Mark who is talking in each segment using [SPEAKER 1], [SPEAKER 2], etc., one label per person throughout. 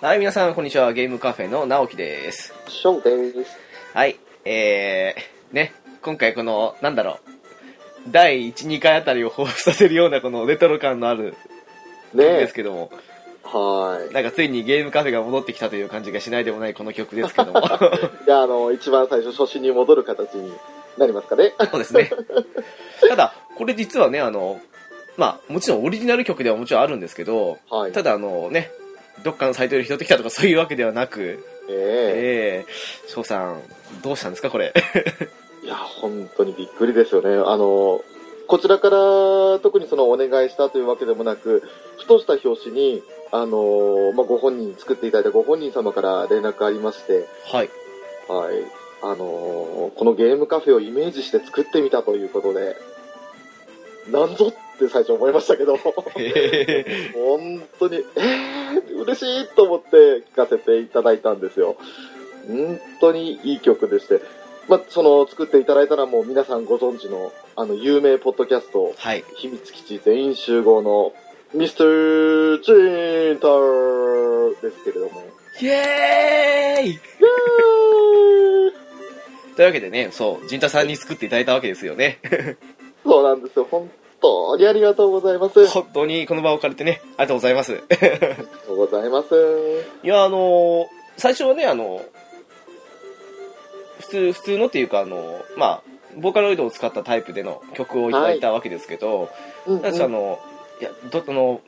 [SPEAKER 1] はい、皆さん、こんにちは。ゲームカフェの直樹です。
[SPEAKER 2] ションです。
[SPEAKER 1] はい、えー、ね、今回この、なんだろう、第1、2回あたりを彷彿させるようなこのレトロ感のある曲
[SPEAKER 2] ね
[SPEAKER 1] で
[SPEAKER 2] え
[SPEAKER 1] す。けども、
[SPEAKER 2] は
[SPEAKER 1] なんかついにゲームカフェが戻ってきたという感じがしないでもないこの曲ですけども。
[SPEAKER 2] い。じゃあ、あの、一番最初、初心に戻る形になりますかね。
[SPEAKER 1] そうですね。ただ、これ実はね、あの、まあ、もちろんオリジナル曲ではもちろんあるんですけど、
[SPEAKER 2] はい。
[SPEAKER 1] ただあのね、どっかのサイトで拾ってきたとかそういうわけではなく、え
[SPEAKER 2] え
[SPEAKER 1] ー、翔さん、どうしたんですか、これ。
[SPEAKER 2] えいや、本当にびっくりですよね。あの、こちらから特にそのお願いしたというわけでもなく、ふとした表紙に、あの、まあ、ご本人、作っていただいたご本人様から連絡がありまして、
[SPEAKER 1] はい。
[SPEAKER 2] はい。あの、このゲームカフェをイメージして作ってみたということで、なんぞって最初思いましたけど。
[SPEAKER 1] え
[SPEAKER 2] 本当に、えー、嬉しいと思って聞かせていただいたんですよ。本当にいい曲でして、まあ、その作っていただいたらもう皆さんご存知の、あの、有名ポッドキャスト、
[SPEAKER 1] はい。
[SPEAKER 2] 秘密基地全員集合の、ミスター・チーンターですけれども。
[SPEAKER 1] イエーイ
[SPEAKER 2] イエーイ
[SPEAKER 1] というわけでね、そう、陣太さんに作っていただいたわけですよね。
[SPEAKER 2] そうなんですよ。本当にありがとうございます。あり
[SPEAKER 1] 本当にこの場を借りてね、ありがとうございます。
[SPEAKER 2] がとうございます。
[SPEAKER 1] いや、あのー最初はね、あの普通、普通のっていうか、あのまあ、ボーカロイドを使ったタイプでの曲をいただいたわけですけど、
[SPEAKER 2] うんうん
[SPEAKER 1] なんかあの、いや、ど、あの、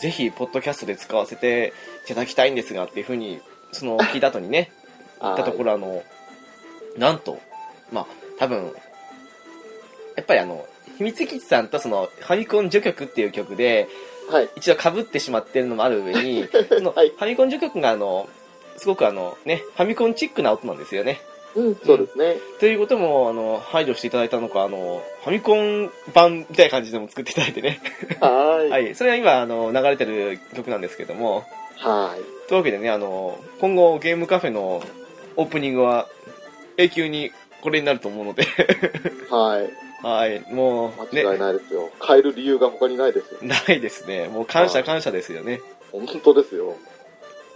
[SPEAKER 1] ぜひ、ポッドキャストで使わせていただきたいんですが、っていうふうに、その、聞いた後にね、行ったところ、あの、なんと、まあ、多分、やっぱりあの、秘密基地さんとその、ファミコン序曲っていう曲で、
[SPEAKER 2] はい。
[SPEAKER 1] 一度被ってしまってるのもある上 に、その、
[SPEAKER 2] はい
[SPEAKER 1] ファミコン序曲があの、すごくあの、ね、ファミコンチックな音なんですよね。
[SPEAKER 2] うん、そうですね。
[SPEAKER 1] ということも、あの、排除していただいたのか、あの、ファミコン版みたいな感じでも作っていただいてね。
[SPEAKER 2] はーい。
[SPEAKER 1] は
[SPEAKER 2] はい。
[SPEAKER 1] い。それは今、あの、流れてる曲なんですけども、
[SPEAKER 2] はい。
[SPEAKER 1] というわけでね、あの、今後ゲームカフェのオープニングは永久にこれになると思うので、
[SPEAKER 2] はい。
[SPEAKER 1] はい、もう、ね
[SPEAKER 2] 間違い、ないですよ、変える理由が他にないですよ
[SPEAKER 1] ないですね。もう感謝感謝ですよね。
[SPEAKER 2] 本当ですよ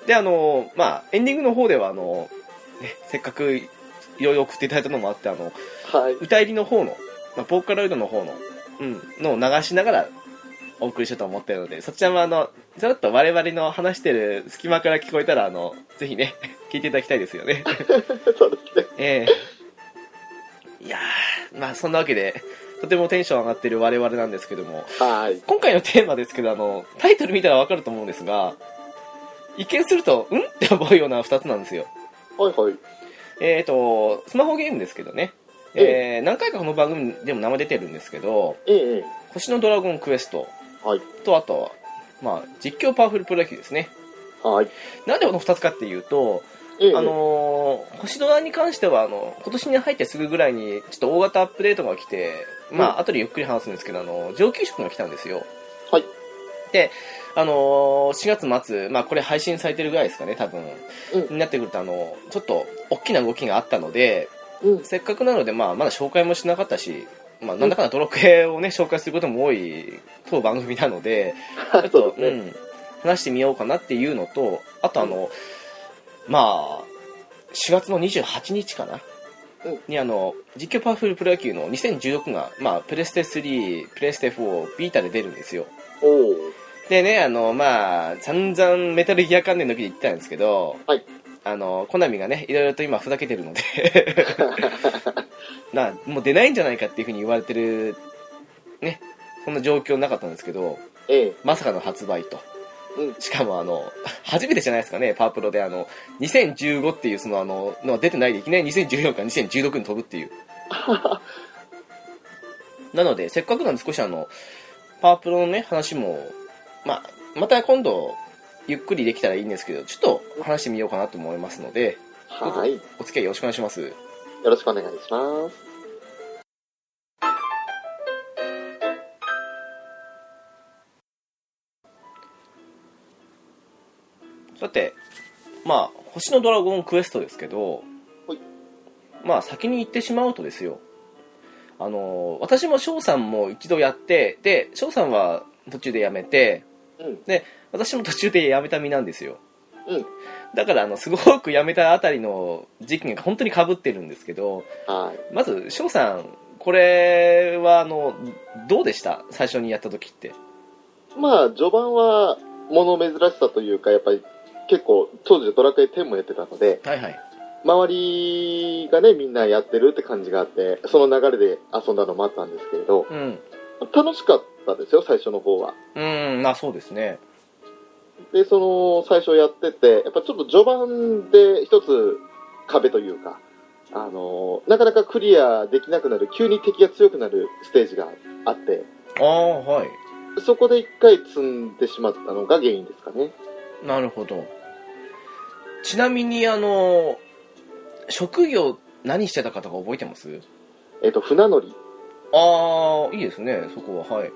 [SPEAKER 1] で、あの、まあ、エンディングの方では、あの、ね、せっかくいろいろ送っていただいたのもあって、あの、
[SPEAKER 2] はい
[SPEAKER 1] 歌入りの方の、まあ、ボーカロイドの方の、うん、のを流しながらお送りしようと思ってるので、そちらもあの、ちょっと我々の話してる隙間から聞こえたら、あの、ぜひね、 聞いていただきたいですよね。
[SPEAKER 2] そうですね
[SPEAKER 1] ええいやー、まあそんなわけで、とてもテンション上がってる我々なんですけども、
[SPEAKER 2] はい
[SPEAKER 1] 今回のテーマですけど、あの、タイトル見たらわかると思うんですが、一見すると、うんって思うような二つなんですよ。
[SPEAKER 2] はいはい
[SPEAKER 1] えっ、と、スマホゲームですけどね。えー何回かこの番組でも名前出てるんですけど、
[SPEAKER 2] えええ
[SPEAKER 1] 星のドラゴンクエスト
[SPEAKER 2] えはい
[SPEAKER 1] と、あと、まあ、実況パワフルプロ野球ですね。
[SPEAKER 2] はい
[SPEAKER 1] なんでこの二つかっていうと、
[SPEAKER 2] ええ
[SPEAKER 1] あのー星ドラに関してはあの今年に入ってすぐぐらいにちょっと大型アップデートが来て、ま
[SPEAKER 2] うん
[SPEAKER 1] あ後でゆっくり話すんですけどあの上級職が来たんですよ
[SPEAKER 2] はい
[SPEAKER 1] で、あのー4月末、まあ、これ配信されてるぐらいですかね多分、
[SPEAKER 2] うん
[SPEAKER 1] になってくるとあのちょっと大きな動きがあったので
[SPEAKER 2] うん
[SPEAKER 1] せっかくなので、まあ、まだ紹介もしなかったし、まあ、なんだかんだドラクエをね紹介することも多い当番組なので、ち
[SPEAKER 2] そ
[SPEAKER 1] ょ
[SPEAKER 2] う
[SPEAKER 1] っと、
[SPEAKER 2] で
[SPEAKER 1] う
[SPEAKER 2] すね
[SPEAKER 1] ん、話してみようかなっていうのと、あとあの、まあ、4月の28日かな、
[SPEAKER 2] うん
[SPEAKER 1] にあの、実況パワフルプロ野球の2016が、まあ、プレステ3、プレステ4、ビータで出るんですよ。
[SPEAKER 2] おお
[SPEAKER 1] でね、あの、まあ、散々メタルギア関連の時で言ってたんですけど、
[SPEAKER 2] はい
[SPEAKER 1] あの、コナミがね、いろいろと今ふざけてるの で、 な、もう出ないんじゃないかっていうふうに言われてる、ね、そんな状況なかったんですけど、
[SPEAKER 2] ええ
[SPEAKER 1] まさかの発売と。
[SPEAKER 2] うん
[SPEAKER 1] しかもあの、初めてじゃないですかね、パワープロであの、2015っていうそのあの、のは出てないでいきなり2014から2016に飛ぶっていう。なので、せっかくなんで少しあの、パワープロのね、話も、まあ、また今度、ゆっくりできたらいいんですけど、ちょっと話してみようかなと思いますので、
[SPEAKER 2] はいよ
[SPEAKER 1] お付き合いよろしくお願いします。
[SPEAKER 2] ろしくお願いします
[SPEAKER 1] さて、まあ、星のドラゴンクエストですけど
[SPEAKER 2] はい、
[SPEAKER 1] まあ、先に言ってしまうとですよ、あの、私も翔さんも一度やって、で、翔さんは途中でやめて、
[SPEAKER 2] うん
[SPEAKER 1] 私も途中でやめた身なんですよ。
[SPEAKER 2] うん
[SPEAKER 1] だからあのすごく辞めたあたりの時期が本当にかぶってるんですけど
[SPEAKER 2] はい。
[SPEAKER 1] まず翔さんこれはあのどうでした最初にやった時って
[SPEAKER 2] まあ、序盤は、物珍しさというか、やっぱり、結構、当時ドラクエ10もやってたので、
[SPEAKER 1] はいはい
[SPEAKER 2] 周りがね、みんなやってるって感じがあって、その流れで遊んだのもあったんですけれど、
[SPEAKER 1] うん
[SPEAKER 2] 楽しかったですよ、最初の方は。
[SPEAKER 1] うんまあそうですね
[SPEAKER 2] で、その、最初やってて、やっぱちょっと序盤で一つ壁というか、あの、なかなかクリアできなくなる、急に敵が強くなるステージがあって、
[SPEAKER 1] ああはい
[SPEAKER 2] そこで一回積んでしまったのが原因ですかね。
[SPEAKER 1] なるほどちなみにあの職業何してたかとか覚えてます
[SPEAKER 2] えっ、と、船乗り。
[SPEAKER 1] ああいいですねそこははい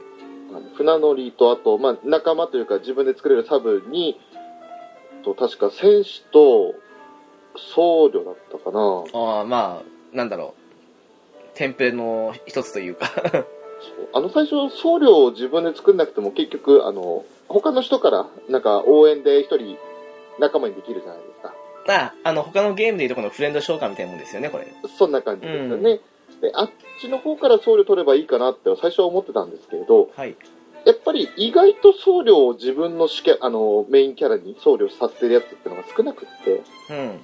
[SPEAKER 2] 船乗りと、あと、まあ、仲間というか自分で作れるサブに、と確か選手と僧侶だったかな。
[SPEAKER 1] ああまあなんだろうテンプレの一つという か
[SPEAKER 2] そうあの最初、送料を自分で作んなくても結局、あの、他の人から、なんか応援で一人仲間にできるじゃないですか。
[SPEAKER 1] ああの他のゲームでいうとこのフレンド召喚みたいなもんですよねこれ
[SPEAKER 2] そんな感じですよね。で、あっちの方から送料取ればいいかなって最初は思ってたんですけれど、
[SPEAKER 1] はい
[SPEAKER 2] やっぱり意外と送料を自分の主キャあのメインキャラに送料させてるやつってのが少なくって、
[SPEAKER 1] うん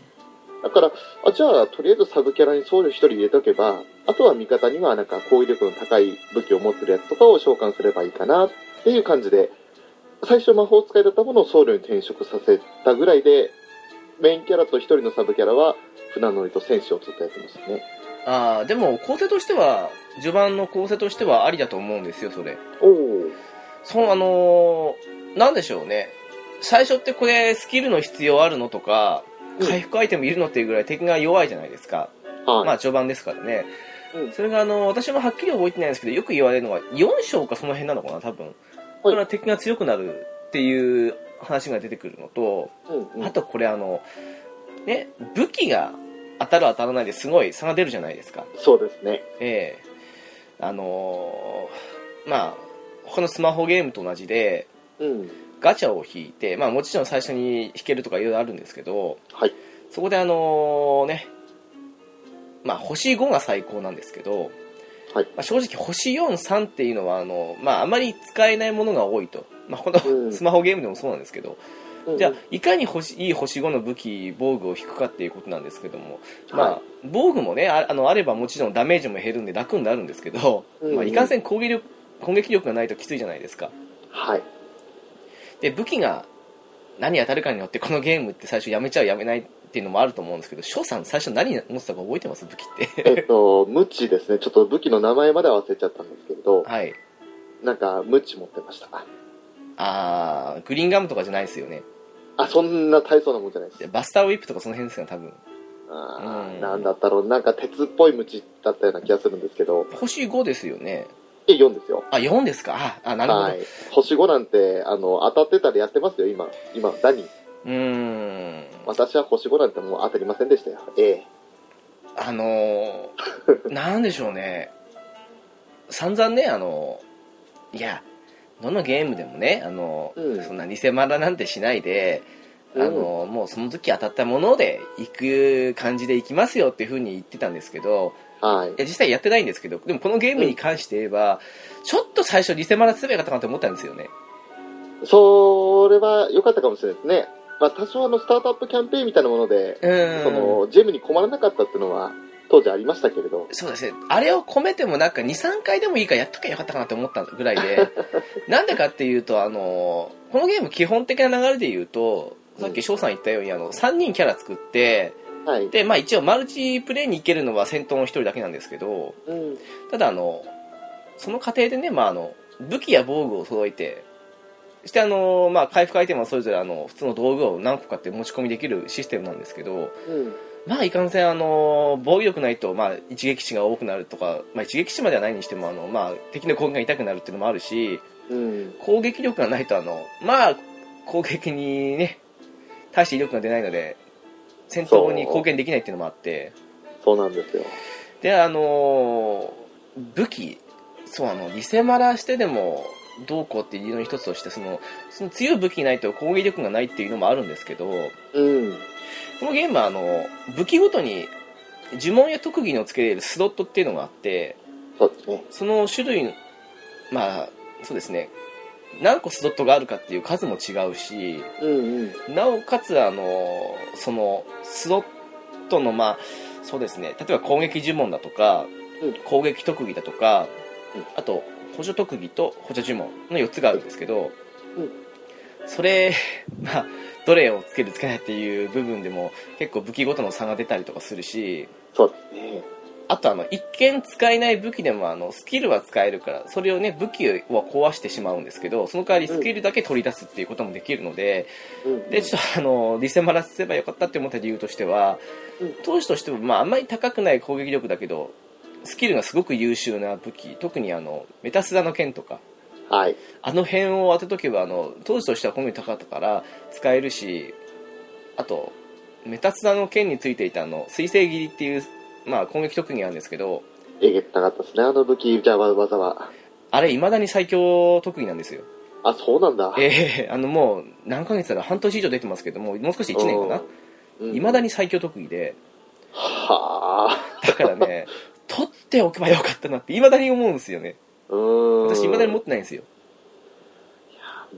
[SPEAKER 2] だから、あじゃあ、とりあえずサブキャラに僧侶一人入れとけば、あとは味方にはなんか攻撃力の高い武器を持ってるやつとかを召喚すればいいかなっていう感じで、最初魔法使いだったものを僧侶に転職させたぐらいで、メインキャラと一人のサブキャラは船乗りと戦士をずっとやってましたね。
[SPEAKER 1] ああでも構成としては序盤の構成としてはありだと思うんですよそれ
[SPEAKER 2] おー。
[SPEAKER 1] そのあのーなんでしょうね最初ってこれスキルの必要あるのとか
[SPEAKER 2] うん
[SPEAKER 1] 回復アイテムいるのっていうぐらい敵が弱いじゃないですか、
[SPEAKER 2] はい。
[SPEAKER 1] まあ序盤ですからね、
[SPEAKER 2] うん
[SPEAKER 1] それがあの私もはっきり覚えてないんですけどよく言われるのが4章かその辺なのかな多分これは敵が強くなるっていう話が出てくるのと、
[SPEAKER 2] うんうん
[SPEAKER 1] あとこれあのね武器が当たる当たらないですごい差が出るじゃないですか
[SPEAKER 2] そうですね。
[SPEAKER 1] ええあのーまあ他のスマホゲームと同じで
[SPEAKER 2] うん。
[SPEAKER 1] ガチャを引いて、まあ、もちろん最初に引けるとかいろいろあるんですけど
[SPEAKER 2] はい。
[SPEAKER 1] そこであのねまあ星5が最高なんですけど、
[SPEAKER 2] はい
[SPEAKER 1] まあ、正直星43っていうのはあの、まあ、あまり使えないものが多いと、まあ、こ
[SPEAKER 2] う
[SPEAKER 1] の
[SPEAKER 2] ん
[SPEAKER 1] スマホゲームでもそうなんですけど、じゃあ
[SPEAKER 2] うん
[SPEAKER 1] いかに星いい星5の武器防具を引くかっていうことなんですけども、まあ
[SPEAKER 2] は
[SPEAKER 1] 防具もねああのあればもちろんダメージも減るんで楽になるんですけど、
[SPEAKER 2] うん
[SPEAKER 1] まあ、いかんせん攻撃力攻撃力がないときついじゃないですか
[SPEAKER 2] はい。
[SPEAKER 1] で武器が何当たるかによってこのゲームって最初やめちゃうやめないっていうのもあると思うんですけど翔さん最初何持ってたか覚えてます武器って
[SPEAKER 2] えっと、 ムチですね。ちょっと武器の名前までは忘れちゃったんですけれど、
[SPEAKER 1] はい
[SPEAKER 2] なんか、ムチ持ってました。
[SPEAKER 1] あーグリーンガムとかじゃないですよね
[SPEAKER 2] あ、そんな大層なもんじゃないです
[SPEAKER 1] で。バスターウィップとかその辺ですよね多分
[SPEAKER 2] あ
[SPEAKER 1] うん
[SPEAKER 2] ーなんだったろう、なんか鉄っぽいムチだったような気がするんですけど、
[SPEAKER 1] 星5ですよね
[SPEAKER 2] え4ですよ。
[SPEAKER 1] あ4ですかああなるほど、
[SPEAKER 2] はい。星5なんて、あの、当たってたらやってますよ、今。今、何
[SPEAKER 1] うーん
[SPEAKER 2] 私は星5なんてもう当たりませんでしたよ。ええ。
[SPEAKER 1] あの ーなんでしょうね散々ねあのいやどのゲームでもねあの、
[SPEAKER 2] うん
[SPEAKER 1] そんな偽マラなんてしないであの、もうその時当たったもので行く感じで行きますよっていう風に言ってたんですけど
[SPEAKER 2] はい
[SPEAKER 1] い。や実際やってないんですけどでもこのゲームに関して言えば、ちょっと最初偽マラすればよかったかなと思ったんですよね
[SPEAKER 2] それは良かったかもしれないですね。まあ、多少あの、スタートアップキャンペーンみたいなもので、
[SPEAKER 1] うん
[SPEAKER 2] その、ジェムに困らなかったっていうのは、当時ありましたけれど。
[SPEAKER 1] そうですね、あれを込めてもなんか2、3回でもいいからやっとけばよかったかなって思ったぐらい で、なんでかっていうと、あのこのゲーム、基本的な流れで言うと、さっき翔さん言ったようにあの3人キャラ作って、
[SPEAKER 2] はい。
[SPEAKER 1] でまあ、一応マルチプレイに行けるのは先頭の1人だけなんですけど、
[SPEAKER 2] うん。
[SPEAKER 1] ただあの、その過程でね、まあ、あの武器や防具を揃えて、そしてあの、まあ、回復アイテムはそれぞれあの普通の道具を何個かって持ち込みできるシステムなんですけど、
[SPEAKER 2] うん。
[SPEAKER 1] まあいかんせんあの防御力ないと、まあ、一撃死が多くなるとか、まあ、一撃死まではないにしてもあの、まあ、敵の攻撃が痛くなるっていうのもあるし
[SPEAKER 2] うん。
[SPEAKER 1] 攻撃力がないとあのまあ攻撃にね大して威力が出ないので戦闘に貢献できないっていうのもあって
[SPEAKER 2] そうなんですよ。
[SPEAKER 1] であの武器そうあの偽マラしてでもどうこうっていう理由の一つとしてそのその強い武器ないと攻撃力がないっていうのもあるんですけど
[SPEAKER 2] うん。
[SPEAKER 1] このゲームはあの武器ごとに呪文や特技のつけれるスロットっていうのがあって
[SPEAKER 2] そうですね。
[SPEAKER 1] その種類のまあそうですね何個スロットがあるかっていう数も違うし
[SPEAKER 2] うんうん。
[SPEAKER 1] なおかつあのそのスロットのまあそうですね例えば攻撃呪文だとか、
[SPEAKER 2] うん
[SPEAKER 1] 攻撃特技だとか、
[SPEAKER 2] うん
[SPEAKER 1] あと補助特技と補助呪文の4つがあるんですけど、
[SPEAKER 2] うん
[SPEAKER 1] それ まあどれをつけるつけないっていう部分でも結構武器ごとの差が出たりとかするし
[SPEAKER 2] そうですね。
[SPEAKER 1] あとあの一見使えない武器でもあのスキルは使えるからそれをね武器は壊してしまうんですけどその代わりスキルだけ取り出すっていうこともできるので、
[SPEAKER 2] うん。
[SPEAKER 1] でちょっとあのリセマラせばよかったって思った理由としては、
[SPEAKER 2] うん
[SPEAKER 1] 当時としても、まあ、あんまり高くない攻撃力だけどスキルがすごく優秀な武器特にあのメタスダの剣とか
[SPEAKER 2] はい。
[SPEAKER 1] あの辺を当てとけばあの当時としては好み高かったから使えるしあとメタスダの剣についていたあの水星斬りっていう、まあ、攻撃特技なんですけど
[SPEAKER 2] えげったかったですね、あの武器、じゃあわわざわ。
[SPEAKER 1] あれ未だに最強特技なんですよ
[SPEAKER 2] あ、そうなんだ。
[SPEAKER 1] ええあのもう何ヶ月だか半年以上出てますけどももう少し1年かな
[SPEAKER 2] うん。
[SPEAKER 1] 未だに最強特技で
[SPEAKER 2] はあ。
[SPEAKER 1] だからね、取っておけばよかったなって、いまだに思うんですよね。
[SPEAKER 2] うーん。
[SPEAKER 1] 私、いまだに持ってないんですよ。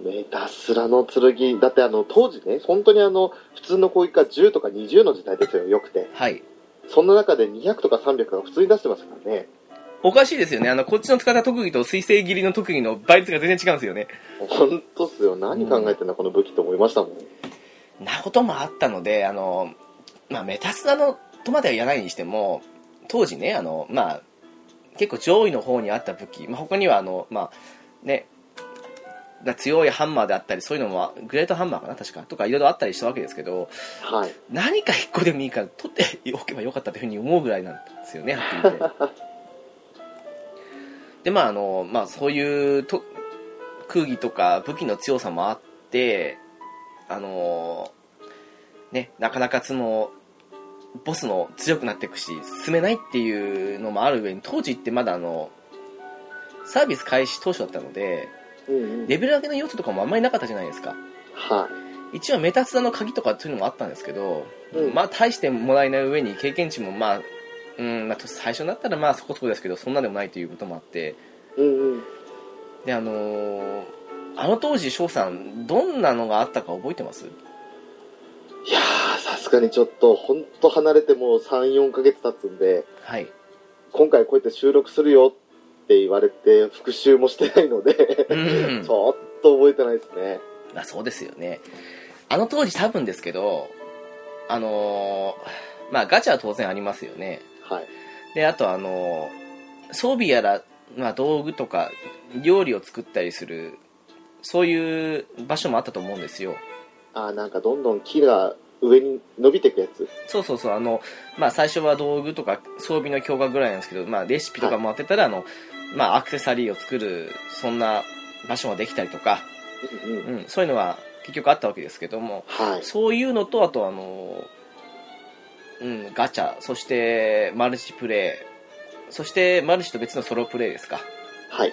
[SPEAKER 2] メタスラの剣。だってあの、当時ね、本当にあの、普通の攻撃が10とか20の時代ですよ、よくて。
[SPEAKER 1] はい。
[SPEAKER 2] そんな中で200とか300が普通に出してますからね。
[SPEAKER 1] おかしいですよね。あの、こっちの使った特技と水星切りの特技の倍率が全然違うんですよね。
[SPEAKER 2] 本当っすよ。何考えてんだ、この武器と思いましたもん。
[SPEAKER 1] なこともあったので、あの、まあ、メタスナのとまではやらないにしても、当時ね、あの、まあ、結構上位の方にあった武器、まあ、他にはあの、まあ、ね、が強いハンマーであったり、そういうのも、グレートハンマーかな、確か、とかいろいろあったりしたわけですけど、
[SPEAKER 2] はい。
[SPEAKER 1] 何か一個でもいいから取っておけばよかったというふうに思うぐらいなんですよね、はっきり言って。で、まあ、あの、まあ、そういうと空技とか武器の強さもあって、あの、ね、なかなかその、ボスも強くなっていくし、進めないっていうのもある上に、当時ってまだあの、サービス開始当初だったので、
[SPEAKER 2] うんうん。
[SPEAKER 1] レベル上げの要素とかもあんまりなかったじゃないですか。
[SPEAKER 2] は
[SPEAKER 1] 一応メタツダの鍵とかそういうのもあったんですけど、
[SPEAKER 2] い。うん。
[SPEAKER 1] まあ大してもらえない上に経験値もまあ、うんまあ、最初になったらまあそこそこですけどそんなでもないということもあって
[SPEAKER 2] うんうん。
[SPEAKER 1] であのーあの当時翔さんどんなのがあったか覚えてます
[SPEAKER 2] いやー、さすがにちょっと、ほんと離れてもう3、4ヶ月経つんで、
[SPEAKER 1] はい
[SPEAKER 2] 今回こうやって収録するよって言われて、復習もしてないので、
[SPEAKER 1] うん
[SPEAKER 2] ちょっと覚えてないですね。
[SPEAKER 1] まあそうですよねあの当時多分ですけどあのーまあガチャは当然ありますよね
[SPEAKER 2] はい。
[SPEAKER 1] であとあのー装備やら、まあ、道具とか料理を作ったりするそういう場所もあったと思うんですよ
[SPEAKER 2] あーなんかどんどん木が上に伸びていくやつ。
[SPEAKER 1] そうそうそう、あの、まあ最初は道具とか装備の強化ぐらいなんですけど、まあレシピとかもあってたら、あの、まあアクセサリーを作る、そんな場所ができたりとか、
[SPEAKER 2] うんうん。
[SPEAKER 1] うん、そういうのは結局あったわけですけども、
[SPEAKER 2] はい。
[SPEAKER 1] そういうのと、あとあの、うん、ガチャ、そしてマルチプレイ、そしてマルチと別のソロプレイですか。
[SPEAKER 2] はい。
[SPEAKER 1] っ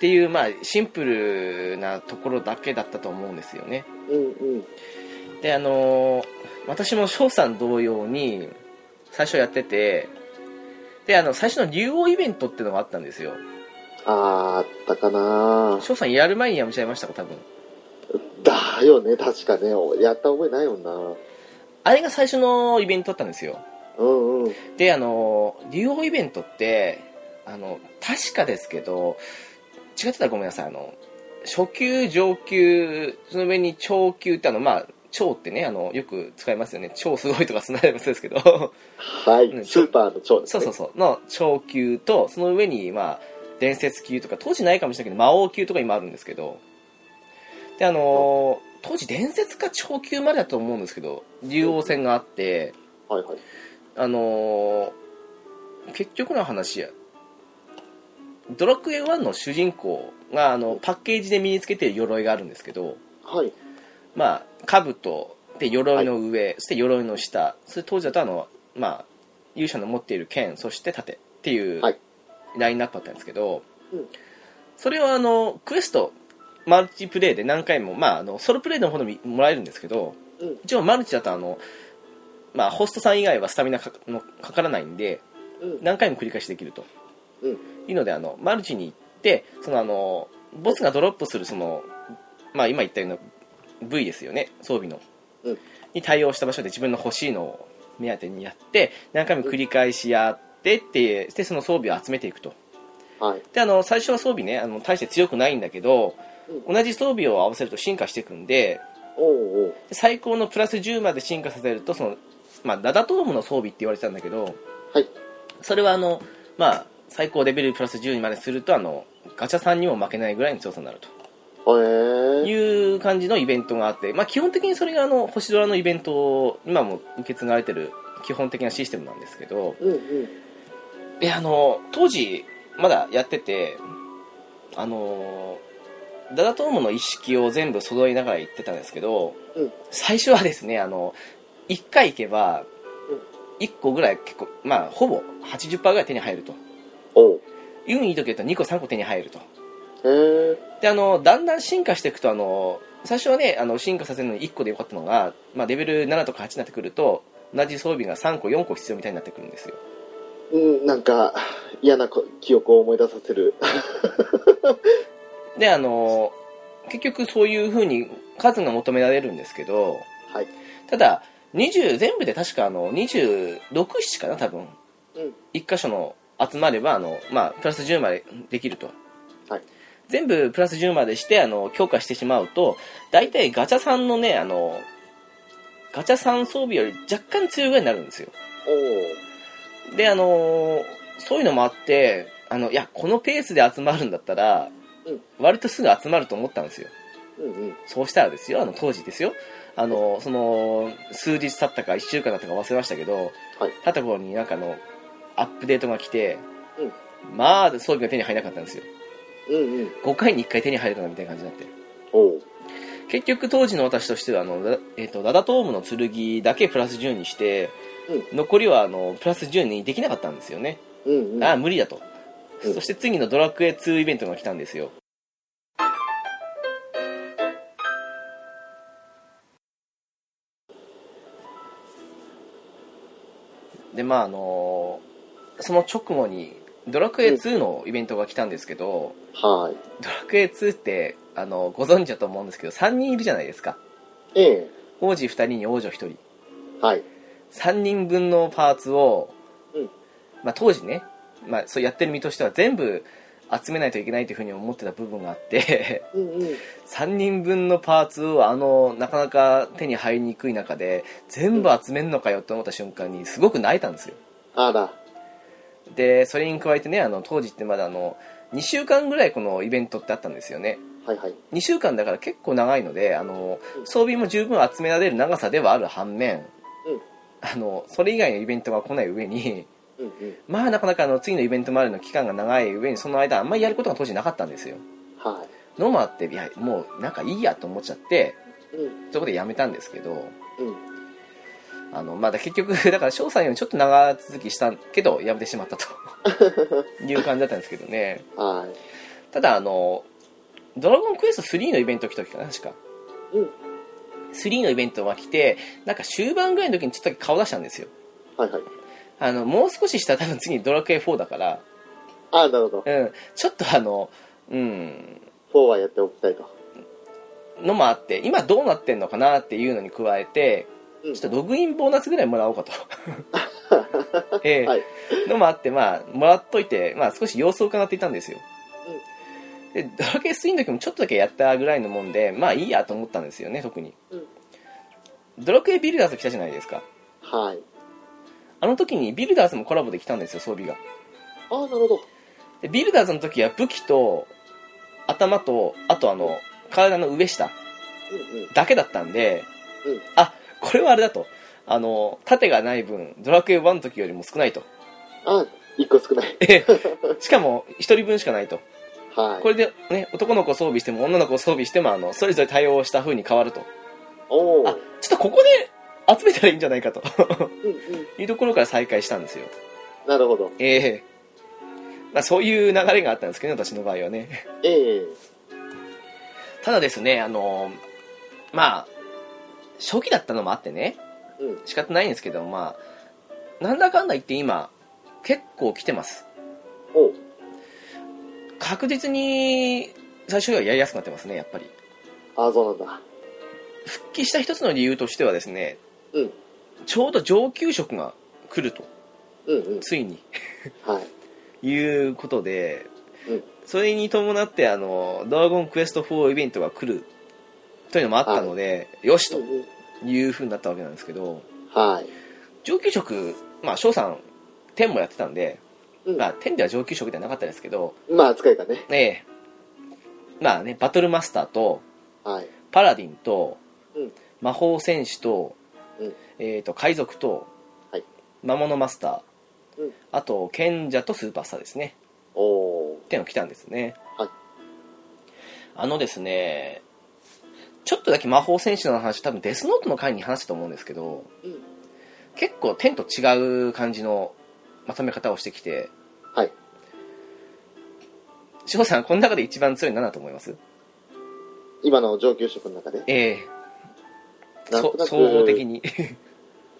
[SPEAKER 1] ていう、まあシンプルなところだけだったと思うんですよね。
[SPEAKER 2] うんうん。
[SPEAKER 1] であのー私も翔さん同様に最初やっててであの最初の竜王イベントってのがあったんですよ
[SPEAKER 2] あー、あったかな
[SPEAKER 1] 翔さんやる前にやめちゃいましたか多分
[SPEAKER 2] だよね、確かね。やった覚えないもんな。
[SPEAKER 1] あれが最初のイベントだったんですよ
[SPEAKER 2] うんうん。
[SPEAKER 1] であのー竜王イベントってあの確かですけど違ってたらごめんなさいあの初級上級その上に超級ってあのまあ超ってねあのよく使いますよね超すごいとかそんなのもそうですけど
[SPEAKER 2] は
[SPEAKER 1] うん
[SPEAKER 2] い。スーパーの蝶です
[SPEAKER 1] そう
[SPEAKER 2] ね。
[SPEAKER 1] そうそう、の超級と、その上に、まあ、伝説級とか、当時ないかもしれないけど、魔王級とか今あるんですけど、で、あのー当時伝説か超級までだと思うんですけど、竜王戦があって、
[SPEAKER 2] はいはい。
[SPEAKER 1] あのー結局の話や、ドラクエ1の主人公が、あの、パッケージで身につけてる鎧があるんですけど、
[SPEAKER 2] はい。
[SPEAKER 1] まあ、兜、で、鎧の上、そして鎧の下、それ当時だとあの、まあ、勇者の持っている剣、そして盾っていう
[SPEAKER 2] はい
[SPEAKER 1] ラインナップだったんですけど、
[SPEAKER 2] うん
[SPEAKER 1] それをあの、クエスト、マルチプレイで何回も、まあ、あのソロプレイの方でももらえるんですけど、
[SPEAKER 2] うん
[SPEAKER 1] 一応マルチだとあの、まあ、ホストさん以外はスタミナかのかからないんで
[SPEAKER 2] うん
[SPEAKER 1] 何回も繰り返しできると、
[SPEAKER 2] うん
[SPEAKER 1] いうのであのマルチに行ってそのあのボスがドロップするその、まあ、今言ったような部位ですよね装備の、
[SPEAKER 2] うん
[SPEAKER 1] に対応した場所で自分の欲しいのを目当てにやって何回も繰り返しやってってでその装備を集めていくと
[SPEAKER 2] はい
[SPEAKER 1] であの最初は装備ねあの大して強くないんだけど、
[SPEAKER 2] う
[SPEAKER 1] 同じ装備を合わせると進化していくんで
[SPEAKER 2] おうおう
[SPEAKER 1] で最高のプラス10まで進化させるとその、まあ、ラダトームの装備って言われてたんだけど、
[SPEAKER 2] はい
[SPEAKER 1] それはあの、まあ、最高レベルプラス10にまでするとあのガチャさんにも負けないぐらいの強さになると
[SPEAKER 2] へえ
[SPEAKER 1] いう感じのイベントがあって、まあ、基本的にそれがあの星空のイベントを今も受け継がれてる基本的なシステムなんですけど、
[SPEAKER 2] うんうん
[SPEAKER 1] であの当時まだやっててあのダダトームの一式を全部揃えながら行ってたんですけど、
[SPEAKER 2] うん
[SPEAKER 1] 最初はですねあの1回行けば
[SPEAKER 2] うん
[SPEAKER 1] 1個ぐらい結構まあほぼ80%ぐらい手に入ると
[SPEAKER 2] おう
[SPEAKER 1] 運いい時だと2個3個手に入ると
[SPEAKER 2] へえ
[SPEAKER 1] であのだんだん進化していくとあの最初はねあの進化させるのに1個でよかったのが、まあ、レベル7とか8になってくると同じ装備が3個4個必要みたいになってくるんですよ
[SPEAKER 2] うんなんか嫌なこ記憶を思い出させる
[SPEAKER 1] であの結局そういうふうに数が求められるんですけど
[SPEAKER 2] はい
[SPEAKER 1] ただ20全部で確かあの267かな多分、
[SPEAKER 2] うん
[SPEAKER 1] 一1箇所の集まればあの、まあ、プラス10までできると、
[SPEAKER 2] はい
[SPEAKER 1] 全部プラス10までしてあの強化してしまうと大体ガチャさんのねあのガチャさん装備より若干強いぐらいになるんですよ
[SPEAKER 2] おう
[SPEAKER 1] であのーそういうのもあってあのいやこのペースで集まるんだったら、
[SPEAKER 2] うん
[SPEAKER 1] 割とすぐ集まると思ったんですよ
[SPEAKER 2] うんうん
[SPEAKER 1] そうしたらですよあの当時ですよあのその数日経ったか1週間だったか忘れましたけど、
[SPEAKER 2] はい
[SPEAKER 1] 経った頃になんかあのアップデートが来て、
[SPEAKER 2] うん
[SPEAKER 1] まあ装備が手に入らなかったんですよ
[SPEAKER 2] うんうん
[SPEAKER 1] 5回に1回手に入るかなみたいな感じになって
[SPEAKER 2] おう
[SPEAKER 1] 結局当時の私としてはあの、ラえっとラダトームの剣だけプラス10にして、
[SPEAKER 2] う
[SPEAKER 1] 残りはあのプラス10にできなかったんですよね
[SPEAKER 2] うんうん
[SPEAKER 1] ああ無理だと、
[SPEAKER 2] うん
[SPEAKER 1] そして次のドラクエ2イベントが来たんですよでまああのその直後にドラクエ2のイベントが来たんですけど、
[SPEAKER 2] はい
[SPEAKER 1] ドラクエ2ってあのご存知だと思うんですけど3人いるじゃないですか
[SPEAKER 2] ええ
[SPEAKER 1] 王子2人に王女1人
[SPEAKER 2] はい
[SPEAKER 1] 3人分のパーツを、
[SPEAKER 2] うん
[SPEAKER 1] まあ、当時ね、まあ、そうやってる身としては全部集めないといけないというふうに思ってた部分があって
[SPEAKER 2] うんうん
[SPEAKER 1] 3人分のパーツをあのなかなか手に入りにくい中で全部集めんのかよって思った瞬間にすごく泣いたんですよ
[SPEAKER 2] あら
[SPEAKER 1] でそれに加えてねあの当時ってまだあの2週間ぐらいこのイベントってあったんですよね
[SPEAKER 2] はいはい
[SPEAKER 1] 2週間だから結構長いのであの
[SPEAKER 2] うん
[SPEAKER 1] 装備も十分集められる長さではある反面、
[SPEAKER 2] うん
[SPEAKER 1] あのそれ以外のイベントが来ない上に
[SPEAKER 2] うんうん
[SPEAKER 1] まあなかなかあの次のイベントまでの期間が長い上にその間あんまりやることが当時なかったんですよ
[SPEAKER 2] は
[SPEAKER 1] のもあっていやもうなんかいいやと思っちゃって
[SPEAKER 2] いうん
[SPEAKER 1] そこでやめたんですけど
[SPEAKER 2] うん
[SPEAKER 1] あのまあだ結局 だから翔さんよりちょっと長続きしたけどやめてしまったという感じだったんですけどね
[SPEAKER 2] はい
[SPEAKER 1] ただあの「ドラゴンクエスト3」のイベント来た時かな確か
[SPEAKER 2] うん
[SPEAKER 1] 3のイベントが来てなんか終盤ぐらいの時にちょっとだけ顔出したんですよ
[SPEAKER 2] はいはい
[SPEAKER 1] あのもう少ししたら多分次ドラクエ4だから、
[SPEAKER 2] あなるほど
[SPEAKER 1] うん、ちょっとあのうん
[SPEAKER 2] 4はやっておきたいと
[SPEAKER 1] のもあって今どうなってんのかなっていうのに加えて
[SPEAKER 2] うん
[SPEAKER 1] ちょっとログインボーナスぐらいもらおう かと、ええ
[SPEAKER 2] はい
[SPEAKER 1] のもあってまあもらっといて、まあ、少し様子を伺っていたんですよ、でドラクエ3の時もちょっとだけやったぐらいのもんでまあいいやと思ったんですよね特に、
[SPEAKER 2] うん
[SPEAKER 1] ドラクエビルダーズ来たじゃないですか
[SPEAKER 2] はい
[SPEAKER 1] あの時にビルダーズもコラボできたんですよ装備が
[SPEAKER 2] あなるほど
[SPEAKER 1] でビルダーズの時は武器と頭とあとあの体の上下
[SPEAKER 2] うんうん
[SPEAKER 1] だけだったんで、
[SPEAKER 2] うん
[SPEAKER 1] あこれはあれだとあの盾がない分ドラクエ1の時よりも少ないと
[SPEAKER 2] あ一個少ない
[SPEAKER 1] しかも1人分しかないと
[SPEAKER 2] はい
[SPEAKER 1] これで、ね、男の子装備しても女の子装備してもあのそれぞれ対応した風に変わると
[SPEAKER 2] おお
[SPEAKER 1] あちょっとここで集めたらいいんじゃないかと
[SPEAKER 2] うんうん
[SPEAKER 1] いうところから再開したんですよ
[SPEAKER 2] なるほど
[SPEAKER 1] ええまあ、そういう流れがあったんですけどね私の場合はね
[SPEAKER 2] ええ
[SPEAKER 1] ただですね、あの、まあ、初期だったのもあってね、
[SPEAKER 2] うん
[SPEAKER 1] 仕方ないんですけど、まあ、なんだかんだ言って今、結構来てます。
[SPEAKER 2] おう
[SPEAKER 1] 確実に、最初よりはやりやすくなってますね、やっぱり。
[SPEAKER 2] ああ、そうなんだ。
[SPEAKER 1] 復帰した一つの理由としてはですね、
[SPEAKER 2] うん
[SPEAKER 1] ちょうど上級職が来ると、
[SPEAKER 2] うんうん。
[SPEAKER 1] ついに、
[SPEAKER 2] はい。
[SPEAKER 1] いうことで、
[SPEAKER 2] うん
[SPEAKER 1] それに伴って、あの、ドラゴンクエスト4イベントが来る、というのもあったので、よし
[SPEAKER 2] うんうん
[SPEAKER 1] というふうになったわけなんですけど、
[SPEAKER 2] はい。
[SPEAKER 1] 上級職、まあ、翔さん、10もやってたんで、
[SPEAKER 2] うん
[SPEAKER 1] まあ、10では上級職ではなかったですけど、
[SPEAKER 2] まあ、扱いがね。
[SPEAKER 1] ええまあね、バトルマスターと、
[SPEAKER 2] はい。
[SPEAKER 1] パラディンと、
[SPEAKER 2] うん
[SPEAKER 1] 魔法戦士と,、
[SPEAKER 2] うん
[SPEAKER 1] えー、と海賊と、
[SPEAKER 2] はい
[SPEAKER 1] 魔物マスター、
[SPEAKER 2] うん
[SPEAKER 1] あと賢者とスーパースターですね
[SPEAKER 2] おお
[SPEAKER 1] っていうのが来たんですね、
[SPEAKER 2] はい
[SPEAKER 1] あのですねちょっとだけ魔法戦士の話多分デスノートの回に話したと思うんですけど
[SPEAKER 2] ー。うん。
[SPEAKER 1] 結構天と違う感じのまとめ方をしてきて
[SPEAKER 2] はい
[SPEAKER 1] 翔さんこの中で一番強いの何だと思います
[SPEAKER 2] 今の上級職の中で、
[SPEAKER 1] ええ
[SPEAKER 2] なんと
[SPEAKER 1] そ
[SPEAKER 2] なく
[SPEAKER 1] 総合的に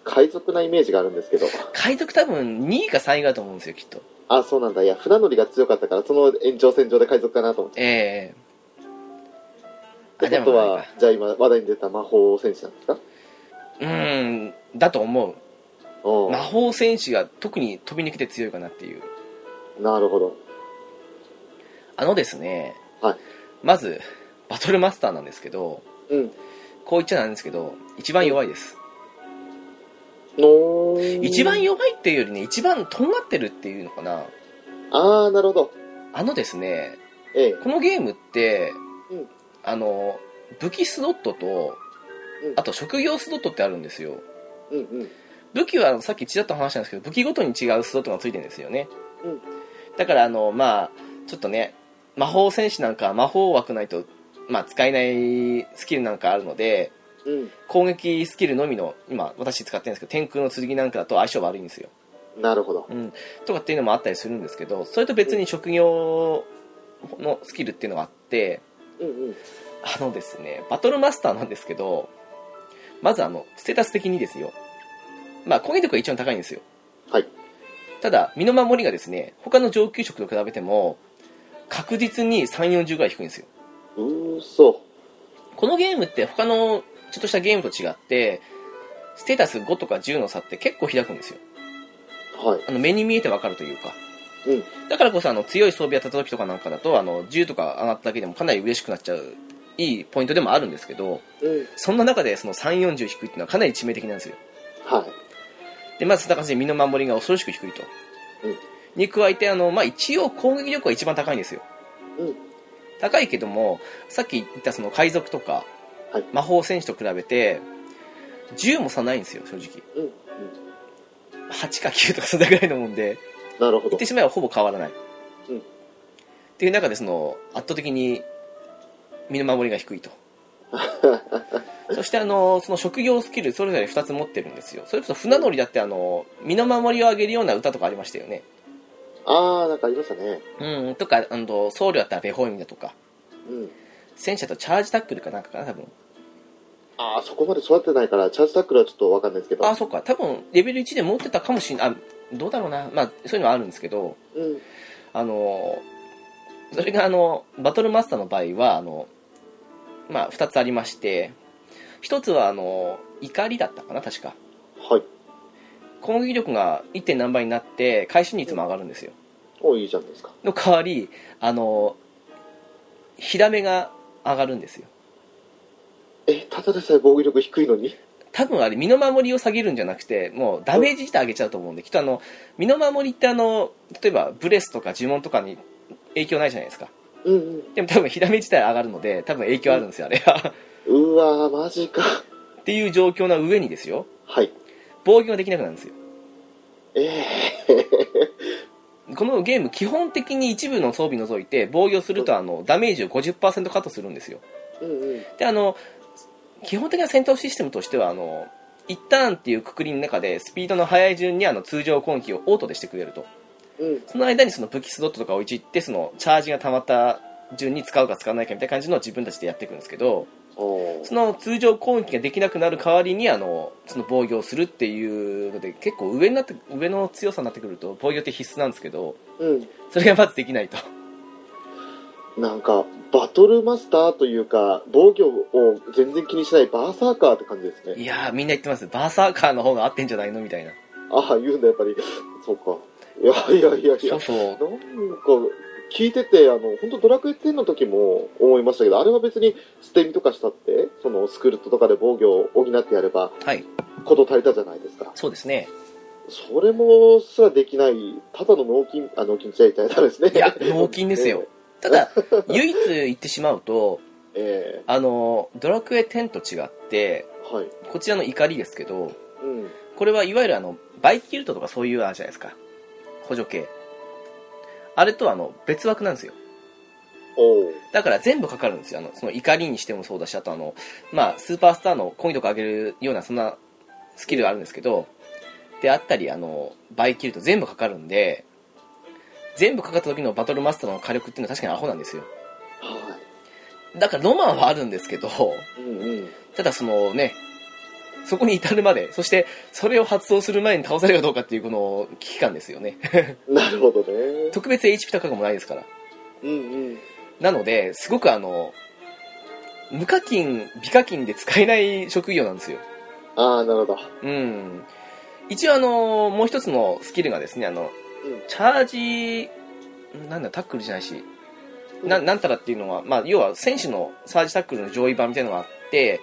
[SPEAKER 2] 海賊なイメージがあるんですけど。
[SPEAKER 1] 海賊多分2位か3位だと思うんですよきっと
[SPEAKER 2] あ、そうなんだ。いや、船乗りが強かったから、その延長線上で海賊かなと思って。
[SPEAKER 1] ええ
[SPEAKER 2] ってことは、じゃあ今、話題に出た魔法戦士なんですか
[SPEAKER 1] うんだと思
[SPEAKER 2] お
[SPEAKER 1] う
[SPEAKER 2] お
[SPEAKER 1] 魔。法戦士が特に飛び抜けて強いかなっていう
[SPEAKER 2] なるほど。
[SPEAKER 1] あのですね、
[SPEAKER 2] はい
[SPEAKER 1] まずバトルマスターなんですけど
[SPEAKER 2] うん。
[SPEAKER 1] こう言っちゃなんですけど一番弱いです、
[SPEAKER 2] のー
[SPEAKER 1] 一番弱いっていうよりね一番とんがってるっていうのかな
[SPEAKER 2] ああ、なるほど。
[SPEAKER 1] あのですね
[SPEAKER 2] ええ。
[SPEAKER 1] このゲームって、
[SPEAKER 2] うん
[SPEAKER 1] あの武器スロットと
[SPEAKER 2] うん
[SPEAKER 1] あと職業スロットってあるんですよ
[SPEAKER 2] うんうん。
[SPEAKER 1] 武器はさっきちらっと話したんですけど武器ごとに違うスロットがついてるんですよね、
[SPEAKER 2] うん
[SPEAKER 1] だからあのまあちょっとね魔法戦士なんかは魔法枠ないと、まあ、使えないスキルなんかあるので
[SPEAKER 2] う
[SPEAKER 1] 攻撃スキルのみの今私使ってるんですけど天空の剣なんかだと相性悪いんですよ、
[SPEAKER 2] ん。なるほど。
[SPEAKER 1] うん、とかっていうのもあったりするんですけどそれと別に職業のスキルっていうのがあって
[SPEAKER 2] うんうん。
[SPEAKER 1] あのですねバトルマスターなんですけどまずあのステータス的にですよまあ攻撃力が一番高いんですよ
[SPEAKER 2] はい。
[SPEAKER 1] ただ、身の守りがですね、他の上級職と比べても、確実に3、40ぐらい低いんですよ。
[SPEAKER 2] うーそ。
[SPEAKER 1] このゲームって他のちょっとしたゲームと違って、ステータス5とか10の差って結構開くんですよ。
[SPEAKER 2] はい。
[SPEAKER 1] あの、目に見えてわかるというか。
[SPEAKER 2] うん。
[SPEAKER 1] だからこそ、あの、強い装備やった時とかなんかだと、あの、10とか上がっただけでもかなり嬉しくなっちゃう、いいポイントでもあるんですけど、
[SPEAKER 2] うん。
[SPEAKER 1] そんな中でその3、40低いっていうのはかなり致命的なんですよ。
[SPEAKER 2] はい。
[SPEAKER 1] で、まずそんな感じで身の守りが恐ろしく低いと。
[SPEAKER 2] うん
[SPEAKER 1] に加えて、あの、まあ、一応攻撃力は一番高いんですよ。
[SPEAKER 2] うん
[SPEAKER 1] 高いけども、さっき言ったその海賊とか、
[SPEAKER 2] はい
[SPEAKER 1] 魔法戦士と比べて、10も差ないんですよ、正直。
[SPEAKER 2] うん。うん。
[SPEAKER 1] 8か9とかそれぐらいのもんで、
[SPEAKER 2] なるほ
[SPEAKER 1] 言
[SPEAKER 2] ど
[SPEAKER 1] って。しまえばほぼ変わらない。
[SPEAKER 2] うん
[SPEAKER 1] っていう中で、その、圧倒的に身の守りが低いと。 そしてあのその職業スキルそれぞれ2つ持ってるんですよそれこそ船乗りだってあの身の守りを上げるような歌とかありましたよね
[SPEAKER 2] ああ、なんかありましたね。
[SPEAKER 1] うんとかあの僧侶だったらベホイミだとか
[SPEAKER 2] うん。
[SPEAKER 1] 戦車とチャージタックルかなんかかな多分
[SPEAKER 2] ああ、そこまで育ってないから、チャージタックルはちょっとわかんないですけど。
[SPEAKER 1] あそっか多分レベル1で持ってたかもしんあどうだろうなまあそういうのはあるんですけど
[SPEAKER 2] うん。
[SPEAKER 1] あのそれがあのバトルマスターの場合はあのまあ2つありまして1つはあの怒りだったかな確か
[SPEAKER 2] はい。
[SPEAKER 1] 攻撃力が 1. 点何倍になって回収率も上がるんですよ
[SPEAKER 2] おいいじゃないですか。
[SPEAKER 1] の代わりあの火ダメが上がるんですよ
[SPEAKER 2] え、ただでさえ防御力低いのに
[SPEAKER 1] 多分あれ身の守りを下げるんじゃなくてもうダメージ自体上げちゃうと思うんできっとあの身の守りってあの例えばブレスとか呪文とかに影響ないじゃないですか
[SPEAKER 2] うんうん。
[SPEAKER 1] でも多分火ダメ自体上がるので多分影響あるんですよあれは
[SPEAKER 2] うわー、マジか。
[SPEAKER 1] っていう状況の上にですよ
[SPEAKER 2] はい。
[SPEAKER 1] 防御ができなくなるんですよ
[SPEAKER 2] ええ
[SPEAKER 1] このゲーム基本的に一部の装備除いて防御するとあのダメージを50%カットするんですよ
[SPEAKER 2] うんうん。
[SPEAKER 1] であの基本的な戦闘システムとしてはあの1ターンっていうくくりの中でスピードの速い順にあの通常攻撃をオートでしてくれると
[SPEAKER 2] うん。
[SPEAKER 1] その間にその武器スロットとかをいじってそのチャージが溜まった順に使うか使わないかみたいな感じのを自分たちでやっていくんですけど
[SPEAKER 2] お
[SPEAKER 1] その通常攻撃ができなくなる代わりにあのその防御をするっていうので結構上になって上の強さになってくると防御って必須なんですけど
[SPEAKER 2] うん
[SPEAKER 1] それがまずできないと
[SPEAKER 2] なんかバトルマスターというか防御を全然気にしないバーサーカーって感じですね
[SPEAKER 1] いやーみんな言ってますバーサーカーの方が合ってんじゃないのみたいな
[SPEAKER 2] ああ言うんだやっぱりそうかいやいやいやい
[SPEAKER 1] そ
[SPEAKER 2] や
[SPEAKER 1] うそう
[SPEAKER 2] なんか聞いててあの本当ドラクエ10の時も思いましたけどあれは別に捨て身とかしたってそのスクルトとかで防御を補ってやれば
[SPEAKER 1] はい
[SPEAKER 2] こと足りたじゃないですか
[SPEAKER 1] そうですね
[SPEAKER 2] それもすらできないただの脳筋あ脳筋ちゃいたいたですね
[SPEAKER 1] いや脳筋ですよただ唯一言ってしまうと
[SPEAKER 2] ええ
[SPEAKER 1] あのドラクエ10と違って
[SPEAKER 2] はい
[SPEAKER 1] こちらの怒りですけど
[SPEAKER 2] うん
[SPEAKER 1] これはいわゆるあのバイキルトとかそういうあれじゃないですか補助系あれとはあの別枠なんですよ
[SPEAKER 2] おう
[SPEAKER 1] だから全部かかるんですよあのその怒りにしてもそうだしあとあの、まあ、スーパースターのコインとか上げるようなそんなスキルがあるんですけどであったりあのバイキルト全部かかるんで全部かかった時のバトルマスターの火力っていうのは確かにアホなんですよ
[SPEAKER 2] は
[SPEAKER 1] だからロマンはあるんですけど
[SPEAKER 2] いうんうん
[SPEAKER 1] ただそのねそこに至るまでそしてそれを発動する前に倒されるかどうかっていうこの危機感ですよね
[SPEAKER 2] なるほどね。
[SPEAKER 1] 特別 HP 高くもないですから
[SPEAKER 2] うんうん。
[SPEAKER 1] なのですごくあの無課金美課金で使えない職業なんですよ
[SPEAKER 2] ああ、なるほど。
[SPEAKER 1] うん一応あのもう一つのスキルがですねあの
[SPEAKER 2] うん
[SPEAKER 1] チャージなんだタックルじゃないしななんたらっていうのは、まあ、要は選手のサージタックルの上位版みたいなのがあって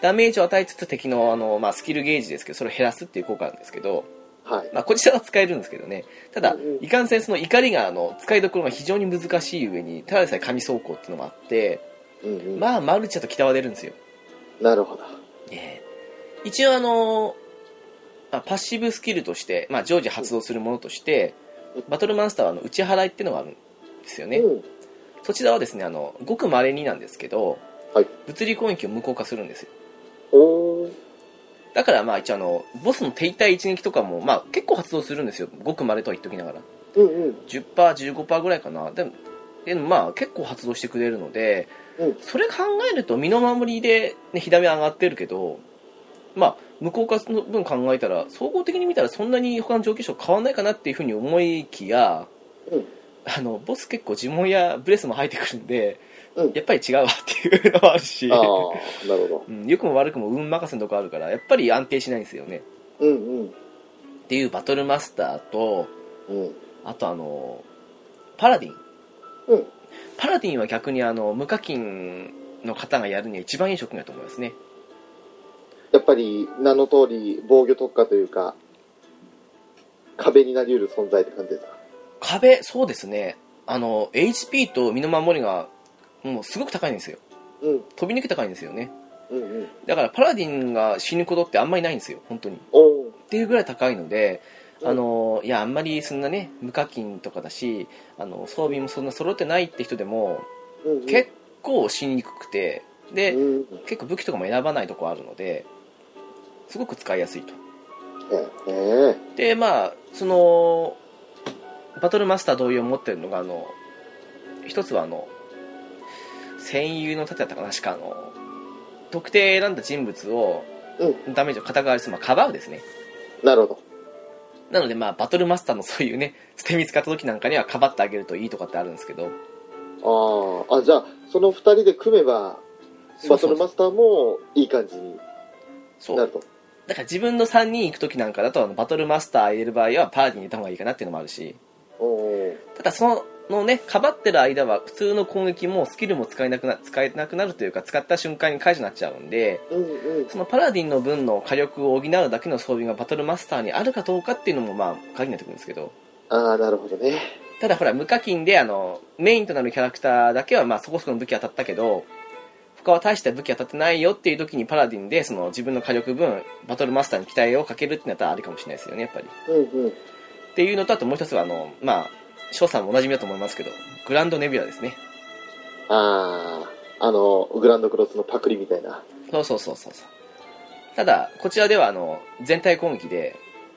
[SPEAKER 1] ダメージを与えつつ敵のあの、まあ、スキルゲージですけどそれを減らすっていう効果なんですけど、
[SPEAKER 2] はい。
[SPEAKER 1] まあ、こちらは使えるんですけどねただ
[SPEAKER 2] うんうん
[SPEAKER 1] いかんせんその怒りがあの使いどころが非常に難しい上にただでさえ紙走行っていうのもあって
[SPEAKER 2] うんうん。
[SPEAKER 1] まあマルチャと北は出るんですよ
[SPEAKER 2] なるほど。
[SPEAKER 1] ねえ一応あの、まあ、パッシブスキルとして、まあ、常時発動するものとしてバトルマンスターはあの打ち払いっていうのがあるんですよね、
[SPEAKER 2] うん。
[SPEAKER 1] そちらはですねあのごくまれになんですけど、
[SPEAKER 2] はい
[SPEAKER 1] 物理攻撃を無効化するんですよ
[SPEAKER 2] おー。
[SPEAKER 1] だからまあ一応あのボスの停滞一撃とかも、まあ、結構発動するんですよごくまれとは言っときながら
[SPEAKER 2] うんうん。
[SPEAKER 1] 10%15% ぐらいかなでもでもまあ結構発動してくれるので、
[SPEAKER 2] うん
[SPEAKER 1] それ考えると身の守りで、ね、火め上がってるけどまあ無効化の分考えたら総合的に見たらそんなに他の上級者と変わんないかなっていうふうに思いきや、
[SPEAKER 2] うん
[SPEAKER 1] あのボス結構呪文やブレスも入ってくるんで、
[SPEAKER 2] うん
[SPEAKER 1] やっぱり違うわっていうのもあるし
[SPEAKER 2] ああ、なるほ
[SPEAKER 1] うん、良くも悪くも運任せのとこあるからやっぱり安定しないんですよね
[SPEAKER 2] ど。うんうん。
[SPEAKER 1] っていうバトルマスターと
[SPEAKER 2] うん。
[SPEAKER 1] あとあのパラディン
[SPEAKER 2] うん。
[SPEAKER 1] パラディンは逆にあの無課金の方がやるには一番いい職業だと思いますね
[SPEAKER 2] やっぱり、名の通り、防御特化というか、壁になり得る存在って感じですか。
[SPEAKER 1] 壁そうですねあの HP と身の守りがもうすごく高いんですよ
[SPEAKER 2] うん。
[SPEAKER 1] 飛び抜け高いんですよね
[SPEAKER 2] うんうん。
[SPEAKER 1] だからパラディンが死ぬことってあんまりないんですよ本当にっ
[SPEAKER 2] おー。
[SPEAKER 1] ていうぐらい高いので
[SPEAKER 2] うん
[SPEAKER 1] あのいやあんまりそんなね無課金とかだしあの装備もそんな揃ってないって人でも
[SPEAKER 2] うんうん。
[SPEAKER 1] 結構死ににくくて
[SPEAKER 2] う
[SPEAKER 1] で
[SPEAKER 2] んうん。
[SPEAKER 1] 結構武器とかも選ばないとこあるのですごく使いやすいと
[SPEAKER 2] えええ
[SPEAKER 1] でまあそのバトルマスター同様持ってるのがあの一つはあの戦友の盾だったかなしかあの特定選んだ人物を
[SPEAKER 2] う
[SPEAKER 1] ダメージを肩代わりする、まあ、かばうですね
[SPEAKER 2] えなるほど。
[SPEAKER 1] なのでまあバトルマスターのそういうね捨て身使った時なんかにはかばってあげるといいとかってあるんですけど
[SPEAKER 2] ああ、あ、じゃあ、その二人で組めば、バトルマスターもいい感じに
[SPEAKER 1] そう
[SPEAKER 2] なると。
[SPEAKER 1] だから自分の3人行く時なんかだとあのバトルマスター入れる場合はパーティーに入れた方がいいかなっていうのもあるし
[SPEAKER 2] おー。
[SPEAKER 1] ただそのねかばってる間は普通の攻撃もスキルも使えなくな使えなくなるというか使った瞬間に解除になっちゃうんで
[SPEAKER 2] うんうん。
[SPEAKER 1] そのパラディンの分の火力を補うだけの装備がバトルマスターにあるかどうかっていうのもまあ鍵になってくるんですけど
[SPEAKER 2] ああ、なるほどね。
[SPEAKER 1] ただほら無課金であのメインとなるキャラクターだけはまあそこそこの武器当たったけど他は大した武器当たってないよっていう時にパラディンでその自分の火力分バトルマスターに期待をかけるってなったらありかもしれないですよねやっぱり
[SPEAKER 2] うんうん。
[SPEAKER 1] っていうのとあともう一つはあのまあ翔さんもおなじみだと思いますけどグランドネビュラですね
[SPEAKER 2] ああ、あの、グランドクロスのパクリみたいな。
[SPEAKER 1] そうそうそうそうそうただこちらではあの全体攻撃で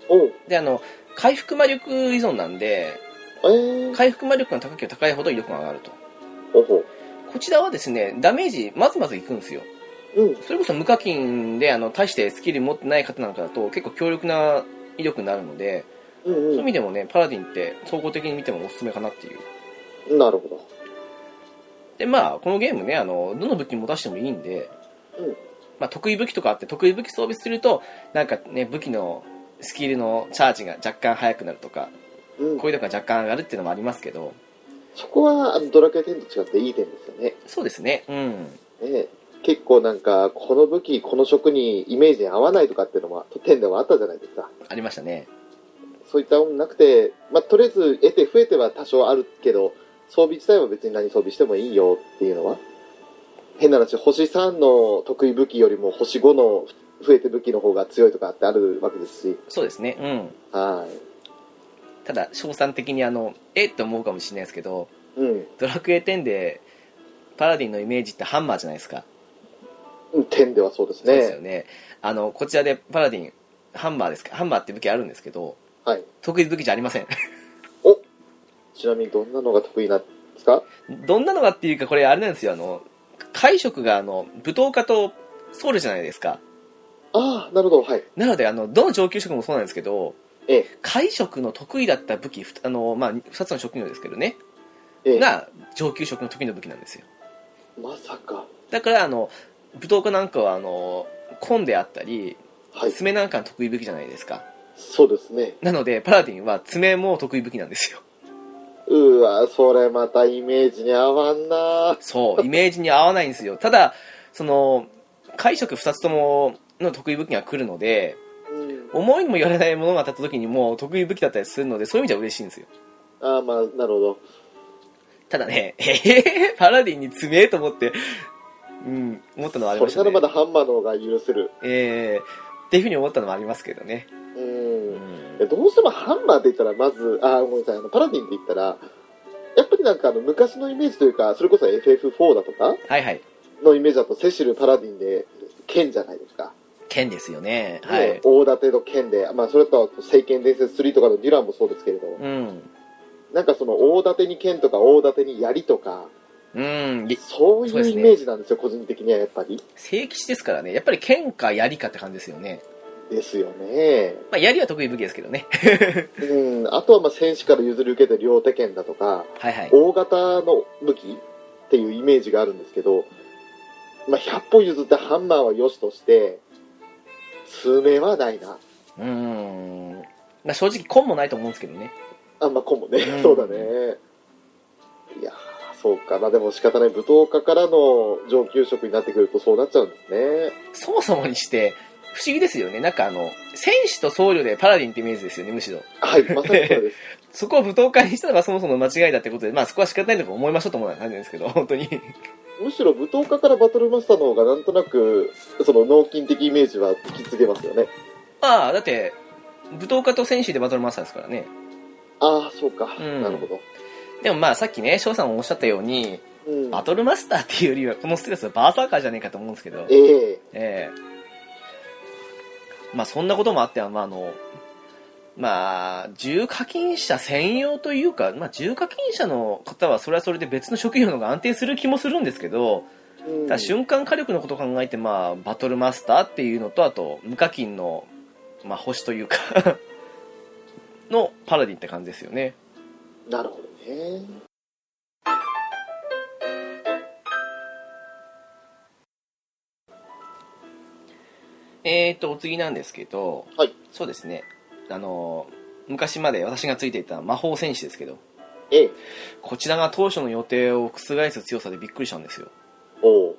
[SPEAKER 2] おう。
[SPEAKER 1] であの回復魔力依存なんで
[SPEAKER 2] えー、
[SPEAKER 1] 回復魔力が高ければ高いほど威力が上がると
[SPEAKER 2] おほ。
[SPEAKER 1] こちらはですね、ダメージまずまずいくんですよ。
[SPEAKER 2] うん。
[SPEAKER 1] それこそ無課金で、あの、大してスキル持ってない方なんかだと、結構強力な威力になるので、
[SPEAKER 2] うん
[SPEAKER 1] そういう意味でもね、パラディンって総合的に見てもおすすめかなっていう。
[SPEAKER 2] うん。なるほど。
[SPEAKER 1] で、まあ、このゲームね、あの、どの武器持たしてもいいんで、
[SPEAKER 2] うん
[SPEAKER 1] まあ、得意武器とかあって、得意武器装備すると、なんかね、武器のスキルのチャージが若干速くなるとか、
[SPEAKER 2] うん
[SPEAKER 1] こ。ういうのが若干上がるっていうのもありますけど、
[SPEAKER 2] そこは、あの、ドラクエ10と違っていい点ですよね。
[SPEAKER 1] そうですね、うん。
[SPEAKER 2] ね結構なんか、この武器、この職にイメージに合わないとかっていうのは、点ではあったじゃないですか。
[SPEAKER 1] ありましたね。
[SPEAKER 2] そういったものなくて、まあ、とりあえず得て増えては多少あるけど、装備自体は別に何装備してもいいよっていうのは、変な話、星3の得意武器よりも星5の増えて武器の方が強いとかってあるわけですし、
[SPEAKER 1] そうですね、うん。
[SPEAKER 2] は
[SPEAKER 1] ただ、賞賛的にあの、えっと思うかもしれないですけど、
[SPEAKER 2] い。うん
[SPEAKER 1] ドラクエ10で、パラディンのイメージってハンマーじゃないですか。
[SPEAKER 2] うん。点ではそうです
[SPEAKER 1] そうです
[SPEAKER 2] ね
[SPEAKER 1] よ。ね。あの、こちらでパラディン、ハンマーですかハンマーって武器あるんですけど、
[SPEAKER 2] はい。
[SPEAKER 1] 得意武器じゃありません。
[SPEAKER 2] ちなみにどんなのが得意なんですか
[SPEAKER 1] どんなのかっていうか、これあれなんですよ、あの、解職があの、舞踏家と僧侶じゃないですか。
[SPEAKER 2] ああ、なるほど、はい。
[SPEAKER 1] なので、あの、どの上級職もそうなんですけど、
[SPEAKER 2] ええ、
[SPEAKER 1] 解職の得意だった武器、ふあの、まあ、二つの職業ですけどね、
[SPEAKER 2] ええ、
[SPEAKER 1] が上級職の得意の武器なんですよ。
[SPEAKER 2] まさか。
[SPEAKER 1] だから、あの、舞踏家なんかは、あの、紺であったり、
[SPEAKER 2] はい。
[SPEAKER 1] 爪なんかの得意武器じゃないですか。
[SPEAKER 2] そうですね。
[SPEAKER 1] なので、パラディンは爪も得意武器なんですよ。
[SPEAKER 2] うわ、それまたイメージに合わんな
[SPEAKER 1] そう、 イメージに合わないんですよ。ただ、その、解職二つともの得意武器が来るので、
[SPEAKER 2] うん。
[SPEAKER 1] 思いにもよらないものが当たった時にもう得意武器だったりするのでそういう意味じゃ嬉しいんですよ
[SPEAKER 2] ああ、まあ、なるほど。
[SPEAKER 1] ただねえへへパラディンに詰めえと思ってうん思ったのはあり
[SPEAKER 2] そ
[SPEAKER 1] ま
[SPEAKER 2] れ
[SPEAKER 1] した
[SPEAKER 2] なら
[SPEAKER 1] ね
[SPEAKER 2] まだハンマーの方が許せる。
[SPEAKER 1] ええっていうふうに思ったのもありますけどね、
[SPEAKER 2] う。
[SPEAKER 1] うんん
[SPEAKER 2] どうしてもハンマーって言ったら、まず、ああ、ごめんなさい、あの、パラディンって言ったら、やっぱりなんかあの、昔のイメージというか、それこそ FF4 だとか
[SPEAKER 1] はいはい
[SPEAKER 2] のイメージだと、セシル、パラディンで、剣じゃないですか。
[SPEAKER 1] 剣ですよねはい
[SPEAKER 2] 大盾の剣で、まあ、それと、聖剣伝説3とかのデュランもそうですけれど、
[SPEAKER 1] うん
[SPEAKER 2] なんかその、大盾に剣とか、大盾に槍とか、
[SPEAKER 1] うんい
[SPEAKER 2] そうい
[SPEAKER 1] そうです
[SPEAKER 2] うイ
[SPEAKER 1] ね
[SPEAKER 2] メージなんですよ、個人的にはやっぱり。
[SPEAKER 1] 聖騎士ですからねやっぱり剣か槍かって感じですよね、
[SPEAKER 2] ですよね。
[SPEAKER 1] まあ、槍は得意武器ですけどね
[SPEAKER 2] うん、あとはまあ戦士から譲り受けて両手剣だとか、
[SPEAKER 1] はいはい
[SPEAKER 2] 大型の武器っていうイメージがあるんですけど、まあ、100歩譲ってハンマーは良しとして、爪はないな。
[SPEAKER 1] うんまあ正直紺もないと思うんですけどね
[SPEAKER 2] あんまこもね、
[SPEAKER 1] うん
[SPEAKER 2] そうだね。いやー、そうか。まあでも仕方ない。武闘家からの上級職になってくるとそうなっちゃうんですね。
[SPEAKER 1] そもそもにして、不思議ですよね。なんかあの、戦士と僧侶でパラディンってイメージですよね、むしろ。
[SPEAKER 2] はい、まさにそうです。
[SPEAKER 1] そこを舞踏会にしたのがそもそも間違いだってことで、まあそこは仕方ないとか思いましょうと思うような感じですけど、 本当に。
[SPEAKER 2] むしろ武闘家からバトルマスターの方がなんとなく、その脳筋的イメージは引き継げますよね。
[SPEAKER 1] まあ、だって、舞踏家と戦士でバトルマスターですからね。
[SPEAKER 2] ああ、そうか。
[SPEAKER 1] うん
[SPEAKER 2] なるほど。
[SPEAKER 1] でもまあさっきね、翔さんもおっしゃったように、
[SPEAKER 2] うん
[SPEAKER 1] バトルマスターっていうよりは、このステレスはバーサーカーじゃねえかと思うんですけど、え
[SPEAKER 2] ええ
[SPEAKER 1] えまあそんなこともあっては、まああの、まあ、重課金者専用というか、まあ、重課金者の方はそれはそれで別の職業の方が安定する気もするんですけど、
[SPEAKER 2] うん
[SPEAKER 1] ただ瞬間火力のことを考えて、まあ、バトルマスターっていうのとあと無課金の、まあ、星というか のパラディンって感じですよね
[SPEAKER 2] なるほどね。
[SPEAKER 1] えーとお次なんですけど、
[SPEAKER 2] はい
[SPEAKER 1] そうですねあの昔まで私がついていた魔法戦士ですけど
[SPEAKER 2] ええ。
[SPEAKER 1] こちらが当初の予定を覆す強さでびっくりしたんですよ
[SPEAKER 2] おう。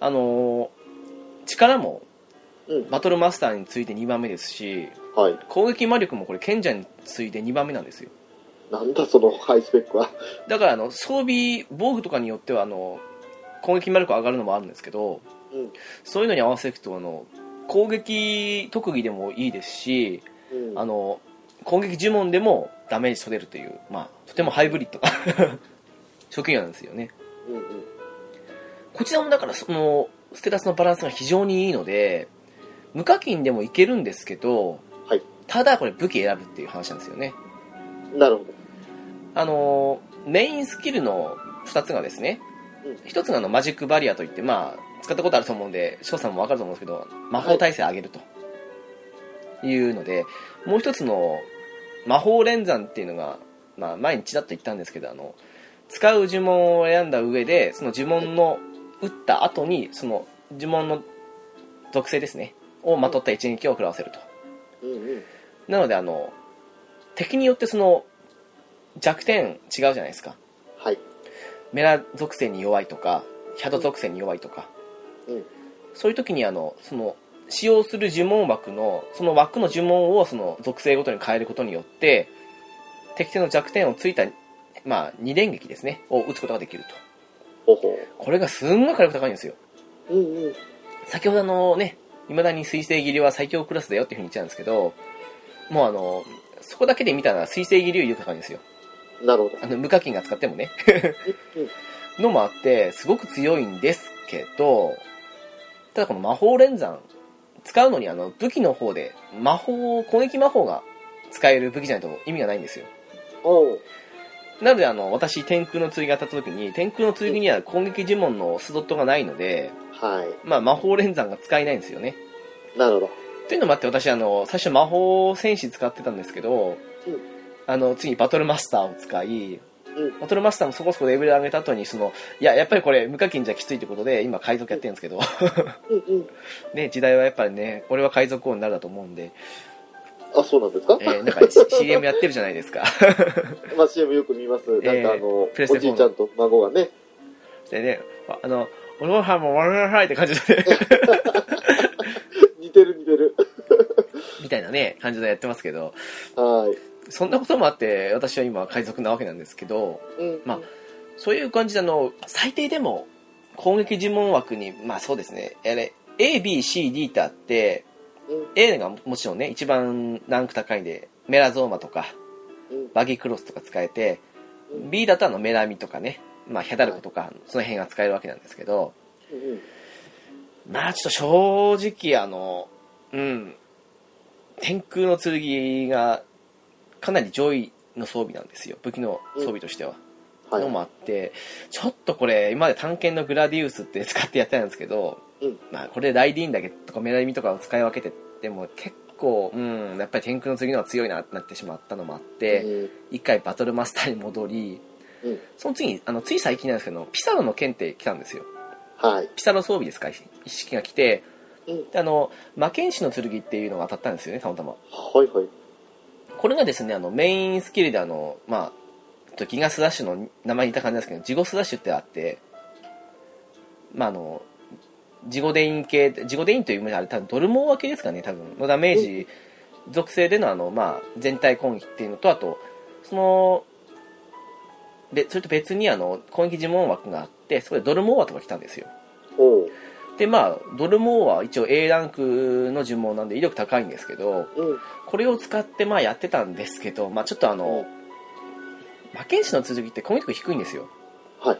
[SPEAKER 1] あの力も
[SPEAKER 2] うん。
[SPEAKER 1] バトルマスターに次いで2番目ですし
[SPEAKER 2] はい。
[SPEAKER 1] 攻撃魔力もこれ賢者に次いで2番目なんですよ
[SPEAKER 2] なんだそのハイスペックは。
[SPEAKER 1] だからあの装備防具とかによってはあの攻撃魔力上がるのもあるんですけど
[SPEAKER 2] うん。
[SPEAKER 1] そういうのに合わせていくとあの攻撃特技でもいいですし
[SPEAKER 2] うん、
[SPEAKER 1] あの攻撃呪文でもダメージ取れるという、まあ、とてもハイブリッドな 職業なんですよね
[SPEAKER 2] うんうん。
[SPEAKER 1] こちらもだからそのステータスのバランスが非常にいいので無課金でもいけるんですけど、
[SPEAKER 2] はい
[SPEAKER 1] ただこれ武器選ぶっていう話なんですよね
[SPEAKER 2] なるほど。
[SPEAKER 1] あのメインスキルの2つがですね
[SPEAKER 2] うん、
[SPEAKER 1] 1つがあのマジックバリアといって、まあ、使ったことあると思うんで、翔さんもわかると思うんですけど、魔法耐性上げると。いうので、もう一つの魔法連山っていうのが、まあ、前にちらっと言ったんですけど、あの、使う呪文を選んだ上で、その呪文の打った後に、その呪文の属性ですね、をまとった一撃を食らわせると。
[SPEAKER 2] うんうん
[SPEAKER 1] なので、あの、敵によってその弱点違うじゃないですか。
[SPEAKER 2] はい
[SPEAKER 1] メラ属性に弱いとか、シャド属性に弱いとか。
[SPEAKER 2] うん
[SPEAKER 1] そういう時に、あの、その、使用する呪文枠の、その枠の呪文をその属性ごとに変えることによって、敵手の弱点をついた、まあ、二連撃ですね、を打つことができると。
[SPEAKER 2] ほうほ
[SPEAKER 1] これがすんごい火力高いんですよ。
[SPEAKER 2] ううんうん
[SPEAKER 1] 先ほどあのね、未だに水星切りは最強クラスだよっていうふうに言っちゃうんですけど、もうあの、そこだけで見たら水星切りよりよく高いんですよ。
[SPEAKER 2] なるほど
[SPEAKER 1] あの、無課金が使ってもね。
[SPEAKER 2] うんうん
[SPEAKER 1] のもあって、すごく強いんですけど、ただこの魔法連山、使うのにあの、武器の方で、魔法、攻撃魔法が使える武器じゃないと意味がないんですよ。
[SPEAKER 2] おう
[SPEAKER 1] なのであの、私、天空の剣が当たった時に、天空の剣には攻撃呪文のスドットがないので、
[SPEAKER 2] は
[SPEAKER 1] まあ魔法連山が使えないんですよね。
[SPEAKER 2] いなるほど
[SPEAKER 1] というのもあって私あの最初魔法戦士使ってたんですけど、
[SPEAKER 2] うん
[SPEAKER 1] あの次バトルマスターを使い、
[SPEAKER 2] うん
[SPEAKER 1] バトルマスターもそこそこレベル上げた後にそのいややっぱりこれ無課金じゃきついってことで今海賊やってるんですけど、
[SPEAKER 2] うんうん
[SPEAKER 1] ね、時代はやっぱりね俺は海賊王になるだと思うんで、
[SPEAKER 2] あそうなんですか
[SPEAKER 1] えーなん か C- CM やってるじゃないですか
[SPEAKER 2] まあ CM よく見ますなんかあ
[SPEAKER 1] え
[SPEAKER 2] の、
[SPEAKER 1] プレス
[SPEAKER 2] お
[SPEAKER 1] テフォン
[SPEAKER 2] じいちゃんと孫がね
[SPEAKER 1] でねあの「おのはもわらはい」って感じで
[SPEAKER 2] 似てる似てる
[SPEAKER 1] みたいなね感じでやってますけど
[SPEAKER 2] はい
[SPEAKER 1] そんなこともあって私は今は海賊なわけなんですけど
[SPEAKER 2] うん
[SPEAKER 1] まあそういう感じであの最低でも攻撃呪文枠にまあそうですねあれ ABCD ってあって
[SPEAKER 2] うん
[SPEAKER 1] A がもちろんね一番ランク高いんでメラゾーマとか
[SPEAKER 2] うん
[SPEAKER 1] バギクロスとか使えて
[SPEAKER 2] うん
[SPEAKER 1] B だとあのメラミとかねまあヒャダルコとかその辺が使えるわけなんですけど
[SPEAKER 2] うんうん
[SPEAKER 1] まあちょっと正直あのうん天空の剣がかなり上位の装備なんですよ武器の装備としては、
[SPEAKER 2] はい
[SPEAKER 1] のもあって、ちょっとこれ、今まで探検のグラディウスって使ってやってたんですけど、
[SPEAKER 2] うん
[SPEAKER 1] まあこれ、ライディーンだけとかメラミとかを使い分けてっても、結構、うん、やっぱり天空の次の方が強いなってなってしまったのもあって、
[SPEAKER 2] うん
[SPEAKER 1] 一、回バトルマスターに戻り、
[SPEAKER 2] うん
[SPEAKER 1] その次に、あの、つい最近なんですけど、ピサロの剣って来たんですよ。
[SPEAKER 2] はい
[SPEAKER 1] ピサロ装備ですか、一一式が来て、
[SPEAKER 2] うん
[SPEAKER 1] であの、魔剣士の剣っていうのが当たったんですよね、たまたま。
[SPEAKER 2] はいはい
[SPEAKER 1] これがですね、あの、メインスキルであの、まあ、ちょっとギガスラッシュの名前に似た感じなんですけど、ジゴスラッシュってあって、まああの、ジゴデイン系、ジゴデインという文字あれ多分ドルモーワ系ですかね、多分のダメージ、属性でのあの、まあ、全体攻撃っていうのと、あと、その、で、それと別にあの、攻撃呪文枠があって、そこでドルモーワとか来たんですよ。
[SPEAKER 2] おう
[SPEAKER 1] で、まあ、ドルモーワは一応 A ランクの呪文なんで威力高いんですけど、
[SPEAKER 2] うん
[SPEAKER 1] これを使ってまあやってたんですけど、まあ、ちょっとあの、魔剣士の続きってコミュ力低いんですよ
[SPEAKER 2] はい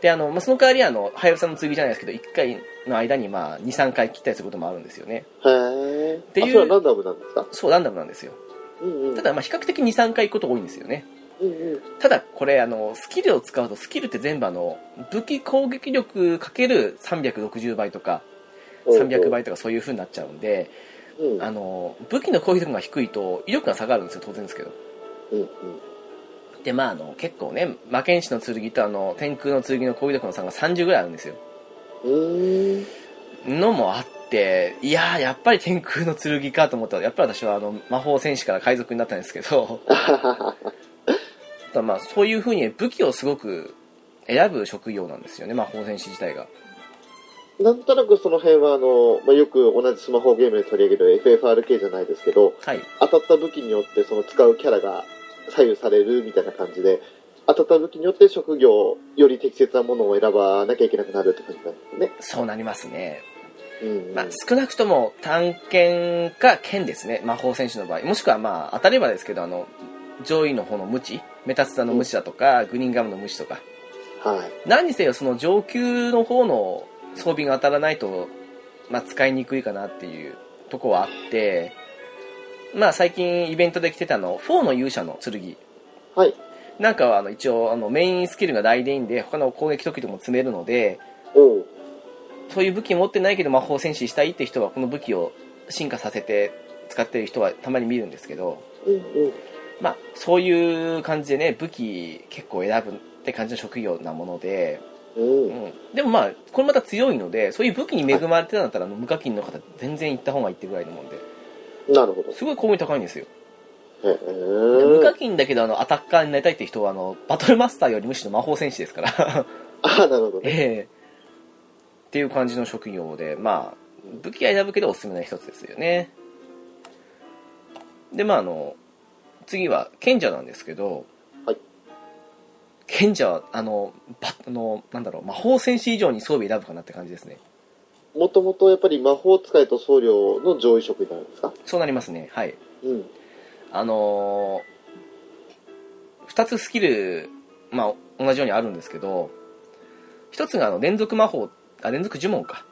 [SPEAKER 1] であの、まあ、その代わりあのハヤブさんの剣じゃないですけど1回の間にまあ23回切ったりすることもあるんですよね
[SPEAKER 2] へえ
[SPEAKER 1] ていう
[SPEAKER 2] あそれはランダムなんですか
[SPEAKER 1] そうランダムなんですよ
[SPEAKER 2] うんうん
[SPEAKER 1] ただまあ比較的23回行くことが多いんですよね
[SPEAKER 2] うんうん
[SPEAKER 1] ただこれあのスキルを使うとスキルって全部あの武器攻撃力かける360倍とか
[SPEAKER 2] おう
[SPEAKER 1] 300倍とかそういう風になっちゃうんで
[SPEAKER 2] うん
[SPEAKER 1] あの武器の攻撃力が低いと威力が下がるんですよ当然ですけど
[SPEAKER 2] うんうん
[SPEAKER 1] でまああの結構ね魔剣士の剣とあの天空の剣の攻撃力の差が30ぐらいあるんですよ
[SPEAKER 2] うーん
[SPEAKER 1] のもあっていやーやっぱり天空の剣かと思ったらやっぱり私はあの魔法戦士から海賊になったんですけ ど
[SPEAKER 2] あははは
[SPEAKER 1] ただまあそういう風に武器をすごく選ぶ職業なんですよね魔法戦士自体が
[SPEAKER 2] なんとなくその辺はあの、まあ、よく同じスマホゲームで取り上げる FFRK じゃないですけど
[SPEAKER 1] はい
[SPEAKER 2] 当たった武器によってその使うキャラが左右されるみたいな感じで当たった武器によって職業より適切なものを選ばなきゃいけなくなるって感じなんですね。
[SPEAKER 1] そうなりますね、
[SPEAKER 2] うんうん
[SPEAKER 1] まあ、少なくとも探検か剣ですね魔法戦士の場合もしくはまあ当たればですけどあの上位の方の無知メタツダの無知だとか、グリーンガムの無知とか
[SPEAKER 2] はい、
[SPEAKER 1] 何にせよその上級の方の装備が当たらないと、まあ、使いにくいかなっていうとこはあって、まあ、最近イベントで来てたあの4の勇者の剣
[SPEAKER 2] はい
[SPEAKER 1] なんかはあの一応あのメインスキルがライデインで他の攻撃時でも積めるので
[SPEAKER 2] おう
[SPEAKER 1] そういう武器持ってないけど魔法戦士したいって人はこの武器を進化させて使ってる人はたまに見るんですけど、
[SPEAKER 2] うんうん
[SPEAKER 1] まあ、そういう感じでね武器結構選ぶって感じの職業なもので、
[SPEAKER 2] うん
[SPEAKER 1] うん、でもまあこれまた強いのでそういう武器に恵まれてたんだったらあの無課金の方全然行った方がいいってぐらいのもんで
[SPEAKER 2] なるほど。
[SPEAKER 1] すごい好み高いんですよ
[SPEAKER 2] へえ
[SPEAKER 1] 無課金だけどあのアタッカーになりたいって人はあのバトルマスターよりむしろ魔法戦士ですから
[SPEAKER 2] ああ、なるほどね。
[SPEAKER 1] ええっていう感じの職業でまあ武器は選ぶけどおすすめな一つですよねでまああの次は賢者なんですけど、
[SPEAKER 2] はい
[SPEAKER 1] 賢者はあのばあのなんだろう魔法戦士以上に装備選ぶかなって感じですね
[SPEAKER 2] もともとやっぱり魔法使いと僧侶の上位職になるんですか
[SPEAKER 1] そうなりますねはい
[SPEAKER 2] うん。
[SPEAKER 1] あのー、2つスキル、まあ、同じようにあるんですけど1つがあの連続魔法あ連続呪文か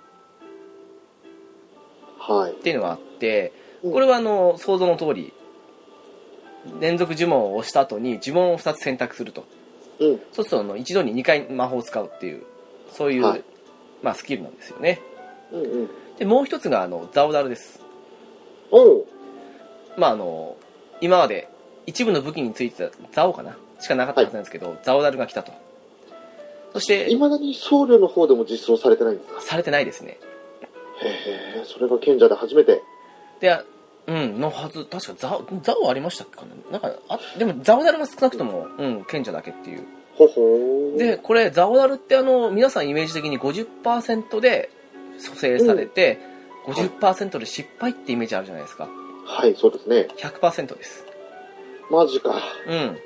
[SPEAKER 2] はい
[SPEAKER 1] っ。ていうのがあって
[SPEAKER 2] うん
[SPEAKER 1] これはあの想像の通り連続呪文を押した後に呪文を2つ選択すると
[SPEAKER 2] うん。
[SPEAKER 1] そうするとあの一度に2回魔法を使うっていうそういう、
[SPEAKER 2] はい
[SPEAKER 1] まあ、スキルなんですよね
[SPEAKER 2] うんうん。
[SPEAKER 1] でもう1つがあのザオダルです
[SPEAKER 2] おう。
[SPEAKER 1] まああの今まで一部の武器についてたザオかなしかなかったはずなんですけど、ザオダルが来たとそして
[SPEAKER 2] いまだに僧侶の方でも実装されてないんですか
[SPEAKER 1] されてないですね
[SPEAKER 2] へえ、それが賢者で初めて。
[SPEAKER 1] であうんのはず確かザオザオありましたっけかななんかあでもザオダルが少なくとも、うん、賢者だけっていう
[SPEAKER 2] ほほー。
[SPEAKER 1] でこれザオダルってあの皆さんイメージ的に50%で蘇生されて、50%で失敗ってイメージあるじゃないですか
[SPEAKER 2] はい、そうですね。
[SPEAKER 1] 100%です
[SPEAKER 2] マジか。
[SPEAKER 1] うん。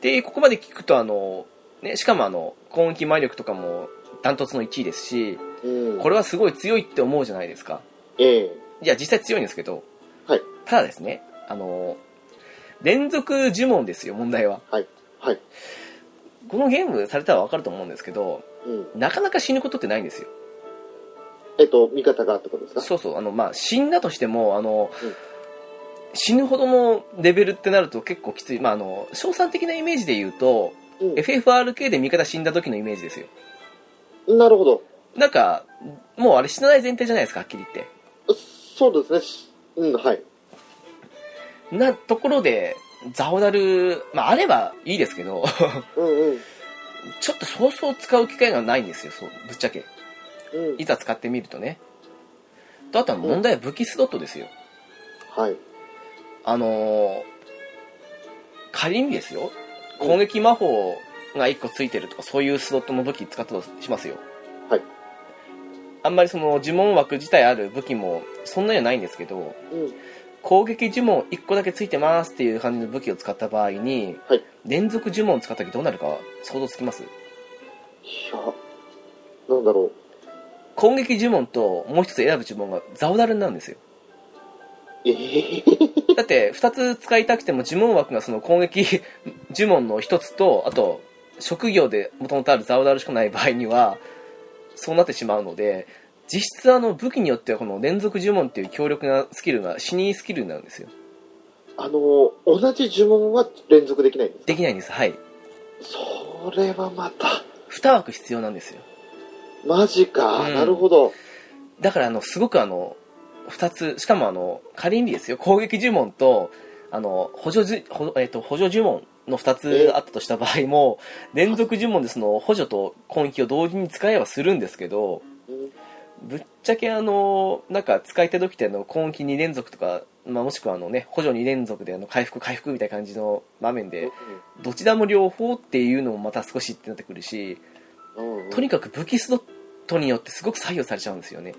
[SPEAKER 1] で、ここまで聞くと、あの、ね、しかもあの、攻撃魔力とかもダントツの1位ですし、
[SPEAKER 2] うん。
[SPEAKER 1] これはすごい強いって思うじゃないですか。
[SPEAKER 2] ええ。
[SPEAKER 1] いや、実際強いんですけど、
[SPEAKER 2] はい
[SPEAKER 1] ただですね、あの、連続呪文ですよ、問題は。
[SPEAKER 2] はい。
[SPEAKER 1] このゲームされたらわかると思うんですけど、
[SPEAKER 2] うん。
[SPEAKER 1] なかなか死ぬことってないんですよ。
[SPEAKER 2] えっと、味方がってことですか
[SPEAKER 1] そうそう、あの、まあ、死んだとしても、あの
[SPEAKER 2] うん、
[SPEAKER 1] 死ぬほどのレベルってなると結構きつい。まあ、あの、賞賛的なイメージで言うと、
[SPEAKER 2] うん
[SPEAKER 1] FFRK で味方死んだ時のイメージですよ。
[SPEAKER 2] なるほど。
[SPEAKER 1] なんか、もうあれ死なない前提じゃないですか、はっきり言って。
[SPEAKER 2] そうですねし。うん、はい。
[SPEAKER 1] なところで、ザオダル、まあ、あればいいですけど、
[SPEAKER 2] うんうん。
[SPEAKER 1] ちょっとそうそう使う機会がないんですよ、そうぶっちゃけ。
[SPEAKER 2] うん
[SPEAKER 1] い。ざ使ってみるとね。とあとは問題は武器スロットですよ。
[SPEAKER 2] はい。
[SPEAKER 1] あのー仮にですよ、攻撃魔法が1個ついてるとか、そういうスロットの武器使ったとしますよ。
[SPEAKER 2] はい。
[SPEAKER 1] あんまりその呪文枠自体ある武器もそんなにはないんですけど、
[SPEAKER 2] うん。
[SPEAKER 1] 攻撃呪文1個だけついてますっていう感じの武器を使った場合に、
[SPEAKER 2] はい
[SPEAKER 1] 連続呪文を使った時どうなるか想像つきます
[SPEAKER 2] いや、なんだろう。
[SPEAKER 1] 攻撃呪文ともう一つ選ぶ呪文がザオダルになるんですよ
[SPEAKER 2] ええ
[SPEAKER 1] だって2つ使いたくても呪文枠がその攻撃 呪文の1つとあと職業で元々あるザオダルしかない場合にはそうなってしまうので実質あの武器によってはこの連続呪文っていう強力なスキルが死にスキルになるんですよ
[SPEAKER 2] あの、同じ呪文は連続できないんです
[SPEAKER 1] できないんですはい
[SPEAKER 2] それはまた。
[SPEAKER 1] 2枠必要なんですよ
[SPEAKER 2] マジか。
[SPEAKER 1] うん
[SPEAKER 2] なるほど。
[SPEAKER 1] だからあのすごくあの2つしかもあの仮にですよ攻撃呪文とあの補助じほ、えっと補助呪文の2つあったとした場合も連続呪文でその補助と攻撃を同時に使えばするんですけど
[SPEAKER 2] うん
[SPEAKER 1] ぶっちゃけあのなんか使い手時ってあの攻撃2連続とか、まあ、もしくはあのね補助2連続であの回復回復みたいな感じの場面でどちらも両方っていうのもまた少しってなってくるし
[SPEAKER 2] うん
[SPEAKER 1] とにかく武器スロットによってすごく左右されちゃうんですよね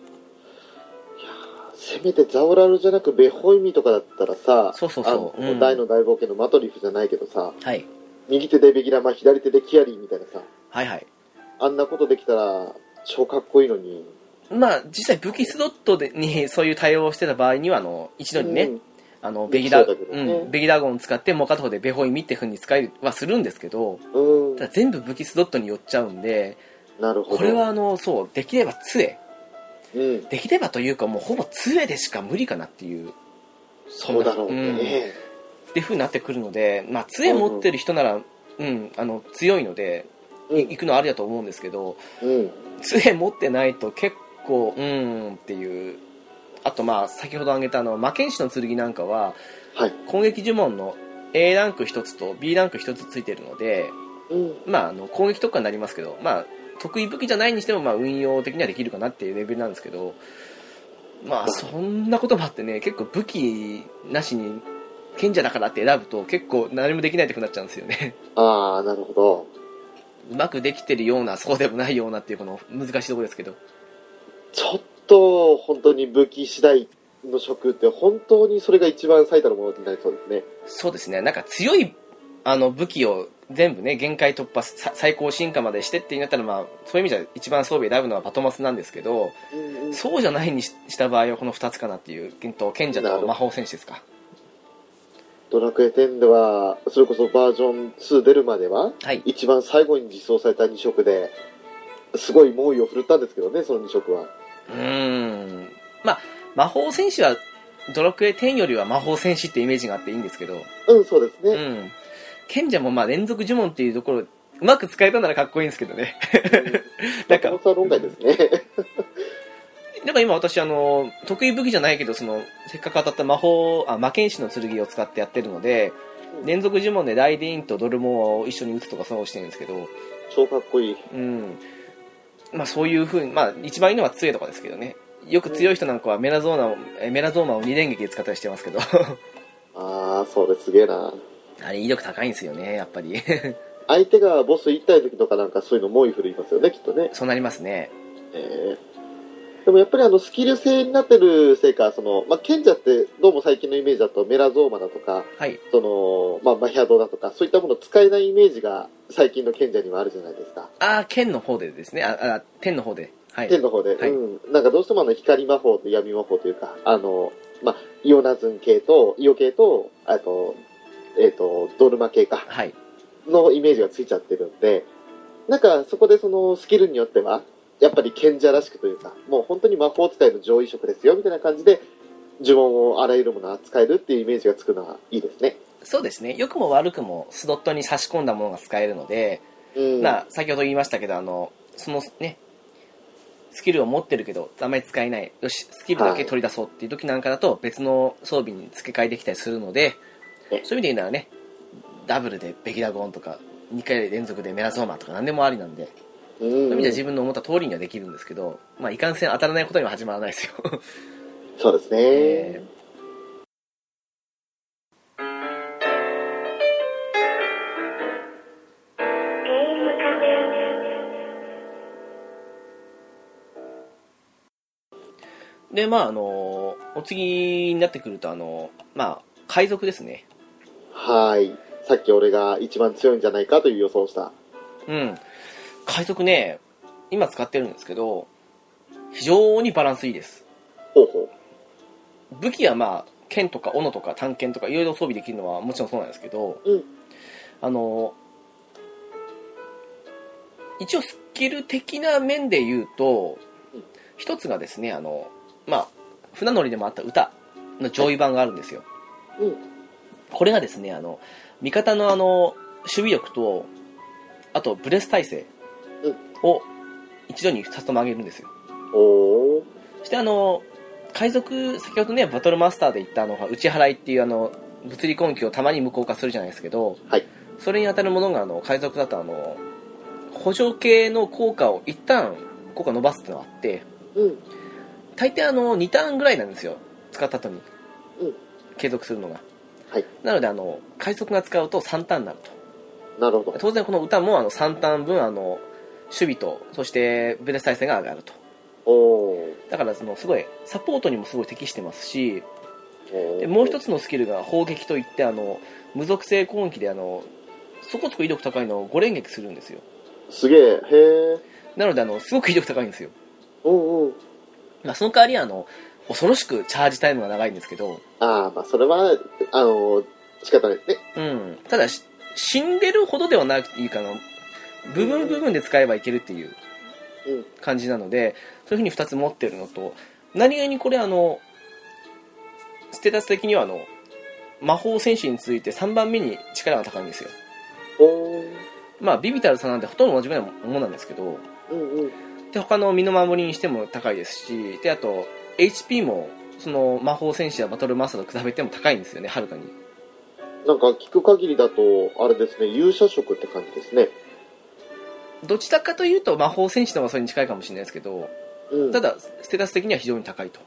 [SPEAKER 2] せめてザオラルじゃなくベホイミとかだったらさ、
[SPEAKER 1] そうそうそうう
[SPEAKER 2] あ
[SPEAKER 1] ん
[SPEAKER 2] の大の大冒険のマトリフじゃないけどさ、
[SPEAKER 1] はい
[SPEAKER 2] 右手でベギラマ、左手でキアリーみたいなさ、
[SPEAKER 1] はいはい
[SPEAKER 2] あんなことできたら超かっこいいのに。
[SPEAKER 1] まあ、実際武器スロットでにそういう対応をしてた場合にはあの一度にね、
[SPEAKER 2] うん
[SPEAKER 1] あのベギラ
[SPEAKER 2] そうだけどね
[SPEAKER 1] うん、ベギラゴンを使ってもう片方でベホイミって風に使いはするんですけど
[SPEAKER 2] うん
[SPEAKER 1] ただ全部武器スロットに寄っちゃうんで
[SPEAKER 2] なるほど。
[SPEAKER 1] これはあのそうできれば杖
[SPEAKER 2] うん、
[SPEAKER 1] できればというかもうほぼ杖でしか無理かなっていう
[SPEAKER 2] そうだろうね。
[SPEAKER 1] っていう風になってくるので、まあ、杖持ってる人なら、うん、あの、強いので、
[SPEAKER 2] うん
[SPEAKER 1] 行くのありだと思うんですけど、
[SPEAKER 2] うん
[SPEAKER 1] 杖持ってないと結構、うーんっていう。あと、まあ、先ほど挙げたあの、魔剣士の剣なんかは、
[SPEAKER 2] はい
[SPEAKER 1] 攻撃呪文の A ランク1つと B ランク1つついてるので、
[SPEAKER 2] うん
[SPEAKER 1] まあ、あの攻撃特化になりますけど、まあ、得意武器じゃないにしても、まあ、運用的にはできるかなっていうレベルなんですけど、まあ、そんなこともあってね、結構武器なしに賢者だからって選ぶと、結構何もできないってくなっちゃうんですよね。
[SPEAKER 2] ああなるほど
[SPEAKER 1] うまくできてるような、そうでもないようなっていう、この難しいところですけど。
[SPEAKER 2] ちょっと本当に武器次第の職って本当にそれが一番最たるものになりそうですね
[SPEAKER 1] そうですね、なんか強いあの武器を全部ね、限界突破、さ最高進化までしてってなったら、まあ、そういう意味じゃ一番装備選ぶのはバトマスなんですけど、
[SPEAKER 2] うんうん
[SPEAKER 1] そうじゃないにしした場合はこの2つかなっていう、えっと賢者と魔法戦士ですか。
[SPEAKER 2] ドラクエ10ではそれこそバージョン2出るまでは
[SPEAKER 1] はい。
[SPEAKER 2] 一番最後に実装された2色ですごい猛威を振るったんですけどねその2色は
[SPEAKER 1] うーん。まあ、魔法戦士は、ドラクエ10よりは魔法戦士ってイメージがあっていいんですけど、
[SPEAKER 2] うんそうです
[SPEAKER 1] う
[SPEAKER 2] ね、
[SPEAKER 1] ん。賢者もまあ連続呪文っていうところ、うまく使えたならかっこいいんですけどね。 なん か
[SPEAKER 2] 松本さん論外ですね
[SPEAKER 1] なんか今私あの、得意武器じゃないけど、その、せっかく当たった魔法、あ、魔剣士の剣を使ってやってるので、連続呪文でライディーンとドルモアを一緒に打つとかそういうのをしてるんですけど、
[SPEAKER 2] 超かっこいい
[SPEAKER 1] うん。まあそういうふうに、まあ一番いいのは杖とかですけどね。よく強い人なんかはメラゾーナを、えメラゾーマを二連撃で使ったりしてますけ ど。
[SPEAKER 2] ああそれすげえな
[SPEAKER 1] あれ威力高いんですよね、やっぱり。
[SPEAKER 2] 相手がボス1体の時とかなんかそういうの猛威振るいますよねきっとね
[SPEAKER 1] そうなりますね。
[SPEAKER 2] えーでもやっぱりあのスキル制になってるせいか、そのまあ、賢者ってどうも最近のイメージだとメラゾーマだとか、
[SPEAKER 1] はい。
[SPEAKER 2] そのまあ、マヒャドだとか、そういったもの使えないイメージが最近の賢者にはあるじゃないですか、
[SPEAKER 1] ああ、剣の方でですね。あ、あ、天の方で。はい。
[SPEAKER 2] 天の方で、
[SPEAKER 1] はい
[SPEAKER 2] うん、なんかどうしてもあの光魔法と闇魔法というか、あのまあ、イオナズン系と、イオ系と、あと、えー、とドルマ系か、
[SPEAKER 1] はい。
[SPEAKER 2] のイメージがついちゃってるんで、なんかそこでそのスキルによっては、やっぱり賢者らしくというか、もう本当に魔法使いの上位色ですよみたいな感じで、呪文をあらゆるものを扱えるっていうイメージがつくのはいいですね。
[SPEAKER 1] そうですね。良くも悪くもスロットに差し込んだものが使えるので、
[SPEAKER 2] うん。
[SPEAKER 1] まあ先ほど言いましたけど、あの、そのね、スキルを持ってるけど、あまり使えない。よし、スキルだけ取り出そうっていう時なんかだと、別の装備に付け替えできたりするので、そういう意
[SPEAKER 2] え
[SPEAKER 1] 味で言うならね、ダブルでベギラゴンとか、2回連続でメラゾーマとか何でもありなんで、
[SPEAKER 2] う
[SPEAKER 1] そういう意味
[SPEAKER 2] ん
[SPEAKER 1] では、自分の思った通りにはできるんですけど、まあ、いかんせん当たらないことには始まらないですよ。
[SPEAKER 2] そうですね。
[SPEAKER 1] えーで、まあ、あの、お次になってくると、あの、まあ、海賊ですね。
[SPEAKER 2] はい。さっき俺が一番強いんじゃないかという予想をした。
[SPEAKER 1] うん。海賊ね、今使ってるんですけど、非常にバランスいいです。
[SPEAKER 2] ほうほ
[SPEAKER 1] 武器はまあ、剣とか斧とか短剣とかいろいろ装備できるのはもちろんそうなんですけど、
[SPEAKER 2] うん
[SPEAKER 1] あの、一応スキル的な面で言うと
[SPEAKER 2] うん、
[SPEAKER 1] 一つがですね、あの、まあ、船乗りでもあった歌の上位版があるんですよ。
[SPEAKER 2] う。うん。
[SPEAKER 1] これがですね、あの、味方のあの、守備力と、あとブレス耐性
[SPEAKER 2] うん
[SPEAKER 1] を一度に2つとも上げるんですよ。
[SPEAKER 2] おー。
[SPEAKER 1] そしてあの、海賊、先ほどね、バトルマスターで言ったあのが、打ち払いっていうあの、物理根拠をたまに無効化するじゃないですけど、
[SPEAKER 2] はい
[SPEAKER 1] それに当たるものがあの、海賊だとあの、補助系の効果を一旦効果伸ばすってのがあって、
[SPEAKER 2] うん。
[SPEAKER 1] 大抵あの、2ターンぐらいなんですよ。使った後に。
[SPEAKER 2] うん
[SPEAKER 1] 継続するのが。
[SPEAKER 2] はい。
[SPEAKER 1] なのであの、海賊が使うと3ターンになると。
[SPEAKER 2] なるほど。
[SPEAKER 1] 当然この歌もあの3ターン分あの守備とそしてブレス体制が上がると
[SPEAKER 2] おー。
[SPEAKER 1] だからそのすごいサポートにもすごい適してますし
[SPEAKER 2] おー
[SPEAKER 1] でもう一つのスキルが砲撃といってあの無属性攻撃であのそこそこ威力高いのを5連撃するんですよ
[SPEAKER 2] すげえ。へえ。
[SPEAKER 1] なのであのすごく威力高いんですよ、
[SPEAKER 2] うんうん。
[SPEAKER 1] まあ、その代わりあの恐ろしくチャージタイムが長いんですけど、
[SPEAKER 2] ああ、まあ、それは、あの、仕方ないですね。
[SPEAKER 1] うん、ただし死んでるほどではなくていいかな部分部分で使えばいけるっていう
[SPEAKER 2] うん
[SPEAKER 1] 感じなので、そういうふうに2つ持ってるのと何気にこれあのステータス的にはあの魔法戦士に続いて3番目に力が高いんですよ。
[SPEAKER 2] おー
[SPEAKER 1] まあ、ビビタルさんなんてほとんど同じぐらいのものなんですけど、
[SPEAKER 2] うんうん。
[SPEAKER 1] で、他の身の守りにしても高いですし、で、あと、HP も、その魔法戦士やバトルマスターと比べても高いんですよね、はるかに。
[SPEAKER 2] なんか聞く限りだと、あれですね、勇者色って感じですね。
[SPEAKER 1] どちらかというと魔法戦士の方がそれに近いかもしれないですけど、
[SPEAKER 2] うん。
[SPEAKER 1] ただ、ステータス的には非常に高いと。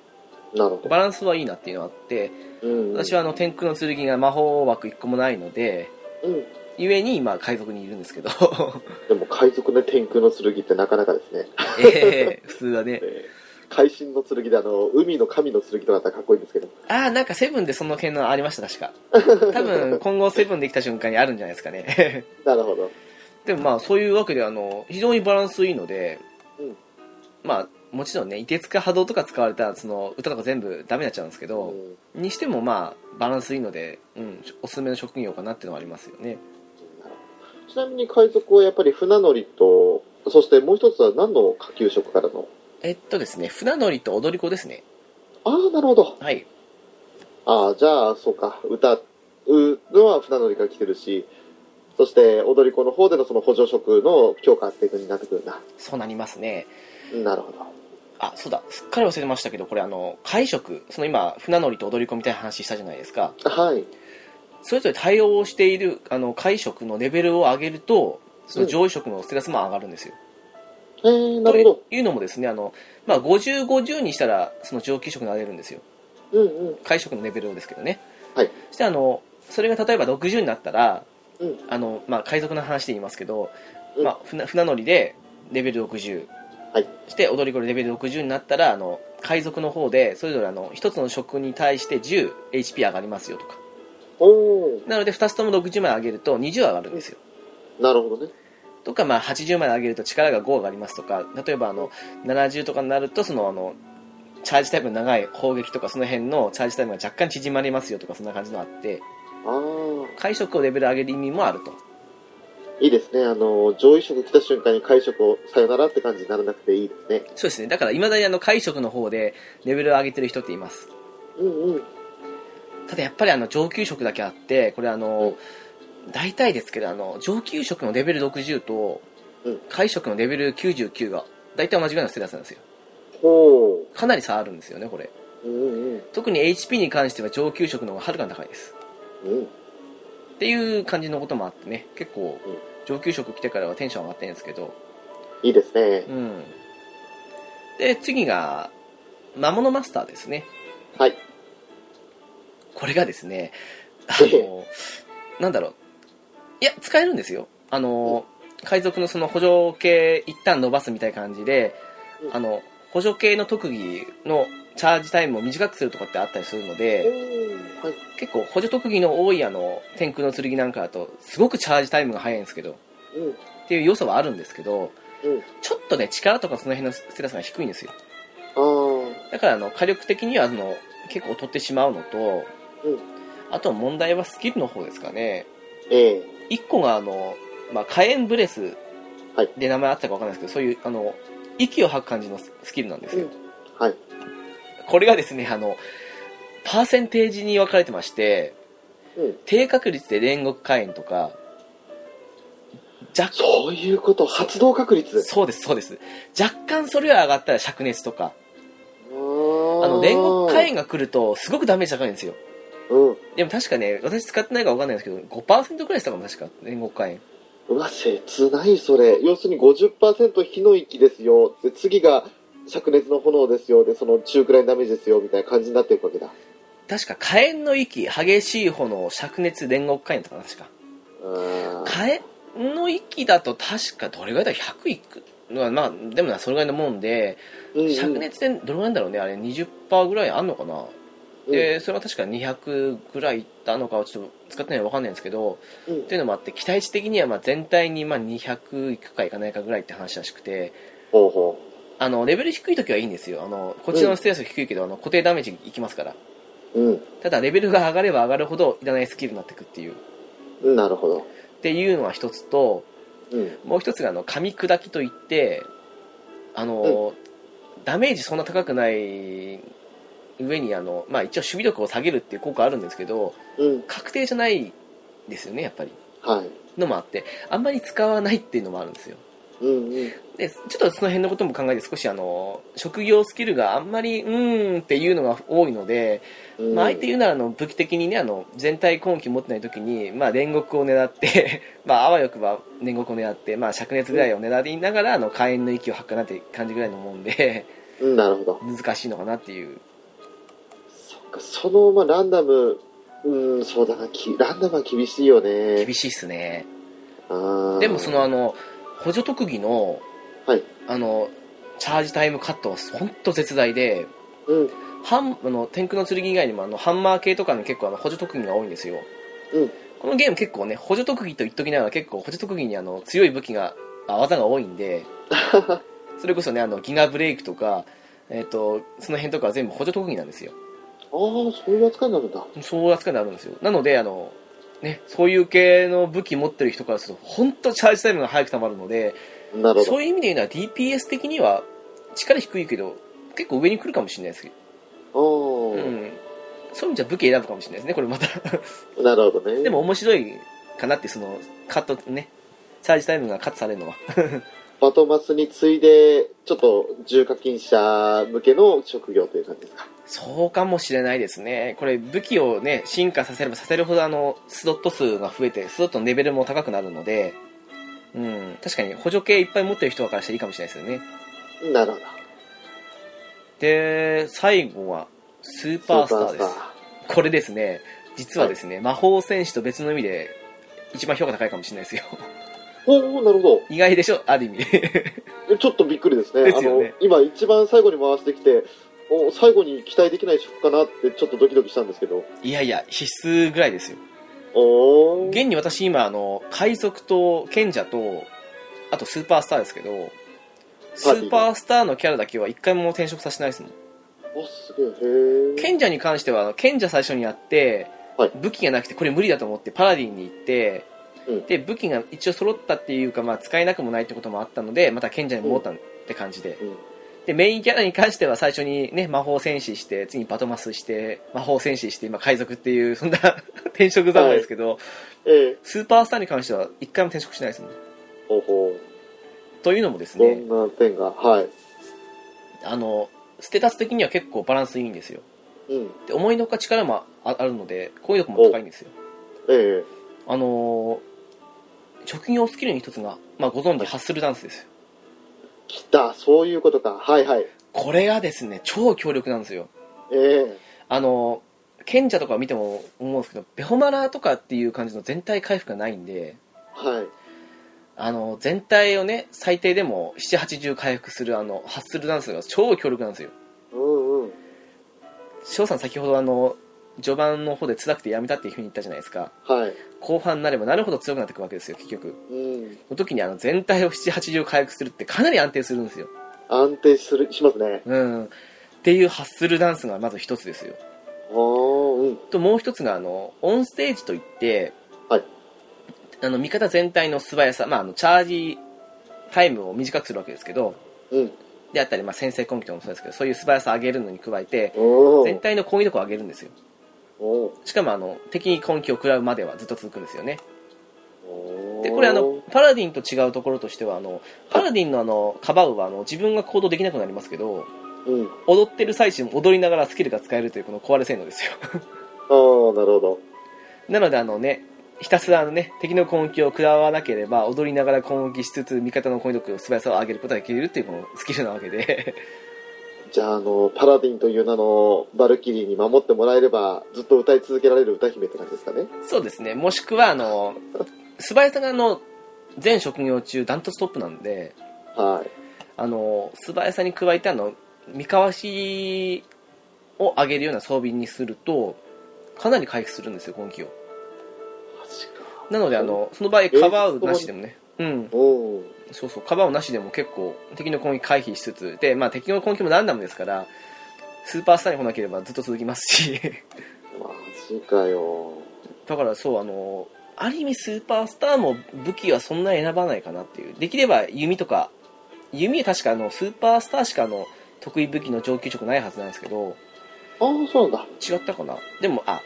[SPEAKER 2] なるほ
[SPEAKER 1] バランスはいいなっていうのがあって、
[SPEAKER 2] ど。うん、
[SPEAKER 1] 私はあの、天空の剣が魔法枠1個もないので、
[SPEAKER 2] うん。
[SPEAKER 1] ゆえに今、海賊にいるんですけど、
[SPEAKER 2] でも海賊の天空の剣ってなかなかですね。
[SPEAKER 1] ええ普通はね。
[SPEAKER 2] えー海神の剣であの、海の神の剣とかだったらかっこいいんですけど。
[SPEAKER 1] ああ、なんかセブンでその件のありました、確か。多分、今後セブンできた瞬間にあるんじゃないですかね。
[SPEAKER 2] なるほど。
[SPEAKER 1] でもまあ、そういうわけで、あの、非常にバランスいいので、
[SPEAKER 2] うん
[SPEAKER 1] まあ、もちろんね、凍てつか波動とか使われたら、その、歌とか全部ダメになっちゃうんですけど、
[SPEAKER 2] うん
[SPEAKER 1] にしてもまあ、バランスいいので、うん、おすすめの職業かなっていうのはありますよね。
[SPEAKER 2] ちなみに海賊はやっぱり船乗りと、そしてもう一つは何の下級職からの。
[SPEAKER 1] えっとですね、船乗りと踊り子ですね。
[SPEAKER 2] ああ、なるほど。
[SPEAKER 1] はい。
[SPEAKER 2] ああ、じゃあ、そうか。歌うのは船乗りが来てるし、そして踊り子の方でのその補助職の強化っていう風になってくるんだ。
[SPEAKER 1] そうなりますね。
[SPEAKER 2] なるほど。
[SPEAKER 1] あ、そうだ、すっかり忘れてましたけど、これあの、会食、その今、船乗りと踊り子みたいな話したじゃないですか。
[SPEAKER 2] はい。
[SPEAKER 1] それぞれ対応しているあの会食のレベルを上げるとその上位職のステータスも上がるんですよ。
[SPEAKER 2] えー、なるほ
[SPEAKER 1] というのもですねあの、まあ、50、50にしたらその上級職に上げるんですよ。
[SPEAKER 2] ど。うんうん。
[SPEAKER 1] 会食のレベルをですけどね。
[SPEAKER 2] はい
[SPEAKER 1] そしてあのそれが例えば60になったら
[SPEAKER 2] うん
[SPEAKER 1] あの、まあ、海賊の話で言いますけど、
[SPEAKER 2] うん
[SPEAKER 1] まあ、船船乗りでレベル60、
[SPEAKER 2] はい
[SPEAKER 1] そして踊り子でレベル60になったらあの海賊の方でそれぞれあの1つの職に対して 10HP 上がりますよとか
[SPEAKER 2] おー、
[SPEAKER 1] なので2つとも60まで上げると20上がるんですよ。
[SPEAKER 2] なるほどね。
[SPEAKER 1] とか、まあ、80まで上げると力が5上がりますとか、例えばあの、70とかになると、その、あの、チャージタイムの長い砲撃とか、その辺のチャージタイムが若干縮まりますよとか、そんな感じのあって、
[SPEAKER 2] ああ。
[SPEAKER 1] 会食をレベル上げる意味もあると。
[SPEAKER 2] いいですね。あの、上位色来た瞬間に会食をさよならって感じにならなくていいですね。
[SPEAKER 1] そうですね。だから、未だにあの、会食の方でレベルを上げてる人っています。
[SPEAKER 2] うんうん。
[SPEAKER 1] ただ、やっぱりあの、上級職だけあって、これあの、大体ですけど、あの、上級職のレベル60と
[SPEAKER 2] うん、
[SPEAKER 1] 会食のレベル99が、大体同じぐらいのステータスなんですよ。
[SPEAKER 2] ほ
[SPEAKER 1] かなり差あるんですよね、これ。
[SPEAKER 2] う。うんうん
[SPEAKER 1] 特に HP に関しては上級職の方がはるかに高いです。
[SPEAKER 2] うん。
[SPEAKER 1] っていう感じのこともあってね結構
[SPEAKER 2] うん
[SPEAKER 1] 上級職来てからはテンション上がってるんですけど
[SPEAKER 2] いいですね
[SPEAKER 1] う。んで次が魔物マスターですね
[SPEAKER 2] はい。
[SPEAKER 1] これがですねあ
[SPEAKER 2] ええ
[SPEAKER 1] のなんだろういや使えるんですよあの海賊のその補助系一旦伸ばすみたいな感じで
[SPEAKER 2] うん
[SPEAKER 1] あの補助系の特技のチャージタイムを短くするとかってあったりするの
[SPEAKER 2] お
[SPEAKER 1] で
[SPEAKER 2] ーはい。
[SPEAKER 1] 結構補助特技の多いあの天空の剣なんかだとすごくチャージタイムが早いんですけど
[SPEAKER 2] うん。
[SPEAKER 1] っていう良さはあるんですけど、
[SPEAKER 2] うん
[SPEAKER 1] ちょっとね、力とかその辺のステータスが低いんですよ。
[SPEAKER 2] あー
[SPEAKER 1] だから、あの、火力的には、その、結構劣ってしまうのと、
[SPEAKER 2] うん
[SPEAKER 1] あとは問題はスキルの方ですかね。
[SPEAKER 2] ええ
[SPEAKER 1] 一個が、あの、まあ、火炎ブレス
[SPEAKER 2] はい
[SPEAKER 1] で名前あったかわかんないですけど、そういう、あの、息を吐く感じのススキルなんですよ。
[SPEAKER 2] うんはい。
[SPEAKER 1] これがですね、あの、パーセンテージに分かれてまして、
[SPEAKER 2] うん。
[SPEAKER 1] 低確率で煉獄火炎とか、若
[SPEAKER 2] そういうこと。発動確率。
[SPEAKER 1] そうです、そうです。若干それが上がったら灼熱とか、
[SPEAKER 2] あー
[SPEAKER 1] あの、煉獄火炎が来ると、すごくダメージ高いんですよ。
[SPEAKER 2] うん。
[SPEAKER 1] でも確かね、私使ってないからわかんないですけど、5%くらいしたかも、確か、煉獄火炎。
[SPEAKER 2] うわ、切ない、それ。要するに50%火の域ですよ。で、次が灼熱の炎ですよ。で、その中くらいのダメージですよ。みたいな感じになっていくわけだ。
[SPEAKER 1] 確か、火炎の域、激しい炎、灼熱、煉獄火炎とかな、確か。
[SPEAKER 2] あー
[SPEAKER 1] 火炎の域だと、確か、どれぐらいだろう ?100 いくのは、まあ、でもな、それぐらいのもんで、
[SPEAKER 2] うんうん
[SPEAKER 1] 灼熱でどれぐらいなんだろうね、あれ、20%ぐらいあんのかな。で、それは確か200ぐらいいったのかは、ちょっと使ってないからわかんないんですけど、
[SPEAKER 2] うんうん
[SPEAKER 1] というのもあって、期待値的には、まあ、全体に、まあ、200いくかいかないかぐらいって話らしくて、
[SPEAKER 2] ほうほ
[SPEAKER 1] あの、レベル低い時はいいんですよ。あの、こちらのステータス低いけど、あの、固定ダメージいきますから。
[SPEAKER 2] う。うん。
[SPEAKER 1] ただ、レベルが上がれば上がるほど、いらないスキルになってくっていう。
[SPEAKER 2] なるほど。
[SPEAKER 1] っていうのは一つと、
[SPEAKER 2] うん。
[SPEAKER 1] もう一つが、あの、噛み砕きといって、あの、ダメージそんな高くない上にあの、まあ、一応守備力を下げるっていう効果あるんですけど
[SPEAKER 2] うん。
[SPEAKER 1] 確定じゃないですよねやっぱり
[SPEAKER 2] はい。
[SPEAKER 1] のもあってあんまり使わないっていうのもあるんですよ
[SPEAKER 2] うんうん。
[SPEAKER 1] でちょっとその辺のことも考えて少しあの職業スキルがあんまりうーんっていうのが多いので、
[SPEAKER 2] うん
[SPEAKER 1] まあ、相手言うならあの武器的にねあの全体根気持ってない時に、まあ、煉獄を狙って まああわよくば煉獄を狙って、まあ、灼熱ぐらいを狙いながらあの火炎の息を吐くかなって感じぐらいのもんで
[SPEAKER 2] うん、なるほど。
[SPEAKER 1] 難しいのかなっていう
[SPEAKER 2] そっか、その、まあ、ランダム、うん、そうだな、きランダムは厳しいよね。
[SPEAKER 1] 厳しいっすね
[SPEAKER 2] あー
[SPEAKER 1] でもそのあ、の補助特技の,、
[SPEAKER 2] はい
[SPEAKER 1] あのチャージタイムカットは本当絶大で
[SPEAKER 2] うん、
[SPEAKER 1] ハンあの天空の剣以外にもあのハンマー系とかに結構あの補助特技が多いんですよ、
[SPEAKER 2] うん
[SPEAKER 1] このゲーム結構ね補助特技と言っときながら結構補助特技にあの強い武器があ技が多いんで それこそねあのギガブレイクとか、えっとその辺とかは全部補助特技なんですよ
[SPEAKER 2] ああ、そういう扱いになるんだ。
[SPEAKER 1] そういう扱いになるんですよなのであのね、そういう系の武器持ってる人からすると本当チャージタイムが早く溜まるので
[SPEAKER 2] なるほ
[SPEAKER 1] そういう意味で言うのは DPS 的には力低いけど結構上に来るかもしれないですけど、
[SPEAKER 2] ど。
[SPEAKER 1] う
[SPEAKER 2] あ
[SPEAKER 1] ん、そういう意味じゃ武器選ぶかもしれないですねこれまた
[SPEAKER 2] あ、なるほどね。
[SPEAKER 1] でも、面白いかなってそのカットねチャージタイムがカットされるのは
[SPEAKER 2] バトマスに次いで、ちょっと重課金者向けの職業という感じですか。
[SPEAKER 1] そうかもしれないですねこれ武器をね進化させればさせるほどあのスロット数が増えてスロットのレベルも高くなるのでうん確かに補助系いっぱい持ってる人からしたらいいかもしれないですよね
[SPEAKER 2] なるほど。
[SPEAKER 1] で最後はスーパースターですこれですね、実はですね、魔法戦士と別の意味で、一番評価高いかもしれないですよ。
[SPEAKER 2] おおなるほ
[SPEAKER 1] 意外でしょある意味。
[SPEAKER 2] どえ。ちょっとびっくりです
[SPEAKER 1] で
[SPEAKER 2] ね。
[SPEAKER 1] すよね
[SPEAKER 2] あの、今一番最後に回してきて、お最後に期待できない職かなってちょっとドキドキしたんですけど。
[SPEAKER 1] いやいや、必須ぐらいですよ。
[SPEAKER 2] おー。
[SPEAKER 1] 現に私今、あの、海賊と賢者と、あとスーパースターですけど、スーパースターのキャラだけは一回も転職させてないですもん。
[SPEAKER 2] お、すげえ。へえ。
[SPEAKER 1] 賢者に関しては、あの賢者最初にやって、
[SPEAKER 2] はい
[SPEAKER 1] 武器がなくてこれ無理だと思ってパラディンに行って、
[SPEAKER 2] うん
[SPEAKER 1] で、武器が一応揃ったっていうか、まあ使えなくもないってこともあったので、また賢者に戻ったって感じで。
[SPEAKER 2] うん
[SPEAKER 1] でメインキャラに関しては最初にね魔法戦士して次にバトマスして魔法戦士して今海賊っていうそんな 転職ざまですけど、
[SPEAKER 2] ええ。
[SPEAKER 1] スーパースターに関しては一回も転職しないですもん
[SPEAKER 2] ほうほう。
[SPEAKER 1] というのもです
[SPEAKER 2] ど
[SPEAKER 1] ね
[SPEAKER 2] んな点が、はい。
[SPEAKER 1] あのステータス的には結構バランスいいんですよ
[SPEAKER 2] うん。
[SPEAKER 1] で思いのほか力もああるのでこういうとこも高いんですよ
[SPEAKER 2] ええ。
[SPEAKER 1] あのー職業スキルに一つが、まあ、ご存知ハッスルダンスですよ
[SPEAKER 2] 来た、そういうことか。はいはい。
[SPEAKER 1] これがですね超強力なんですよ
[SPEAKER 2] ええ。
[SPEAKER 1] あの賢者とか見ても思うんですけどベホマラとかっていう感じの全体回復がないんで
[SPEAKER 2] はい。
[SPEAKER 1] あの全体をね最低でも780回復するあのハッスルダンスが超強力なんですよ
[SPEAKER 2] うんうん。
[SPEAKER 1] 翔さん先ほどあの序盤の方で辛くてやめたっていうふうに言ったじゃないですか
[SPEAKER 2] はい。
[SPEAKER 1] 後半になればなるほど強くなってくわけですよ結局
[SPEAKER 2] うん。
[SPEAKER 1] その時にあの全体を780回復するってかなり安定するんですよ
[SPEAKER 2] 安定する、しますね。
[SPEAKER 1] うんっていうハッスルダンスがまず一つですよ
[SPEAKER 2] おー、うん。
[SPEAKER 1] ともう一つがあのオンステージといって、
[SPEAKER 2] はい
[SPEAKER 1] あの味方全体の素早さ、まあ、あのチャージタイムを短くするわけですけど
[SPEAKER 2] うん。
[SPEAKER 1] であったり、まあ、先制攻撃とかもそうですけどそういう素早さを上げるのに加えて
[SPEAKER 2] お
[SPEAKER 1] 全
[SPEAKER 2] ー。
[SPEAKER 1] 体の攻撃力を上げるんですよ
[SPEAKER 2] おー。
[SPEAKER 1] しかもあの敵に攻撃を食らうまではずっと続くんですよね
[SPEAKER 2] おー
[SPEAKER 1] でこれあの、パラディンと違うところとしてはあのパラディンのあのカバウはあの自分が行動できなくなりますけど
[SPEAKER 2] うん。
[SPEAKER 1] 踊ってる最中も踊りながらスキルが使えるというこの壊れ性能ですよ
[SPEAKER 2] あー、なるほど。
[SPEAKER 1] なのであのねひたすらあのね敵の攻撃を食らわなければ踊りながら攻撃しつつ味方の攻撃力の素早さを上げることができるっていうこのスキルなわけで
[SPEAKER 2] じゃあ、あの、パラディンという名のバルキリーに守ってもらえれば、ずっと歌い続けられる歌姫って感じですかね。
[SPEAKER 1] そうですねもしくはあの素早さがあの全職業中ダントツトップなんで
[SPEAKER 2] はい。
[SPEAKER 1] あの素早さに加えてあの見かわしを上げるような装備にするとかなり回復するんですよ今季を
[SPEAKER 2] マジか。
[SPEAKER 1] なのであのその場合カバーなしでもねうん
[SPEAKER 2] おー。
[SPEAKER 1] そうそうカバーなしでも結構敵の攻撃回避しつつで、まあ、敵の攻撃もランダムですからスーパースターに来なければずっと続きますし
[SPEAKER 2] マジかよ。
[SPEAKER 1] だからそうあのある意味スーパースターも武器はそんな選ばないかなっていうできれば弓とか弓は確かあのスーパースターしかあの得意武器の上級職ないはずなんですけど
[SPEAKER 2] ああ、そうなんだ。
[SPEAKER 1] 違ったかなでも、あ、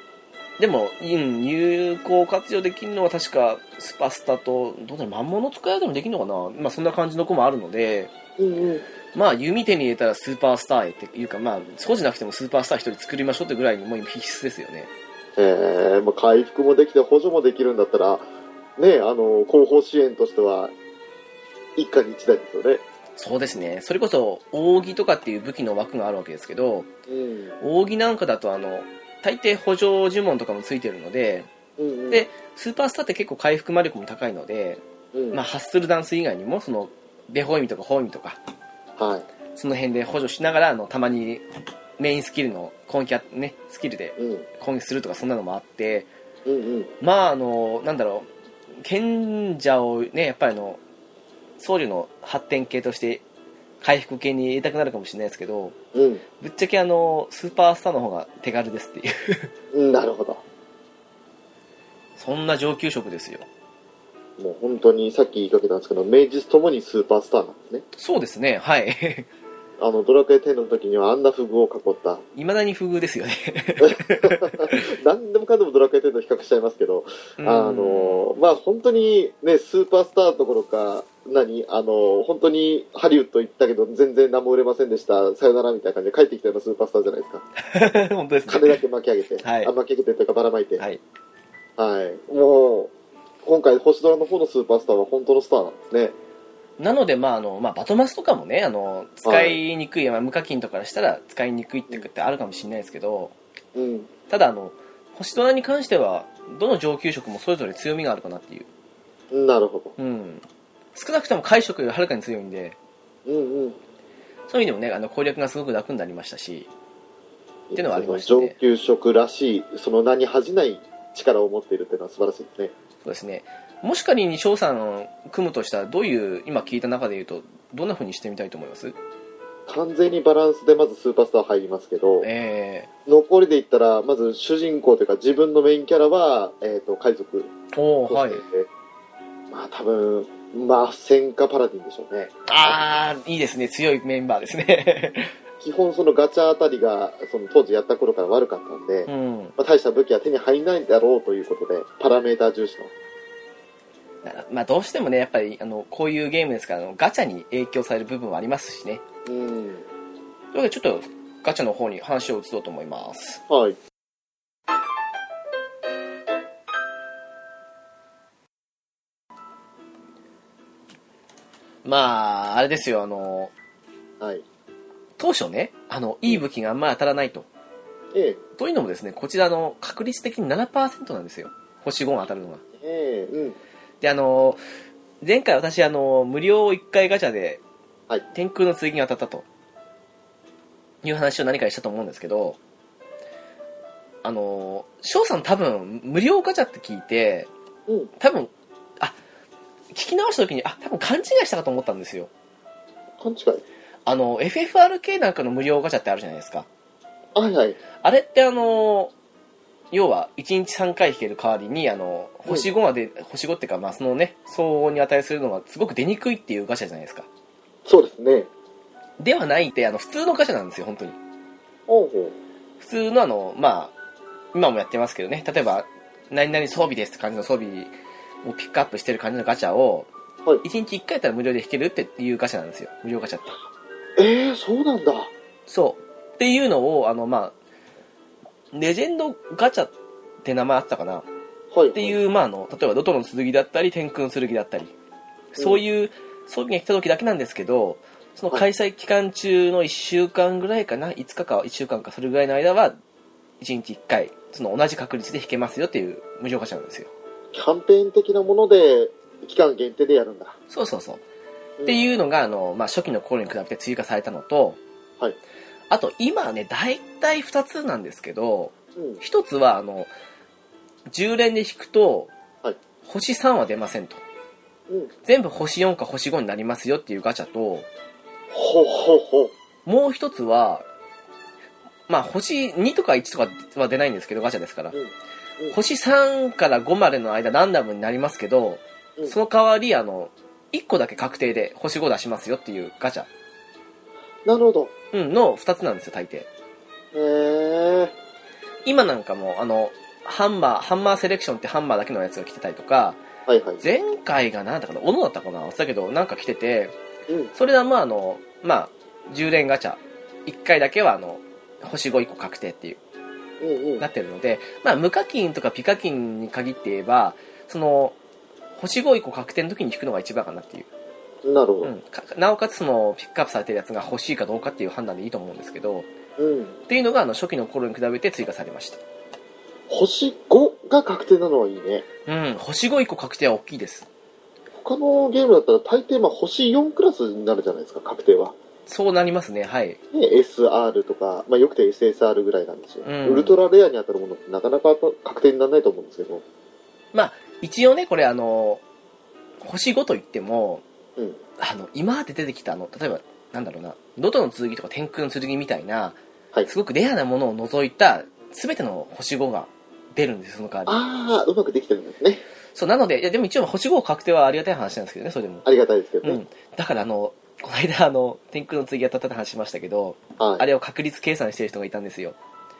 [SPEAKER 1] でも、うん、有効活用できるのは確か、スパスタと、どうだろう、魔物使いでもできるのかなまあ、そんな感じの子もあるので、
[SPEAKER 2] うんうん。
[SPEAKER 1] まあ、弓手に入れたらスーパースターへっていうか、まあ、少しなくてもスーパースター一人作りましょうってぐらいにもう今必須ですよね。
[SPEAKER 2] えー、まあ、回復もできて補助もできるんだったら、ね、あの、後方支援としては、一家に一台ですよね。
[SPEAKER 1] そうですね。それこそ、扇とかっていう武器の枠があるわけですけど、
[SPEAKER 2] うん。
[SPEAKER 1] 扇なんかだと、あの、大抵補助呪文とかもついてるので、
[SPEAKER 2] うんうん、
[SPEAKER 1] でスーパースターって結構回復魔力も高いので、
[SPEAKER 2] うん、
[SPEAKER 1] まあ、ハッスルダンス以外にもそのデホイミとかホイミとか
[SPEAKER 2] はい。
[SPEAKER 1] その辺で補助しながらあのたまにメインスキルの攻撃や、ね、スキルで
[SPEAKER 2] うん。
[SPEAKER 1] 攻撃するとかそんなのもあって
[SPEAKER 2] うんうん。
[SPEAKER 1] まああのなんだろう賢者をねやっぱりあの僧侶の発展系として回復系に入れたくなるかもしれないですけど
[SPEAKER 2] うん
[SPEAKER 1] ぶっちゃけあのスーパースターの方が手軽ですっていう
[SPEAKER 2] うん。なるほど。
[SPEAKER 1] そんな上級職ですよ
[SPEAKER 2] もう本当にさっき言いかけたんですけど、名実ともにスーパースターなんですね。
[SPEAKER 1] そうですねはい
[SPEAKER 2] あの、ドラクエ10の時にはあんなフグを囲った。
[SPEAKER 1] 未だに不遇ですよね
[SPEAKER 2] 何でもかんでもドラクエ10と比較しちゃいますけど、あの、まあ本当にね、スーパースターどころか、何あの、本当にハリウッド行ったけど全然何も売れませんでした、さよならみたいな感じで帰ってきたようなスーパースターじゃないですか。
[SPEAKER 1] うん 本当です
[SPEAKER 2] 金
[SPEAKER 1] ね
[SPEAKER 2] だけ巻き上げて、
[SPEAKER 1] はい
[SPEAKER 2] あ巻き上げてというかばらまいて、は。
[SPEAKER 1] はいい
[SPEAKER 2] もう、今回星ドラの方のスーパースターは本当のスターなんですね。
[SPEAKER 1] なので、まああのまあ、バトマスとかもねあの使いにくい、まあ、無課金とかからしたら使いにくいってってあるかもしれないですけど
[SPEAKER 2] うん。
[SPEAKER 1] ただあの星ドラに関してはどの上級職もそれぞれ強みがあるかなっていう、
[SPEAKER 2] なるほど。
[SPEAKER 1] うん、少なくとも会食よりはるかに強いんで
[SPEAKER 2] うんうん。
[SPEAKER 1] そういう意味でもねあの攻略がすごく楽になりましたし
[SPEAKER 2] って
[SPEAKER 1] いうのはありましたね
[SPEAKER 2] 上級職らしい、その名に恥じない力を持っているっていうのは素晴らしいですね。
[SPEAKER 1] そうですねもし仮に翔さん組むとしたらどういう今聞いた中で言うとどんな風にしてみたいと思います
[SPEAKER 2] 完全にバランスでまずスーパースター入りますけど、
[SPEAKER 1] え
[SPEAKER 2] 残りで言ったら、まず主人公というか自分のメインキャラは、えっ、と、海賊
[SPEAKER 1] ー、お
[SPEAKER 2] と
[SPEAKER 1] お
[SPEAKER 2] し
[SPEAKER 1] は
[SPEAKER 2] て
[SPEAKER 1] い
[SPEAKER 2] いて、まあ多分、まあ戦火パラディンでしょうね。
[SPEAKER 1] ああいいですね強いメンバーですね
[SPEAKER 2] 基本そのガチャあたりが、その当時やった頃から悪かったんで、
[SPEAKER 1] うん
[SPEAKER 2] まあ、大した武器は手に入らないだろうということで、パラメーター重視の。
[SPEAKER 1] なまあ、どうしてもねやっぱりあのこういうゲームですからあのガチャに影響される部分はありますしね
[SPEAKER 2] うん。
[SPEAKER 1] というわけでちょっとガチャの方に話を移そうと思います
[SPEAKER 2] はい。
[SPEAKER 1] まああれですよあの
[SPEAKER 2] はい。
[SPEAKER 1] 当初ねあのいい武器があんまり当たらないと
[SPEAKER 2] ええ、
[SPEAKER 1] というのもですねこちらの確率的に7%なんですよ星5が当たるのが
[SPEAKER 2] ええ、うん。
[SPEAKER 1] であの前回私あの無料1回ガチャで、
[SPEAKER 2] はい
[SPEAKER 1] 天空の剣が当たったという話を何かにしたと思うんですけどあの翔さん多分無料ガチャって聞いて
[SPEAKER 2] うん。
[SPEAKER 1] 多分あ聞き直した時にあ多分勘違いしたかと思ったんですよ
[SPEAKER 2] 勘違い。
[SPEAKER 1] あの FFRK なんかの無料ガチャってあるじゃないですか
[SPEAKER 2] はいはい。
[SPEAKER 1] あれってあの要は1日3回引ける代わりにあの星5まで、星5っていうか、まあ、そのね相応に値するのがすごく出にくいっていうガチャじゃないですか
[SPEAKER 2] そうですね。
[SPEAKER 1] ではないってあの普通のガチャなんですよ本当に
[SPEAKER 2] ほうほ
[SPEAKER 1] 普通のあのまあ今もやってますけどね例えば何々装備ですって感じの装備をピックアップしてる感じのガチャを
[SPEAKER 2] はい
[SPEAKER 1] 1日1回やったら無料で引けるっていうガチャなんですよ無料ガチャって
[SPEAKER 2] う。ええそうなんだ。
[SPEAKER 1] そうっていうのをあのまあレジェンドガチャって名前あったかなっ
[SPEAKER 2] はい。
[SPEAKER 1] て
[SPEAKER 2] う。
[SPEAKER 1] いう、まあ、あの例えばドトロの剣だったり天空の剣だったりそういう装備が来た時だけなんですけどその開催期間中の1週間ぐらいかな5日か1週間かそれぐらいの間は1日1回その同じ確率で引けますよっていう無料ガチャなんですよ
[SPEAKER 2] キャンペーン的なもので、期間限定でやるんだ。
[SPEAKER 1] そうそうそうっていうのがあの、まあ、初期の頃に比べて追加されたのと、
[SPEAKER 2] はい
[SPEAKER 1] あと今ね大体2つなんですけど
[SPEAKER 2] うん。うん。
[SPEAKER 1] 一つはあの10連で引くと、
[SPEAKER 2] はい
[SPEAKER 1] 星3は出ませんと
[SPEAKER 2] うん。
[SPEAKER 1] 全部星4か星5になりますよっていうガチャと
[SPEAKER 2] ほうほうほう。
[SPEAKER 1] もう一つはまあ星2とか1とかは出ないんですけどガチャですから、
[SPEAKER 2] うん。うん、
[SPEAKER 1] 星3から5までの間ランダムになりますけど、
[SPEAKER 2] うん
[SPEAKER 1] その代わりあの1個だけ確定で星5出しますよっていうガチャ
[SPEAKER 2] なるほど。
[SPEAKER 1] うんの2つなんですよ大抵
[SPEAKER 2] へえ。
[SPEAKER 1] 今なんかもうあのハンマーハンマーセレクションってハンマーだけのやつが来てたりとか
[SPEAKER 2] はいはい。
[SPEAKER 1] 前回が何だったかな斧だったかな忘れたけどなんか来てて
[SPEAKER 2] うん。
[SPEAKER 1] それはまああのまあ10連ガチャ1回だけはあの星5 1個確定っていう
[SPEAKER 2] うんうん。
[SPEAKER 1] なってるので、まあ、無課金とかピ課金に限って言えばその星5 1個確定の時に引くのが一番かなっていう、
[SPEAKER 2] なるほ
[SPEAKER 1] うん、かなおかつそのピックアップされてるやつが欲しいかどうかっていう判断でいいと思うんですけど
[SPEAKER 2] ど。うん。
[SPEAKER 1] っていうのがあの初期の頃に比べて追加されました
[SPEAKER 2] 星5が確定なのはいいね。
[SPEAKER 1] うん星5 1個確定は大きいです
[SPEAKER 2] 他のゲームだったら大抵まあ星4クラスになるじゃないですか、確定は。
[SPEAKER 1] そうなりますねはい
[SPEAKER 2] ね、SR とか、まあよくて SSR ぐらいなんですよ。
[SPEAKER 1] うん
[SPEAKER 2] ウルトラレアに当たるものってなかなか確定にならないと思うんですけど。
[SPEAKER 1] 一応ねこれあの星5と言っても、
[SPEAKER 2] うん
[SPEAKER 1] あの今まで出てきたあの例えばなんだろうな「ロトの剣」とか「天空の剣」みたいな、
[SPEAKER 2] はい
[SPEAKER 1] すごくレアなものを除いた全ての星5が出るんですその代わり
[SPEAKER 2] ああ、うまくできてるんですね。
[SPEAKER 1] そうなのでいやでも一応星5確定はありがたい話なんですけどねそれでも、
[SPEAKER 2] ありがたいですけど
[SPEAKER 1] う
[SPEAKER 2] ね。
[SPEAKER 1] ん、だからあのこの間あの「天空の剣」当たったって話しましたけど
[SPEAKER 2] はい。
[SPEAKER 1] あれを確率計算してる人がいたんですよ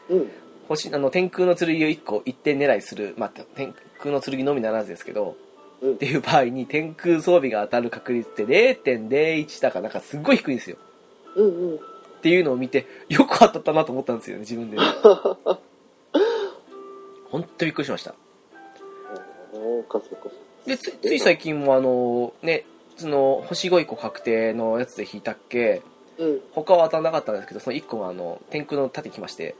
[SPEAKER 2] うん。
[SPEAKER 1] 星あの天空の剣を1個一点狙いする、まあ、天空の剣のみならずですけど、
[SPEAKER 2] う
[SPEAKER 1] っ
[SPEAKER 2] ん
[SPEAKER 1] ていう場合に天空装備が当たる確率って0.01だかなんかすっごい低いんですよ
[SPEAKER 2] うんうん。
[SPEAKER 1] っていうのを見てよく当たったなと思ったんですよね自分で本当びっくりしました
[SPEAKER 2] そうかそうかそうか。
[SPEAKER 1] でつつい最近もあのねその星5 1個確定のやつで引いたっけ
[SPEAKER 2] うん。
[SPEAKER 1] 他は当たらなかったんですけどその1個があの天空の盾来まして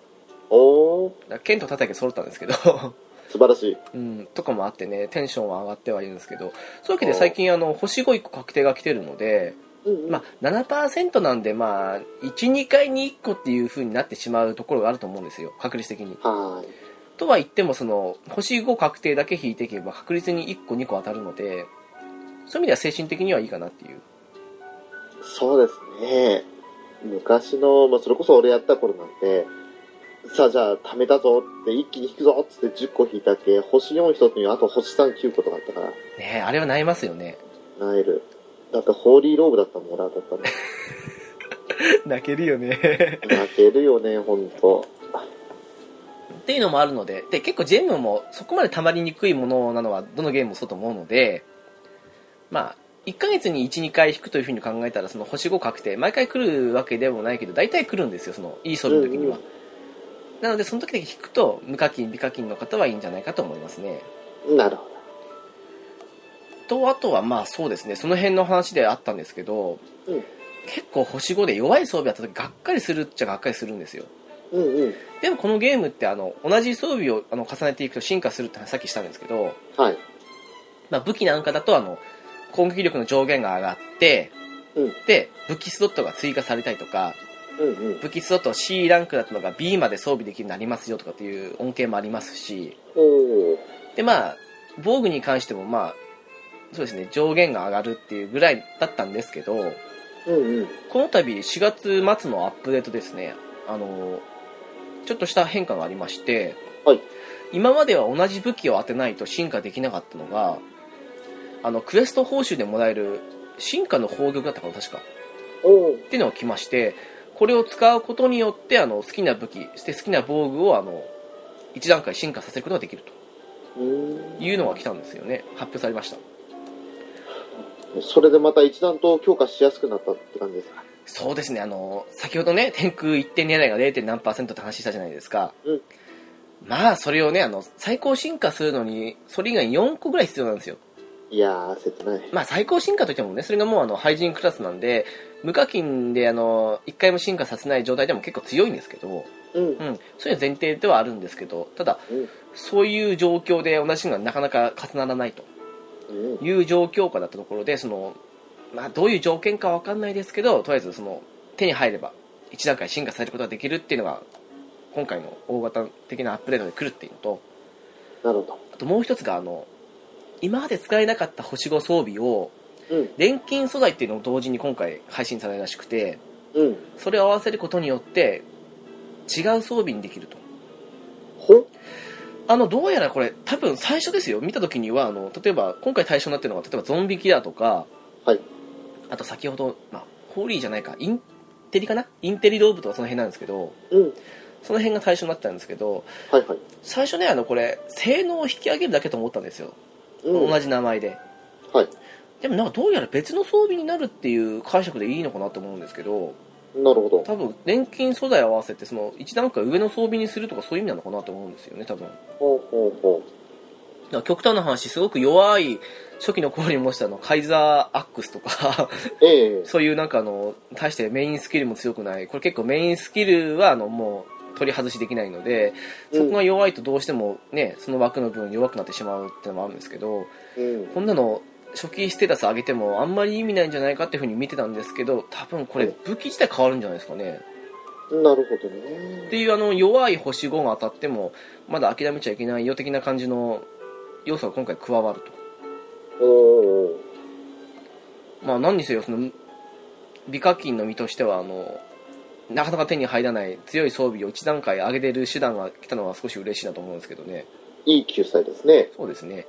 [SPEAKER 2] おー、
[SPEAKER 1] だから剣と盾だけ揃ったんですけど
[SPEAKER 2] 素晴らしい。
[SPEAKER 1] うん、とかもあってね、テンションは上がってはいるんですけど、そういうわけで最近、あの、星5 1個確定が来てるので、
[SPEAKER 2] うんうん。
[SPEAKER 1] まあ、7%なんで、まあ、1、2回に1個っていう風になってしまうところがあると思うんですよ、確率的に。
[SPEAKER 2] はーい。
[SPEAKER 1] とは言っても、その、星5確定だけ引いていけば、確率に1個、2個当たるので、そういう意味では精神的にはいいかなっていう。
[SPEAKER 2] そうですね。昔の、まあ、それこそ俺やった頃なんで、さあじゃあ、貯めたぞって、一気に引くぞっつって10個引いたっけ、星4一つに、あと星3、9個とかあったから、
[SPEAKER 1] ねえあれはなりますよね。
[SPEAKER 2] なえる。だって、ホーリーローブだったもん、俺だったら。
[SPEAKER 1] 泣けるよね。
[SPEAKER 2] 泣けるよね、ほんと。
[SPEAKER 1] っていうのもあるので、で、結構ジェムもそこまで溜まりにくいものなのはどのゲームもそうと思うので、まあ、1ヶ月に1、2回引くというふうに考えたら、その星5確定、毎回来るわけでもないけど、大体来るんですよ、その、いい装備の時には。
[SPEAKER 2] うん
[SPEAKER 1] なので、その時だけ引くと、無課金、美課金の方はいいんじゃないかと思いますね。
[SPEAKER 2] なるほ
[SPEAKER 1] と、あとはまあそうですね、その辺の話であったんですけど、
[SPEAKER 2] うん
[SPEAKER 1] 結構星5で弱い装備だった時、がっかりするっちゃがっかりするんですよ。
[SPEAKER 2] ど。うんうん。
[SPEAKER 1] でもこのゲームって、あの、同じ装備をあの重ねていくと進化するって話さっきしたんですけど、
[SPEAKER 2] はい。
[SPEAKER 1] まあ、武器なんかだとあの攻撃力の上限が上がって、
[SPEAKER 2] うん
[SPEAKER 1] で武器スロットが追加されたりとか
[SPEAKER 2] うんうん。
[SPEAKER 1] 武器スロットを C ランクだったのが B まで装備できるようになりますよとかっていう恩恵もありますし
[SPEAKER 2] おー。
[SPEAKER 1] でまあ防具に関してもまあそうですね上限が上がるっていうぐらいだったんですけど
[SPEAKER 2] うんうん。
[SPEAKER 1] この度4月末のアップデートですねあのちょっとした変化がありまして、
[SPEAKER 2] はい
[SPEAKER 1] 今までは同じ武器を当てないと進化できなかったのがあのクエスト報酬でもらえる進化の宝玉だったかな確かっ
[SPEAKER 2] おー。
[SPEAKER 1] ていうのが来ましてこれを使うことによってあの好きな武器そして好きな防具をあの一段階進化させることができる
[SPEAKER 2] うー
[SPEAKER 1] というのが来たんですよね発表されました
[SPEAKER 2] ん。それでまた一段と強化しやすくなったって感じですか。
[SPEAKER 1] そうですね、あの、先ほどね、天空一点狙いが 0. 何パーセントって話したじゃないですか。
[SPEAKER 2] うん
[SPEAKER 1] まあ、それをね、あの、最高進化するのに、それ以外に4個ぐらい必要なんですよ。
[SPEAKER 2] いやー、切ない。
[SPEAKER 1] まあ、最高進化といってもね、それがもうあの、廃人クラスなんで、無課金であの、一回も進化させない状態でも結構強いんですけど、
[SPEAKER 2] うん
[SPEAKER 1] う。ん、そういう前提ではあるんですけど、ただ、
[SPEAKER 2] うん
[SPEAKER 1] そういう状況で同じのがなかなか重ならないと。
[SPEAKER 2] うん。
[SPEAKER 1] いう状況下だったところでその、まあ、どういう条件かわかんないですけどとりあえずその手に入れば一段階進化されることができるっていうのが今回の大型的なアップデートで来るっていうのと
[SPEAKER 2] なるほど。
[SPEAKER 1] あともう一つがあの今まで使えなかった星5装備を
[SPEAKER 2] うん。
[SPEAKER 1] 錬金素材っていうのを同時に今回配信されるらしくて
[SPEAKER 2] うん。
[SPEAKER 1] それを合わせることによって違う装備にできると
[SPEAKER 2] ほ
[SPEAKER 1] あのどうやらこれ多分最初ですよ見た時にはあの例えば今回対象になってるのが例えばゾンビキラーとか、
[SPEAKER 2] はい
[SPEAKER 1] あと先ほど、まあ、ホーリーじゃないかインテリかなインテリローブとかその辺なんですけど
[SPEAKER 2] うん。
[SPEAKER 1] その辺が対象になったんですけど
[SPEAKER 2] はいはい。
[SPEAKER 1] 最初ねあのこれ性能を引き上げるだけと思ったんですよ、
[SPEAKER 2] うん
[SPEAKER 1] 同じ名前で
[SPEAKER 2] はい。
[SPEAKER 1] でもなんかどうやら別の装備になるっていう解釈でいいのかなと思うんですけど
[SPEAKER 2] なるほど。
[SPEAKER 1] 多分錬金素材を合わせてその一段階上の装備にするとかそういう意味なのかなと思うんですよね多分
[SPEAKER 2] ほうほうほ
[SPEAKER 1] だから極端な話すごく弱い初期の頃に模したあのカイザーアックスとか
[SPEAKER 2] う。ええ
[SPEAKER 1] そういうなんかあの大してメインスキルも強くないこれ結構メインスキルはあのもう取り外しできないのでそこが弱いとどうしてもねその枠の分弱くなってしまうってのもあるんですけど
[SPEAKER 2] うん。
[SPEAKER 1] こんなの初期ステータス上げてもあんまり意味ないんじゃないかっていうふうに見てたんですけど多分これ武器自体変わるんじゃないですかね
[SPEAKER 2] なるほど
[SPEAKER 1] って
[SPEAKER 2] ね。
[SPEAKER 1] いうあの弱い星5が当たってもまだ諦めちゃいけないよ的な感じの要素が今回加わると
[SPEAKER 2] おお。
[SPEAKER 1] まあ何にせよその美課金の身としてはあのなかなか手に入らない強い装備を一段階上げれる手段が来たのは少し嬉しいなと思うんですけどね
[SPEAKER 2] いい救済ですね。
[SPEAKER 1] そうですね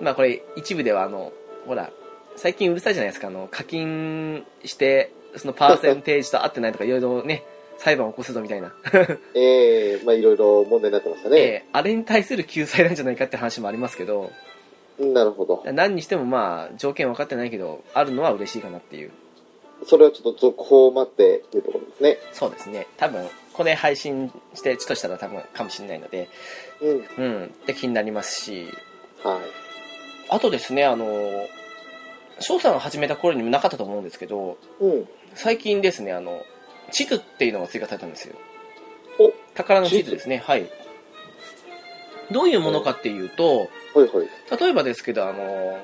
[SPEAKER 1] まあこれ一部ではあのほら最近うるさいじゃないですかあの課金してそのパーセンテージと合ってないとかいろいろね 裁判を起こすぞみたいな、
[SPEAKER 2] ええまあいろいろ問題になってましたね。
[SPEAKER 1] えーあれに対する救済なんじゃないかって話もありますけど
[SPEAKER 2] なるほど。
[SPEAKER 1] 何にしてもまあ条件分かってないけどあるのは嬉しいかなっていう
[SPEAKER 2] それはちょっと続報を待ってっていうところですね。
[SPEAKER 1] そうですね多分これ配信してちょっとしたら多分かもしれないので
[SPEAKER 2] うん。
[SPEAKER 1] うんって気になりますし
[SPEAKER 2] はい。
[SPEAKER 1] あとですねあの翔さんが始めた頃にもなかったと思うんですけど
[SPEAKER 2] うん。
[SPEAKER 1] 最近ですねあの地図っていうのが追加されたんですよ
[SPEAKER 2] お
[SPEAKER 1] 宝の地図ですねはいどういうものかっていうと
[SPEAKER 2] はいはい。
[SPEAKER 1] 例えばですけどあの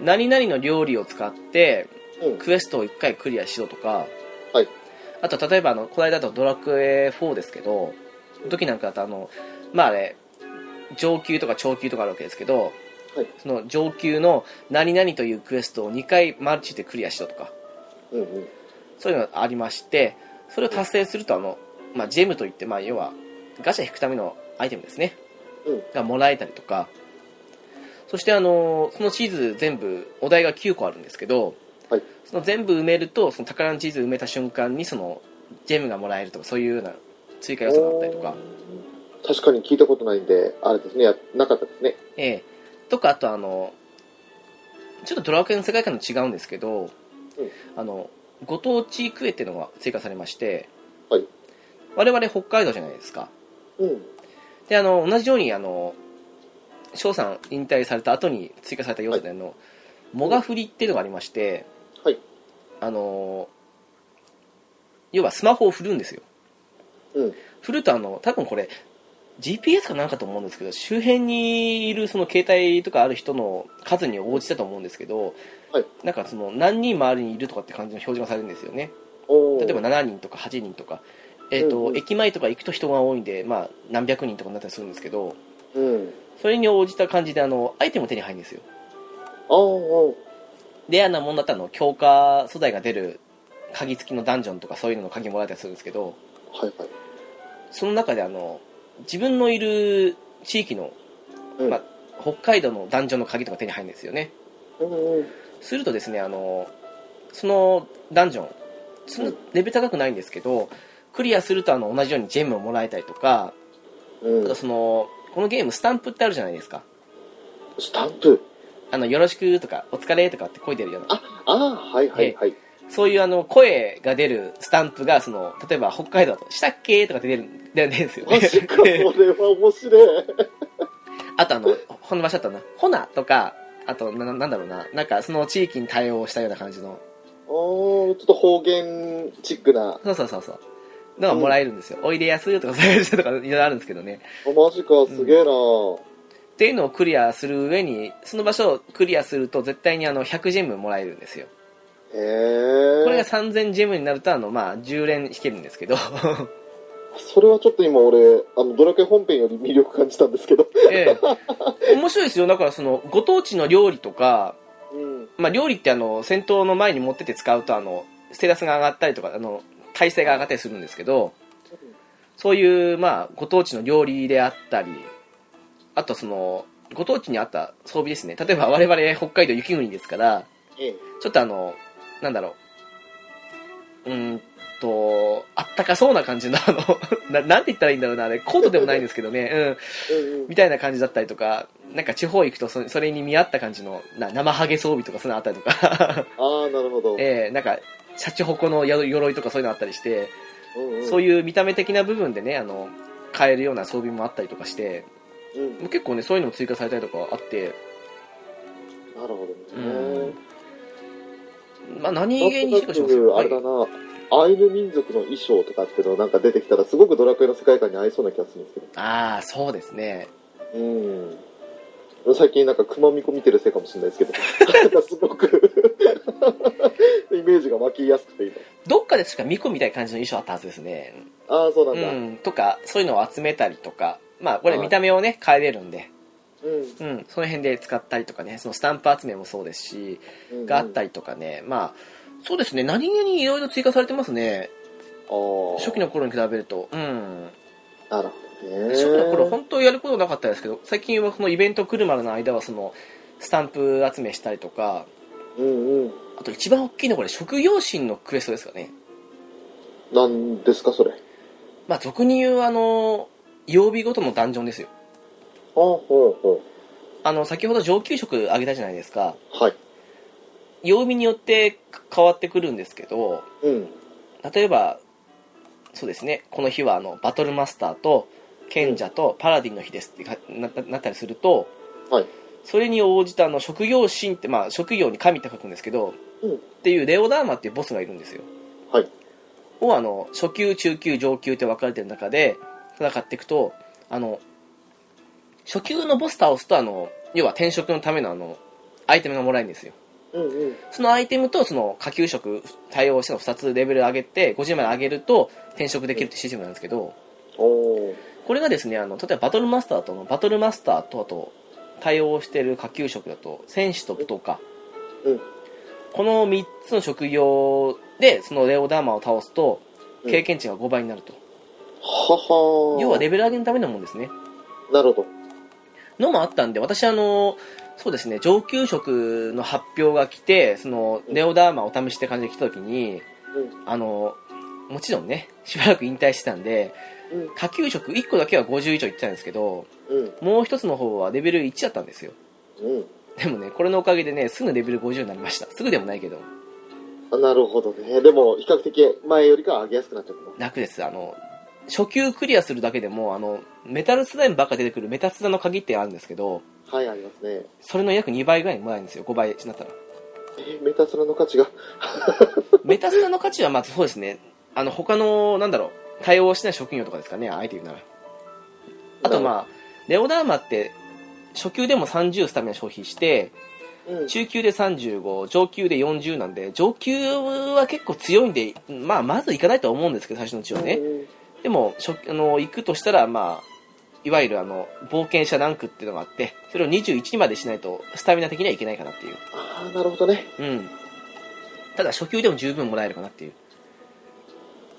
[SPEAKER 1] 何々の料理を使って
[SPEAKER 2] うん。
[SPEAKER 1] クエストを1回クリアしろとか、
[SPEAKER 2] はい
[SPEAKER 1] あと例えばあのこの間だと「ドラクエ4」ですけどその時なんかだとあのまああれ上級とか長級とかあるわけですけど、
[SPEAKER 2] はい
[SPEAKER 1] その上級の「何々」というクエストを2回マルチでクリアしろとか
[SPEAKER 2] うんうん。
[SPEAKER 1] そういうのがありましてそれを達成するとあの、まあ、ジェムといって、まあ、要はガチャ引くためのアイテムですね、
[SPEAKER 2] うん
[SPEAKER 1] がもらえたりとかそしてあのその地図全部お題が9個あるんですけど、
[SPEAKER 2] はい
[SPEAKER 1] その全部埋めるとその宝の地図埋めた瞬間にそのジェムがもらえるとかそういうような追加要素があったりとか、
[SPEAKER 2] 確かに聞いたことないんで、あれですね、やなかったですね。
[SPEAKER 1] ええとかあとあのちょっとドラクエの世界観と違うんですけど、あのご当地クエっていうのが追加されまして、
[SPEAKER 2] はい
[SPEAKER 1] 我々北海道じゃないですか
[SPEAKER 2] うん。
[SPEAKER 1] であの同じようにあの翔さん引退された後に追加された要素であの、モガフリっていうのがありまして、
[SPEAKER 2] はい
[SPEAKER 1] あの要はスマホを振るんですよ
[SPEAKER 2] うん。
[SPEAKER 1] 振るとあの多分これ GPS かなんかと思うんですけど周辺にいるその携帯とかある人の数に応じたと思うんですけど、
[SPEAKER 2] はい
[SPEAKER 1] なんかその何人周りにいるとかって感じの表示がされるんですよね
[SPEAKER 2] おー
[SPEAKER 1] 例えば7人とか8人とか、えーと
[SPEAKER 2] うんうん
[SPEAKER 1] 駅前とか行くと人が多いんで、まあ、何百人とかになったりするんですけど
[SPEAKER 2] うん。
[SPEAKER 1] それに応じた感じであのアイテムを手に入るんですよ
[SPEAKER 2] あー
[SPEAKER 1] レアなもんだったらあの強化素材が出る鍵付きのダンジョンとかそういうのの鍵もらえたりするんですけど
[SPEAKER 2] あー、はいはい。
[SPEAKER 1] その中であの自分のいる地域の
[SPEAKER 2] うん。
[SPEAKER 1] まあ北海道のダンジョンの鍵とか手に入るんですよね
[SPEAKER 2] うんうん。
[SPEAKER 1] するとですねあのそのダンジョンそんなレベル高くないんですけどクリアするとあの同じようにジェムをもらえたりとか
[SPEAKER 2] う
[SPEAKER 1] あと
[SPEAKER 2] ん、
[SPEAKER 1] そのこのゲームスタンプってあるじゃないですか
[SPEAKER 2] スタンプ
[SPEAKER 1] あのよろしくとかお疲れとかって声出るような
[SPEAKER 2] ああ、はいはいはい。
[SPEAKER 1] そういうあの声が出るスタンプがその例えば北海道だと「したっけ?」とかって出る出るんですよ
[SPEAKER 2] マ
[SPEAKER 1] ね
[SPEAKER 2] ジか、これは面白い。
[SPEAKER 1] あとあのほの場所だったな「ほな」とかあとななんだろうななんかその地域に対応したような感じの
[SPEAKER 2] おー、ちょっと方言チックな。
[SPEAKER 1] そうそうそうそう。のがもらえるんですよ。おいでやすとか、そういうのとかいろいろあるんですけどね。
[SPEAKER 2] あマジか、すげえな、
[SPEAKER 1] っていうのをクリアする上に、その場所をクリアすると、絶対にあの、100ジェムもらえるんですよ。
[SPEAKER 2] へ
[SPEAKER 1] こ
[SPEAKER 2] え。
[SPEAKER 1] れが3000ジェムになると、あの、まあ、10連引けるんですけど、
[SPEAKER 2] それはちょっと今俺、あの、ドラクエ本編より魅力感じたんですけど。
[SPEAKER 1] ええ。面白いですよ。だから、その、ご当地の料理とか、
[SPEAKER 2] うん。
[SPEAKER 1] まあ、料理ってあの、戦闘の前に持ってって使うと、あの、ステータスが上がったりとか、あの、耐性が上がったりするんですけど、そういう、まあ、ご当地の料理であったり、あとその、ご当地にあった装備ですね。例えば我々北海道雪国ですから、
[SPEAKER 2] ええ。
[SPEAKER 1] ちょっとあの、なんだろう。うーんと、あった高そうな感じの、あの、ななんて言ったらいいんだろうな、あれ、コートでもないんですけどね、うん、
[SPEAKER 2] うんうん
[SPEAKER 1] みたいな感じだったりとか、なんか地方行くとそ、それに見合った感じの、な生ハゲ装備とかそういうのあったりとか、
[SPEAKER 2] ああ、なるほど。
[SPEAKER 1] えー、なんか、シャチホコのや鎧とかそういうのあったりして、そ
[SPEAKER 2] そうい
[SPEAKER 1] いう見た目的な部分でね、あの、買えるような装備もあったりとかして、
[SPEAKER 2] うん。うん、なる
[SPEAKER 1] 結構ね、そういうのも追加されたりとかあって、
[SPEAKER 2] ほどですね。
[SPEAKER 1] うんまあ、何気に
[SPEAKER 2] なん
[SPEAKER 1] 進
[SPEAKER 2] と
[SPEAKER 1] 化
[SPEAKER 2] な
[SPEAKER 1] します
[SPEAKER 2] く
[SPEAKER 1] よ。
[SPEAKER 2] あれだな、アイヌ民族の衣装とかっていうのなんか出てきたら、すごくドラクエの世界観に合いそうな気がするんですけ
[SPEAKER 1] ああ、そうですね。
[SPEAKER 2] ど。うん。最近なんか熊巫女見てるせいかもしれないですけど、 なんかすごくイメージが湧きやすくて今。
[SPEAKER 1] どっかでしか巫女みたいな感じの衣装あったはずですね。
[SPEAKER 2] ああ、そうなん
[SPEAKER 1] う
[SPEAKER 2] だ。うん。
[SPEAKER 1] ん、とか、そういうのを集めたりとか、まあ、これ見た目をね、変えれるんで、うん、その辺で使ったりとかね、そのスタンプ集めもそうですし、
[SPEAKER 2] うん
[SPEAKER 1] があったりとかね、まあ、そうですね、何気にいろいろ追加されてますね。初期
[SPEAKER 2] の。
[SPEAKER 1] の頃に比べると。うん。
[SPEAKER 2] なるほどね。
[SPEAKER 1] 初期の頃、本当やることなかったですけど、最近はこのイベント来るまでの間は、その、スタンプ集めしたりとか、
[SPEAKER 2] うんうん。
[SPEAKER 1] あと一番大きいのはこれ、職業心のクエストですかね。
[SPEAKER 2] なんですか、それ。あ
[SPEAKER 1] まあ、俗に言う、あの、曜日ごとのダンジョンですよ。
[SPEAKER 2] ほうほ
[SPEAKER 1] あの、先ほど上級職あげたじゃないですか。
[SPEAKER 2] う。はい。
[SPEAKER 1] 曜日によって変わってくるんですけど、
[SPEAKER 2] うん。
[SPEAKER 1] 例えば、そうですね、この日はあのバトルマスターと賢者とパラディンの日ですってかなななったりすると、
[SPEAKER 2] はい
[SPEAKER 1] それに応じたあの職業神って、まあ、職業に神って書くんですけど、
[SPEAKER 2] うん
[SPEAKER 1] っていうレオダーマっていうボスがいるんですよ。
[SPEAKER 2] はい
[SPEAKER 1] をあの初級、中級、上級って分かれてる中で戦っていくと、あの初級のボス倒すとあの要は転職のためのあのアイテムがもらえるんですよ。
[SPEAKER 2] うんうん。
[SPEAKER 1] そのアイテムとその下級職対応しての2つレベル上げて50まで上げると転職できるってシステムなんですけど
[SPEAKER 2] おー。
[SPEAKER 1] これがですねあの例えばバトルマスターとのバトルマスターとあと対応している下級職だと戦士と武闘家、
[SPEAKER 2] うん
[SPEAKER 1] この3つの職業でそのレオダーマを倒すと
[SPEAKER 2] うん
[SPEAKER 1] 経験値が5倍になると、
[SPEAKER 2] ははー
[SPEAKER 1] 要はレベル上げのためのもんですね
[SPEAKER 2] なるほど。
[SPEAKER 1] のもあったんで私あのそうですね上級職の発表が来てそのレオダーマを試して感じで来た時に、
[SPEAKER 2] う
[SPEAKER 1] あのもちろんねしばらく引退してたんで
[SPEAKER 2] うん
[SPEAKER 1] 下級職1個だけは50以上いってたんですけど
[SPEAKER 2] うん
[SPEAKER 1] もう一つの方はレベル1だったんですよ
[SPEAKER 2] うん
[SPEAKER 1] でもねこれのおかげでねすぐレベル50になりましたすぐでもないけど
[SPEAKER 2] あ。なるほどね。でも、比較的前よりかは上げやすくなっちゃったな。
[SPEAKER 1] 楽ですあの初級クリアするだけでもあのメタルスライムばっか出てくるメタスラの鍵ってあるんですけど
[SPEAKER 2] はい、ありますね。
[SPEAKER 1] それの約2倍ぐらいにもらえるんですよ5倍になったら
[SPEAKER 2] えメタスラの価値が。
[SPEAKER 1] メタスラの価値はまあそうですねあの他のなんだろう対応しない職業とかですかねあえて言うならあとまあレオダーマって初級でも30スタミナ消費して
[SPEAKER 2] うん。
[SPEAKER 1] 中級で35上級で40なんで上級は結構強いんで、まあ、まずいかないとは思うんですけど最初のうちはね
[SPEAKER 2] うん
[SPEAKER 1] でも初あの行くとしたらまあいわゆるあの冒険者ランクっていうのがあってそれを21にまでしないとスタミナ的にはいけないかなっていう
[SPEAKER 2] ああ、なるほどね。
[SPEAKER 1] うん、ただ初級でも十分もらえるかなっていう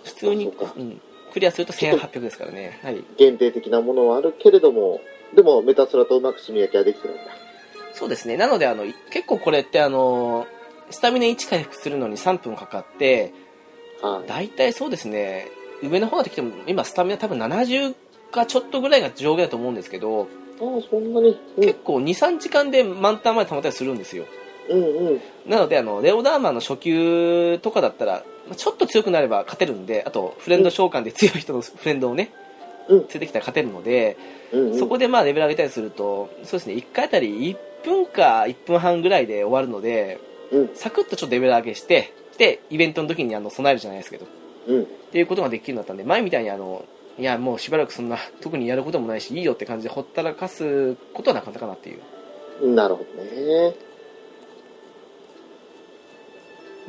[SPEAKER 1] 普通に
[SPEAKER 2] あそうか
[SPEAKER 1] うん、クリアすると1800ですからねはい
[SPEAKER 2] 限定的なものはあるけれども、でもメタスラとうまく炭焼きはできてるんだ。
[SPEAKER 1] そうですねなのであのい結構これってあのスタミナ1回復するのに3分かかって
[SPEAKER 2] はい。
[SPEAKER 1] だいたいそうですね上の方ができても今スタミナ多分70かちょっとぐらいが上限だと思うんですけど
[SPEAKER 2] ああ、そんなに。
[SPEAKER 1] 結構23時間で満タンまで溜まったりするんですよ
[SPEAKER 2] うん、うん、うん。
[SPEAKER 1] なのであのレオダーマンの初級とかだったらまあちょっと強くなれば勝てるんであとフレンド召喚で強い人のフレンドをね、
[SPEAKER 2] うん
[SPEAKER 1] 連れてきたら勝てるので、
[SPEAKER 2] うん、うん。
[SPEAKER 1] そこでまあレベル上げたりするとそうですね1回あたり1分か1分半ぐらいで終わるので、
[SPEAKER 2] うん
[SPEAKER 1] サクッとちょっとレベル上げしてでイベントの時にあの備えるじゃないですけどっ
[SPEAKER 2] うん。
[SPEAKER 1] ていうことができるようになったんで前みたいにあのいやもうしばらくそんな特にやることもないしいいよって感じでほったらかすことはなかったかなっていう
[SPEAKER 2] なるほどね。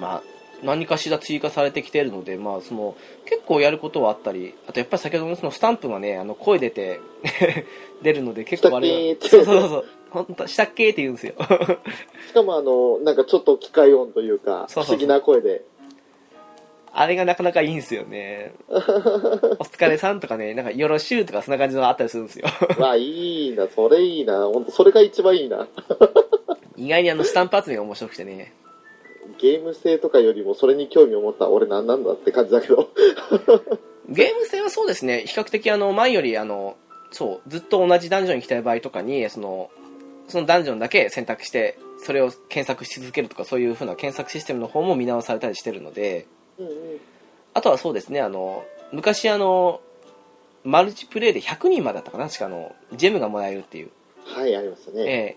[SPEAKER 1] まあ、何かしら追加されてきているので、まあ、その結構やることはあったりあとやっぱり先ほどのそのスタンプがねあの声出て 出るので結構あれ
[SPEAKER 2] したっけー
[SPEAKER 1] そう
[SPEAKER 2] って
[SPEAKER 1] そうそうそう本当したっけーって言うんですよ
[SPEAKER 2] しかもあの、なんかちょっと機械音というか、不
[SPEAKER 1] そうそうそう
[SPEAKER 2] 思議な声で。
[SPEAKER 1] あれがなかなかいいんですよねお疲れさんとかねなんかよろしゅうとかそんな感じのがあったりするんですよ
[SPEAKER 2] わあ、いいな、それいいな。ほんと、それが一番いいな。
[SPEAKER 1] 意外にあのスタンプ集めが面白くてね
[SPEAKER 2] ゲーム性とかよりもそれに興味を持った俺何なんだって感じだけど。
[SPEAKER 1] ゲーム性はそうですね、比較的あの前よりあのそうずっと同じダンジョンに行きたい場合とかにその、そのダンジョンだけ選択して、それを検索し続けるとか、そういう風な検索システムの方も見直されたりしてるので、
[SPEAKER 2] うんうん
[SPEAKER 1] あとはそうですね、あの昔あの、マルチプレイで100人までだったかな、確かあのジェムがもらえるっていう、
[SPEAKER 2] はい、ありましたね。
[SPEAKER 1] ええ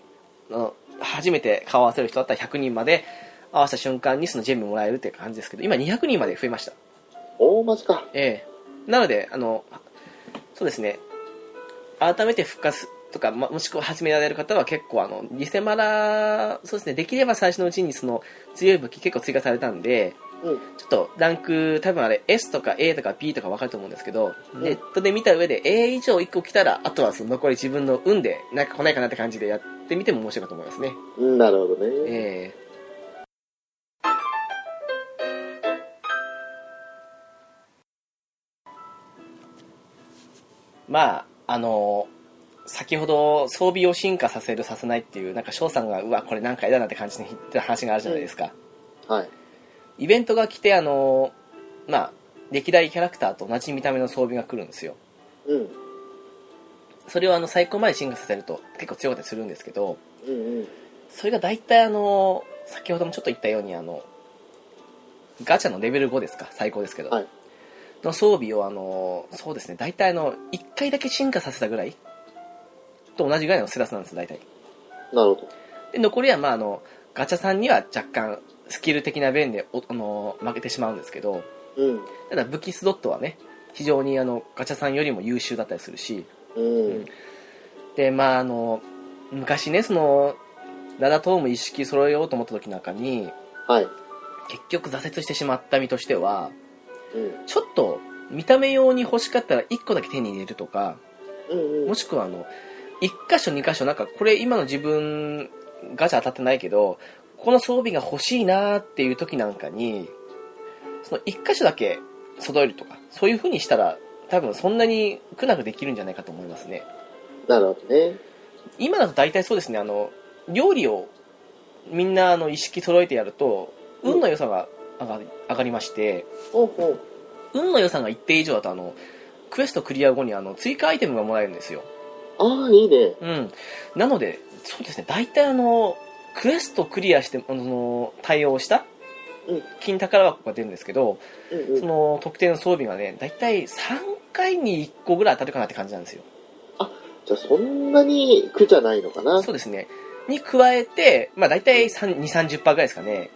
[SPEAKER 1] あの初めて顔合わせる人だったら100人まで合わせた瞬間にそのジェムもらえるっていう感じですけど、今200人まで増えました。
[SPEAKER 2] 大マジか。
[SPEAKER 1] ええなのであのそうですね改めて復活とか、ま、もしくは始められる方は結構あの偽マラそうですねできれば最初のうちにその強い武器結構追加されたんで
[SPEAKER 2] うん。
[SPEAKER 1] ちょっとランク多分あれ S とか A とか B とか分かると思うんですけど、
[SPEAKER 2] ん
[SPEAKER 1] ネットで見た上で A 以上1個来たらあとはその残り自分の運でなんか来ないかなって感じでやってみても面白いかと思いますね
[SPEAKER 2] うんなるほどね。
[SPEAKER 1] ええまああの先ほど装備を進化させるさせないっていうなんか翔さんがうわこれなんか嫌だなって感じで言ってた話があるじゃないですか、
[SPEAKER 2] はい。
[SPEAKER 1] イベントが来てあのまあ歴代キャラクターと同じ見た目の装備が来るんですよ
[SPEAKER 2] うん。
[SPEAKER 1] それをあの最高まで進化させると結構強かったりするんですけど、
[SPEAKER 2] うんうん。
[SPEAKER 1] それが大体あの先ほどもちょっと言ったようにあのガチャのレベル5ですか最高ですけど、
[SPEAKER 2] はい
[SPEAKER 1] の装備をあのそうですね大体あの1回だけ進化させたぐらいと同じぐらいのステータスなんです大体
[SPEAKER 2] なるほど。
[SPEAKER 1] で残りはまああのガチャさんには若干スキル的な面でおあの負けてしまうんですけど
[SPEAKER 2] うん。
[SPEAKER 1] ただ武器スロットはね非常にあのガチャさんよりも優秀だったりするし、
[SPEAKER 2] うん。
[SPEAKER 1] でまああの昔ねそのラダトーム一式揃えようと思った時なんかに
[SPEAKER 2] はい。
[SPEAKER 1] 結局挫折してしまった身としては
[SPEAKER 2] うん。
[SPEAKER 1] ちょっと見た目用に欲しかったら1個だけ手に入れるとか
[SPEAKER 2] うんうん。
[SPEAKER 1] もしくはあの1箇所2箇所なんかこれ今の自分ガチャ当たってないけどこの装備が欲しいなーっていう時なんかにその1箇所だけ揃えるとかそういう風にしたら多分そんなに苦なくできるんじゃないかと思いますね
[SPEAKER 2] なるほどね。
[SPEAKER 1] 今だと大体そうですねあの料理をみんなあの一式揃えてやると運の良さが上がり上がりまして
[SPEAKER 2] ほうほう。
[SPEAKER 1] 運の良さが一定以上だとあのクエストクリア後にあの追加アイテムがもらえるんですよ
[SPEAKER 2] ああ、いいね。
[SPEAKER 1] うんなのでそうですね大体あのクエストクリアしてあのその対応した
[SPEAKER 2] うん
[SPEAKER 1] 金宝箱が出るんですけど、
[SPEAKER 2] うんう
[SPEAKER 1] そ
[SPEAKER 2] ん。
[SPEAKER 1] の特定の装備がね大体3回に1個ぐらい当たるかなって感じなんですよ
[SPEAKER 2] じゃあそんなに苦じゃないのかな。
[SPEAKER 1] そうですねに加えて、まあ、大体3 2 30%ぐらいですかね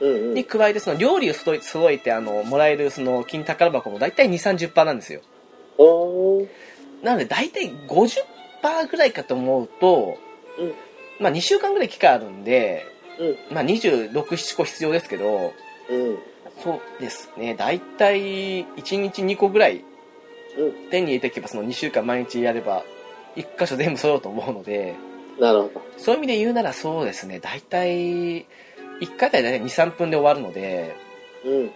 [SPEAKER 2] うんうん
[SPEAKER 1] に。加えてその料理を揃え揃えてあのもらえるその金宝箱も大体2 3 0なんですよ
[SPEAKER 2] おー。
[SPEAKER 1] なので大体50%ぐらいかと思うと、
[SPEAKER 2] うん
[SPEAKER 1] まあ2週間ぐらい期間あるんで、
[SPEAKER 2] う
[SPEAKER 1] まあ267個必要ですけど
[SPEAKER 2] うん。
[SPEAKER 1] そうですね大体1日2個ぐらい
[SPEAKER 2] うん
[SPEAKER 1] 手に入れていけばその2週間毎日やれば1箇所全部揃うと思うので
[SPEAKER 2] なるほど。
[SPEAKER 1] そういう意味で言うならそうですね大体1回あたり大体23分で終わるので
[SPEAKER 2] うん。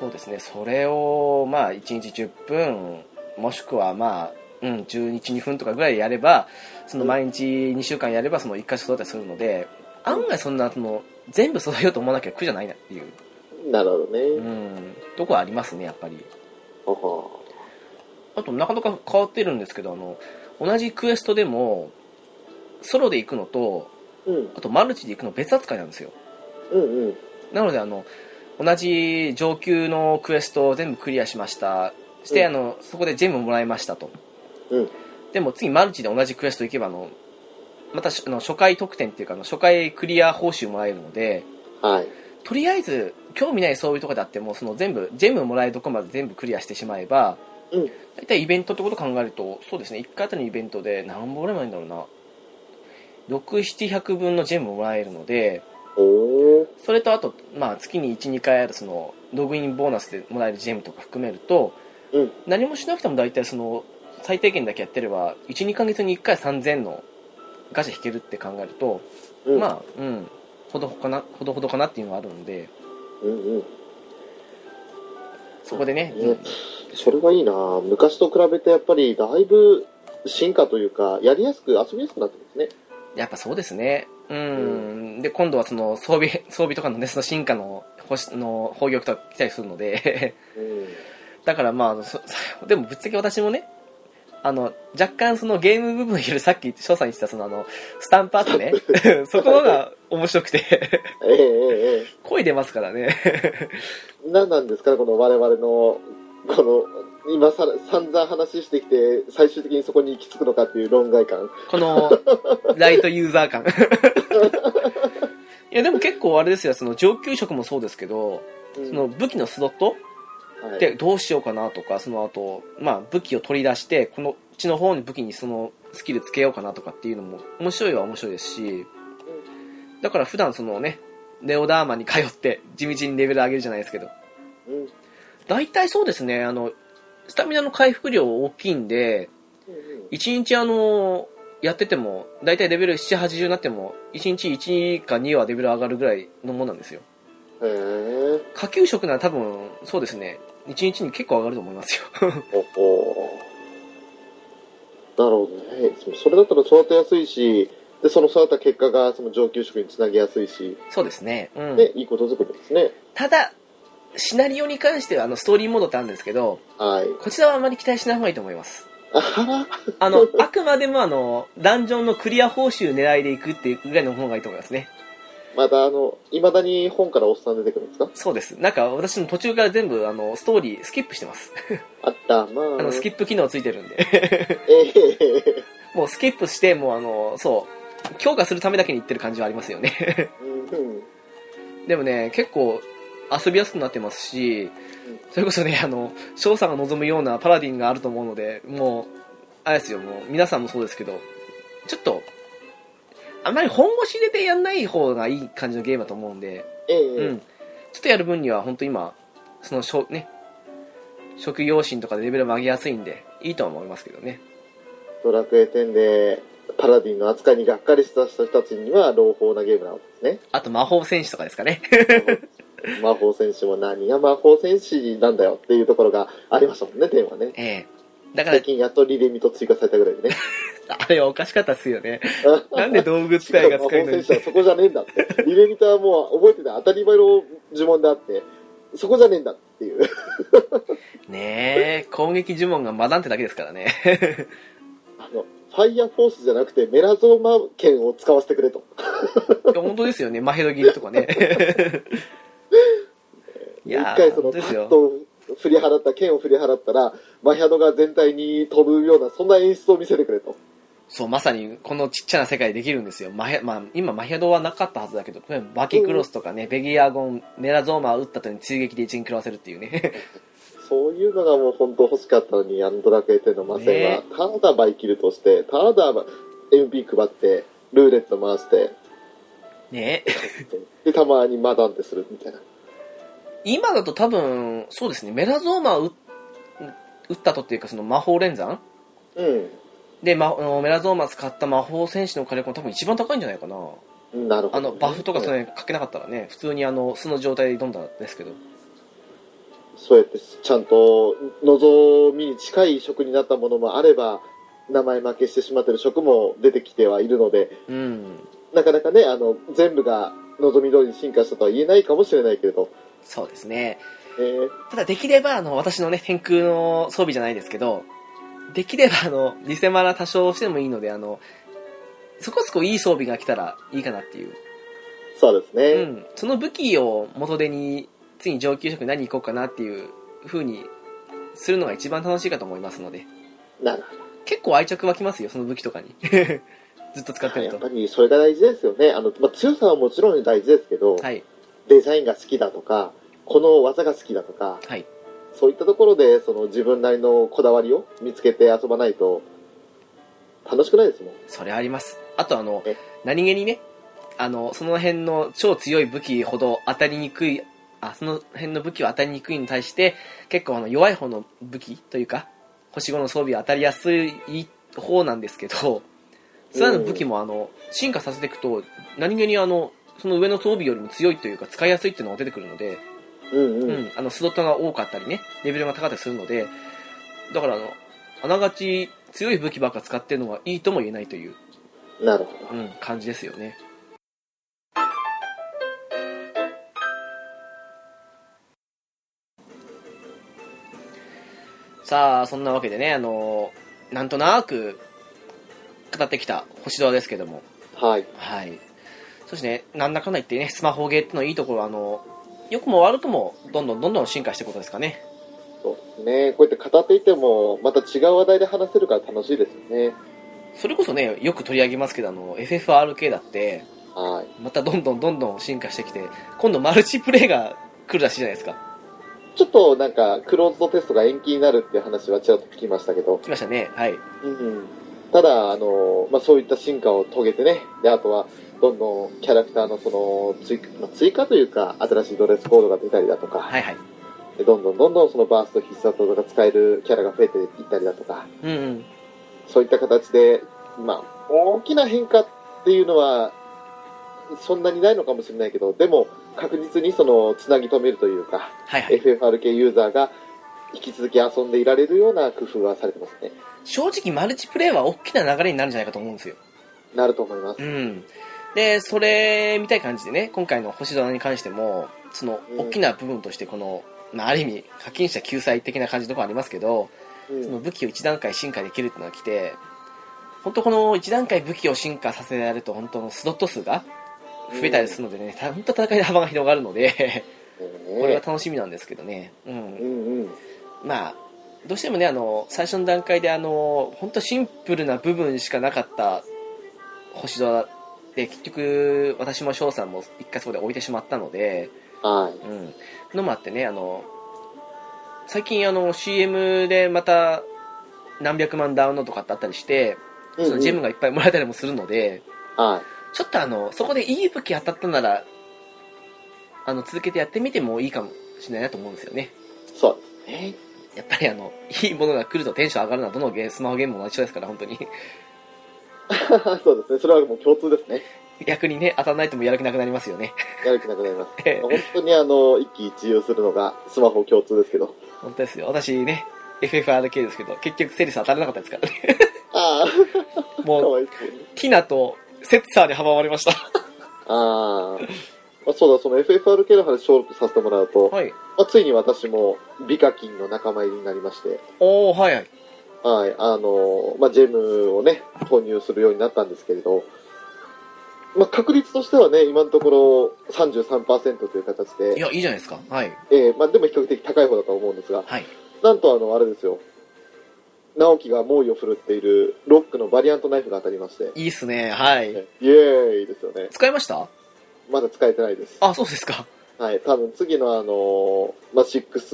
[SPEAKER 1] そうですね、それをまあ1日10分、もしくはまあ、うん、12、2分とかぐらいやれば、その毎日2週間やれば、その1箇所育てするので、案外そんな、その全部揃えようと思わなきゃ苦じゃないなっていう、
[SPEAKER 2] なるほど
[SPEAKER 1] う
[SPEAKER 2] ね。
[SPEAKER 1] ん、とこはありますね、やっぱり。
[SPEAKER 2] ほほ
[SPEAKER 1] あと、なかなか変わってるんですけど、あの、同じクエストでも、ソロで行くのと、
[SPEAKER 2] うん。
[SPEAKER 1] あとマルチで行くの別扱いなんですよ。
[SPEAKER 2] うんうん。
[SPEAKER 1] なのであの同じ上級のクエストを全部クリアしましたして、
[SPEAKER 2] うん
[SPEAKER 1] あのそこでジェムをもらいましたと、
[SPEAKER 2] うん
[SPEAKER 1] でも次マルチで同じクエスト行けばあのまたしあの初回得点っていうかあの初回クリア報酬もらえるので
[SPEAKER 2] はい。
[SPEAKER 1] とりあえず興味ない装備とかであってもその全部ジェムもらえるとこまで全部クリアしてしまえば、
[SPEAKER 2] うん
[SPEAKER 1] 大体イベントってことを考えるとそうですね1回あたりのイベントで何本ぐらいもらえるんだろうな6700分のジェムもらえるので、
[SPEAKER 2] おー。
[SPEAKER 1] それとあと、まあ、月に12回あるそのログインボーナスでもらえるジェムとか含めると、
[SPEAKER 2] うん
[SPEAKER 1] 何もしなくても大体その最低限だけやってれば12ヶ月に1回3000のガチャ引けるって考えると、
[SPEAKER 2] うん。
[SPEAKER 1] まあうんほどほどかなほどほどかなっていうのがあるので
[SPEAKER 2] うんうん。
[SPEAKER 1] そこでね、
[SPEAKER 2] うんそれはいいな昔と比べてやっぱりだいぶ進化というか、やりやすく、遊びやすくなってますね。
[SPEAKER 1] やっぱそうですねうん、で、今度はその装備、装備とかのね、その進化の星の宝玉とか来たりするので、
[SPEAKER 2] うん
[SPEAKER 1] だからまああのそ、 でもぶっちゃけ私もね、あの、若干そのゲーム部分より さっき翔さん言ってたそのあの、スタンプアートね、そこのが面白くて、
[SPEAKER 2] えええええ
[SPEAKER 1] 声出ますからね。
[SPEAKER 2] え何なんですかね、この我々の、この、今さら、散々話してきて、最終的にそこに行き着くのかっていう論外感。
[SPEAKER 1] この、ライトユーザー感。いや、でも結構あれですよ、その上級職もそうですけど、
[SPEAKER 2] うん
[SPEAKER 1] その武器のスロット
[SPEAKER 2] はい
[SPEAKER 1] でどうしようかなとか、その後、まあ武器を取り出して、このうちの方に武器にそのスキルつけようかなとかっていうのも面白いは面白いですし、だから普段そのね、ネオダーマに通って地道にレベル上げるじゃないですけど、
[SPEAKER 2] うんうん
[SPEAKER 1] 大体そうですね、あの、スタミナの回復量大きいんで、
[SPEAKER 2] うん
[SPEAKER 1] 1日あの、やってても、大体レベル7、80になっても、1日1か2はレベル上がるぐらいのもんなんですよ。
[SPEAKER 2] へえ
[SPEAKER 1] 下級職なら多分、そうですね、1日に結構上がると思いますよ。
[SPEAKER 2] ほほなるほどね。そそれだったら育てやすいし、で、その育った結果がその上級職につなげやすいし、
[SPEAKER 1] そうですね。うん。
[SPEAKER 2] ね、いいことづくりですね。
[SPEAKER 1] ただ、シナリオに関しては、あの、ストーリーモードってあるんですけど、
[SPEAKER 2] はい。
[SPEAKER 1] こちらはあまり期待しない方がいいと思います。
[SPEAKER 2] あは
[SPEAKER 1] あの、あくまでもあの、ダンジョンのクリア報酬狙いでいくっていうぐらいの方がいいと思いますね。
[SPEAKER 2] またあの、いまだに本からおっさん出てくるんですか
[SPEAKER 1] そうです。なんか私の途中から全部、あの、ストーリースキップしてます。
[SPEAKER 2] あった、まあ。
[SPEAKER 1] あの、スキ
[SPEAKER 2] ッ
[SPEAKER 1] ップ機能ついてるんで。
[SPEAKER 2] プ。ええ
[SPEAKER 1] もうスキップして、もうあの、そう、強化するためだけに行ってる感じはありますよね。
[SPEAKER 2] うん
[SPEAKER 1] でもね、結構遊びやすくなってますし、それこそね、あの、翔さんが望むようなパラディンがあると思うので、もう、あれですよ、もう皆さんもそうですけど、ちょっと、あまり本腰入れてやんない方がいい感じのゲームだと思うんで、
[SPEAKER 2] ええ
[SPEAKER 1] うん。ちょっとやる分には、本当今、その、しょね、職業心とかでレベルも上げやすいんで、いいとは思いますけどね。
[SPEAKER 2] ドラクエ10でパラディンの扱いにがっかりした人たちには朗報なゲームなわけ で
[SPEAKER 1] あと、魔法戦士とかですかね。
[SPEAKER 2] すね。魔法戦士も何が魔法戦士なんだよっていうところがありましたもんね、テーマね。
[SPEAKER 1] ええだから
[SPEAKER 2] 最、近やっとリレミと追加されたぐらいでね。
[SPEAKER 1] あれはおかしかったっすよね。なんで道具使いが
[SPEAKER 2] 魔法
[SPEAKER 1] 使えるの
[SPEAKER 2] 戦
[SPEAKER 1] に
[SPEAKER 2] 士。はそこじゃねえんだって。リレミとはもう覚えてた当たり前の呪文であって、そこじゃねえんだっていう。
[SPEAKER 1] ねえ、攻撃呪文がマダンってだけですからね。
[SPEAKER 2] あの、ファイアフォースじゃなくてメラゾーマ剣を使わせてくれと。
[SPEAKER 1] いや本当ですよね、マヘド切りとか ね。い
[SPEAKER 2] 一
[SPEAKER 1] や
[SPEAKER 2] 回
[SPEAKER 1] ー、
[SPEAKER 2] そ
[SPEAKER 1] 本当
[SPEAKER 2] の、
[SPEAKER 1] で
[SPEAKER 2] パ
[SPEAKER 1] す
[SPEAKER 2] ッ
[SPEAKER 1] よ。
[SPEAKER 2] と振り払った、剣を振り払ったら、マヒャドが全体に飛ぶような、そんな演出を見せてくれと。
[SPEAKER 1] そう、まさにこのちっちゃな世界できるんですよ。マヘまあ、今、マヘドはなかったはずだけど、バキクロスとかね、ベギアゴン、メラゾーマを打った後に追撃で一撃食らわせるっていうね。
[SPEAKER 2] そういうのがもう本当欲しかったのに、あのドラクエ10の魔戦は
[SPEAKER 1] ね、
[SPEAKER 2] ただバイキルとして、ただ MP 配って、ルーレット回して、
[SPEAKER 1] ね
[SPEAKER 2] で、たまにマダンテするみたいな。
[SPEAKER 1] 今だと多分、そうですね、メラゾーマを打打った後っていうか、その魔法連山
[SPEAKER 2] う
[SPEAKER 1] で、ま、あのメラゾーマ使った魔法戦士の火力も多分一番高いんじゃないかな。
[SPEAKER 2] ん。なるほど、
[SPEAKER 1] あの、バフとかそ
[SPEAKER 2] ね。
[SPEAKER 1] れかけなかったらね、普通にあの、素の状態で挑んだんですけど。
[SPEAKER 2] そうやって、ちゃんと、望みに近い職になったものもあれば、名前負けしてしまってる職も出てきてはいるので、
[SPEAKER 1] うん。
[SPEAKER 2] なかなかね、あの、全部が望み通りに進化したとは言えないかもしれないけれど、
[SPEAKER 1] そうですね。
[SPEAKER 2] えー
[SPEAKER 1] ただできれば、あの、私のね、天空の装備じゃないですけど、できれば、あの、偽マラ多少してもいいので、あの、そこそこいい装備が来たらいいかなっていう。
[SPEAKER 2] そうです
[SPEAKER 1] う
[SPEAKER 2] ね。
[SPEAKER 1] ん。その武器を元手に、次に上級職に何行こうかなっていう風にするのが一番楽しいかと思いますので、
[SPEAKER 2] なるほ
[SPEAKER 1] 結構愛着湧きますよ、その武器とかに。 ずっと使ってる
[SPEAKER 2] ど。やっ
[SPEAKER 1] と。
[SPEAKER 2] ぱりそれが大事ですよね。あの、まあ、強さはもちろん大事ですけど、
[SPEAKER 1] はい。
[SPEAKER 2] デザインが好きだとか、この技が好きだとか、
[SPEAKER 1] はい。
[SPEAKER 2] そういったところで、その自分なりのこだわりを見つけて遊ばないと、楽しくないですもん。
[SPEAKER 1] それありますあとあの
[SPEAKER 2] え
[SPEAKER 1] 何気にねあのその辺の超強い武器ほど当たりにくいあその辺の武器は当たりにくいに対して結構あの弱い方の武器というか星5の装備は当たりやすい方なんですけどそれらの武器もあの進化させていくと何気にあのその上の装備よりも強いというか使いやすいっていうのが出てくるので、
[SPEAKER 2] うん
[SPEAKER 1] う
[SPEAKER 2] うんん。
[SPEAKER 1] あのスロットが多かったりねレベルが高かったりするのでだからあのあながち強い武器ばっか使ってるのがいいとも言えないという
[SPEAKER 2] なるほど。
[SPEAKER 1] うん、感じですよね。さあ、そんなわけでね、あの、なんとなく、語ってきた星空ですけども。
[SPEAKER 2] はい。
[SPEAKER 1] はい。そしてね、なんだかんだ言ってね、スマホゲーってのいいところは、あの、良くも悪くも、どんどんどんどん進化していくことですかね。
[SPEAKER 2] そうですね。こうやって語っていても、また違う話題で話せるから楽しいですよね。
[SPEAKER 1] それこそね、よく取り上げますけど、あの、FFRK だって、
[SPEAKER 2] はい。
[SPEAKER 1] またどんどんどんどん進化してきて、今度マルチプレイが来るらしいじゃないですか。
[SPEAKER 2] ちょっとなんか、クローズドテストが延期になるっていう話はちらっと聞きましたけど、
[SPEAKER 1] 来ましたね。はい。
[SPEAKER 2] うん、ただ、あのまあ、そういった進化を遂げてね、であとはどんどんキャラクターのその追,、まあ追加というか、新しいドレスコードが出たりだとか、
[SPEAKER 1] はいはい。
[SPEAKER 2] でどんどんどんどんそのバースト必殺技が使えるキャラが増えていったりだとか、
[SPEAKER 1] うんうん。
[SPEAKER 2] そういった形で、まあ、大きな変化っていうのは、そんなにないのかもしれないけど、でも確実にそのつなぎ止めるというか、
[SPEAKER 1] はいはい。
[SPEAKER 2] FFRK ユーザーが引き続き遊んでいられるような工夫はされてますね。
[SPEAKER 1] 正直マルチプレイは大きな流れになるんじゃないかと思うんですよ。
[SPEAKER 2] なると思います。
[SPEAKER 1] うん。で、それみたいな感じでね、今回の星空に関しても、その
[SPEAKER 2] うん
[SPEAKER 1] 大きな部分としてこの、まあ、ある意味課金者救済的な感じのところありますけど、
[SPEAKER 2] うん
[SPEAKER 1] その武器を一段階進化できるっていうのが来て、本当この一段階武器を進化させられると本当のスロット数が増えたりするのでね、た本当戦いの幅が広がるので、これは楽しみなんですけどね。うん
[SPEAKER 2] う。んうん、
[SPEAKER 1] まあ、どうしてもね、あの、最初の段階で、あの、本当シンプルな部分しかなかった星空で、結局、私も翔さんも一回そこで置いてしまったので、
[SPEAKER 2] はい。
[SPEAKER 1] うん。のもあってね、あの、最近、あの、CM でまた、何百万ダウンロードとかってあったりして、そのジェム
[SPEAKER 2] が。
[SPEAKER 1] がいっぱいもらえたりもするので、
[SPEAKER 2] はい。
[SPEAKER 1] ちょっとあの、そこでいい武器当たったなら、あの、続けてやってみてもいいかもしれないなと思うんですよね。
[SPEAKER 2] そうですね。
[SPEAKER 1] やっぱりあの、いいものが来るとテンション上がるのはどのゲースマホゲームも一緒ですから、本当に。
[SPEAKER 2] そうですね。それはもう共通ですね。
[SPEAKER 1] 逆にね、当たらないともやる気なくなりますよね。
[SPEAKER 2] やる気なくなります。本当にあの、一喜一憂するのがスマホ共通ですけど。
[SPEAKER 1] 本当ですよ。私ね、FFRK ですけど、結局セリス当たらなかったですからね。
[SPEAKER 2] ああ、か
[SPEAKER 1] もう、
[SPEAKER 2] わいそうに。
[SPEAKER 1] ティナとセッツァーで阻まれました。
[SPEAKER 2] あーあ。そうだ、その FFRK の話、小録させてもらうと、
[SPEAKER 1] はい。
[SPEAKER 2] まあ、ついに私もビカキンの仲間入りになりまして、
[SPEAKER 1] おー、はいはい。
[SPEAKER 2] はい、あの、まあ、ジェムをね、投入するようになったんですけれど、まあ、確率としてはね、今のところ33%という形で、
[SPEAKER 1] いや、いいじゃないですか。はい。
[SPEAKER 2] えーまあ、でも比較的高い方だと思うんですが、
[SPEAKER 1] はい。
[SPEAKER 2] なんとあの、あれですよ、直樹が猛威を振るっているロックのバリアントナイフが当たりまして、
[SPEAKER 1] いいっすね。はい。
[SPEAKER 2] イエーイですよね。
[SPEAKER 1] 使いました
[SPEAKER 2] まだ使えてないです。
[SPEAKER 1] あ、そうですか。
[SPEAKER 2] はい、多分次のあの、まあ、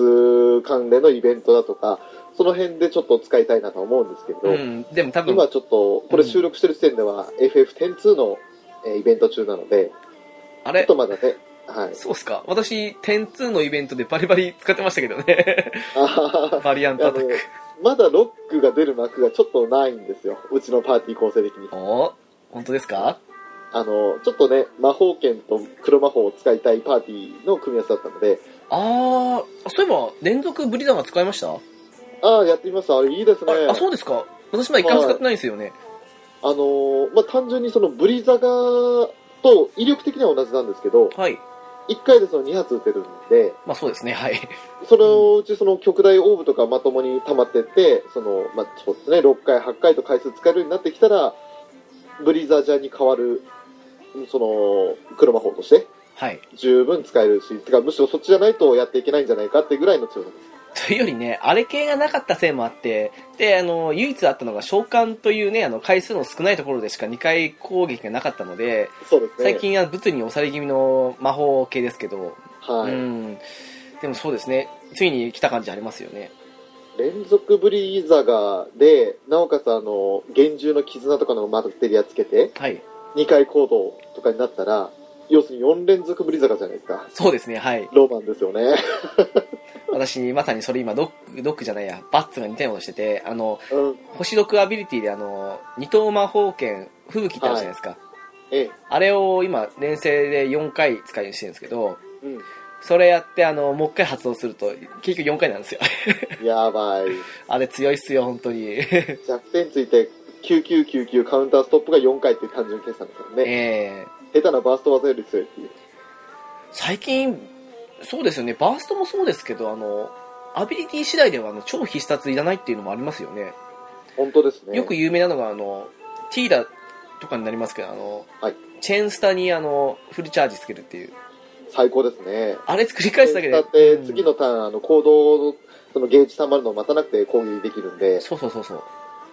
[SPEAKER 2] 6関連のイベントだとか、その辺でちょっと使いたいなとは思うんですけれど、
[SPEAKER 1] うん。でも多分、
[SPEAKER 2] 今ちょっと、これ収録してる時点では FF102 のえーイベント中なので、
[SPEAKER 1] あ
[SPEAKER 2] ちょっ
[SPEAKER 1] れ
[SPEAKER 2] とまだね、 はい。
[SPEAKER 1] そうっすか。私、点2のイベントでバリバリ使ってましたけどね。
[SPEAKER 2] あはは
[SPEAKER 1] バリアントアタック。
[SPEAKER 2] まだロックが出る幕がちょっとないんですよ。うちのパーティー構成的に。
[SPEAKER 1] おー、本当ですか
[SPEAKER 2] あの、ちょっとね、魔法剣と黒魔法を使いたいパーティーの組み合わせだったので、
[SPEAKER 1] あー、そういえば、連続ブリザーが使いました、
[SPEAKER 2] ああ、やってみました。あれ、いいですね。
[SPEAKER 1] ああ、そうですか。私まだ一回も使ってないんですよね。
[SPEAKER 2] あのーまあ、単純にそのブリザガと威力的には同じなんですけど、
[SPEAKER 1] はい。
[SPEAKER 2] 1回でその2発撃てるんで、
[SPEAKER 1] まあそうですね、はい。
[SPEAKER 2] そのうちその極大オーブとかまともに溜まってって、その、まあ、そうですね、6回、8回と回数使えるようになってきたら、ブリザージャーに変わる、その、黒魔法として
[SPEAKER 1] はい。
[SPEAKER 2] 十分使えるし、てかむしろそっちじゃないとやっていけないんじゃないかってぐらいの強さです。
[SPEAKER 1] というよりね、あれ系がなかったせいもあって、で、あの、唯一あったのが召喚というね、あの、回数の少ないところでしか2回攻撃がなかったので、
[SPEAKER 2] そうですね。
[SPEAKER 1] 最。近は物理に押され気味の魔法系ですけど、
[SPEAKER 2] はい。
[SPEAKER 1] うん。でもそうですね、ついに来た感じありますよね。
[SPEAKER 2] 連続ブリザガで、なおかつあの、厳重の絆とかのマテリアつけて、
[SPEAKER 1] はい。
[SPEAKER 2] 2回行動とかになったら、要するに4連続ブリザガじゃないですか。
[SPEAKER 1] そうですね、はい。
[SPEAKER 2] ロマンですよね。
[SPEAKER 1] 私、まさにそれ今、ドック、ドックじゃないや、バッツが似たようなことしてて、あの、
[SPEAKER 2] うん。
[SPEAKER 1] 星毒アビリティであの二等魔法剣吹雪ってあるじゃないですか、
[SPEAKER 2] ええ。
[SPEAKER 1] あれを今連成で4回使いにしてるんですけど
[SPEAKER 2] うん。
[SPEAKER 1] それやってあのもう一回発動すると結局4回なんですよ
[SPEAKER 2] やばい。
[SPEAKER 1] あれ強いっすよ本当 に
[SPEAKER 2] 弱点ついて、9999カウンターストップが4回っていう単純計算ですよね。
[SPEAKER 1] ええ
[SPEAKER 2] 下手なバースト技より強いっていう。
[SPEAKER 1] 最近そうですよねバーストもそうですけどあのアビリティ次第ではあの超必殺いらないっていうのもありますよね。
[SPEAKER 2] 本当ですね。
[SPEAKER 1] よく有名なのが、あの、ティーラとかになりますけど、あの、
[SPEAKER 2] はい
[SPEAKER 1] チェーンスタにあの、フルチャージつけるっていう。
[SPEAKER 2] 最高ですね。
[SPEAKER 1] あれ繰り返すだけで。
[SPEAKER 2] だって
[SPEAKER 1] うん
[SPEAKER 2] 次のターン、あの行動のそのゲージ溜まるのを待たなくて攻撃できるんで
[SPEAKER 1] そうそうそうそう。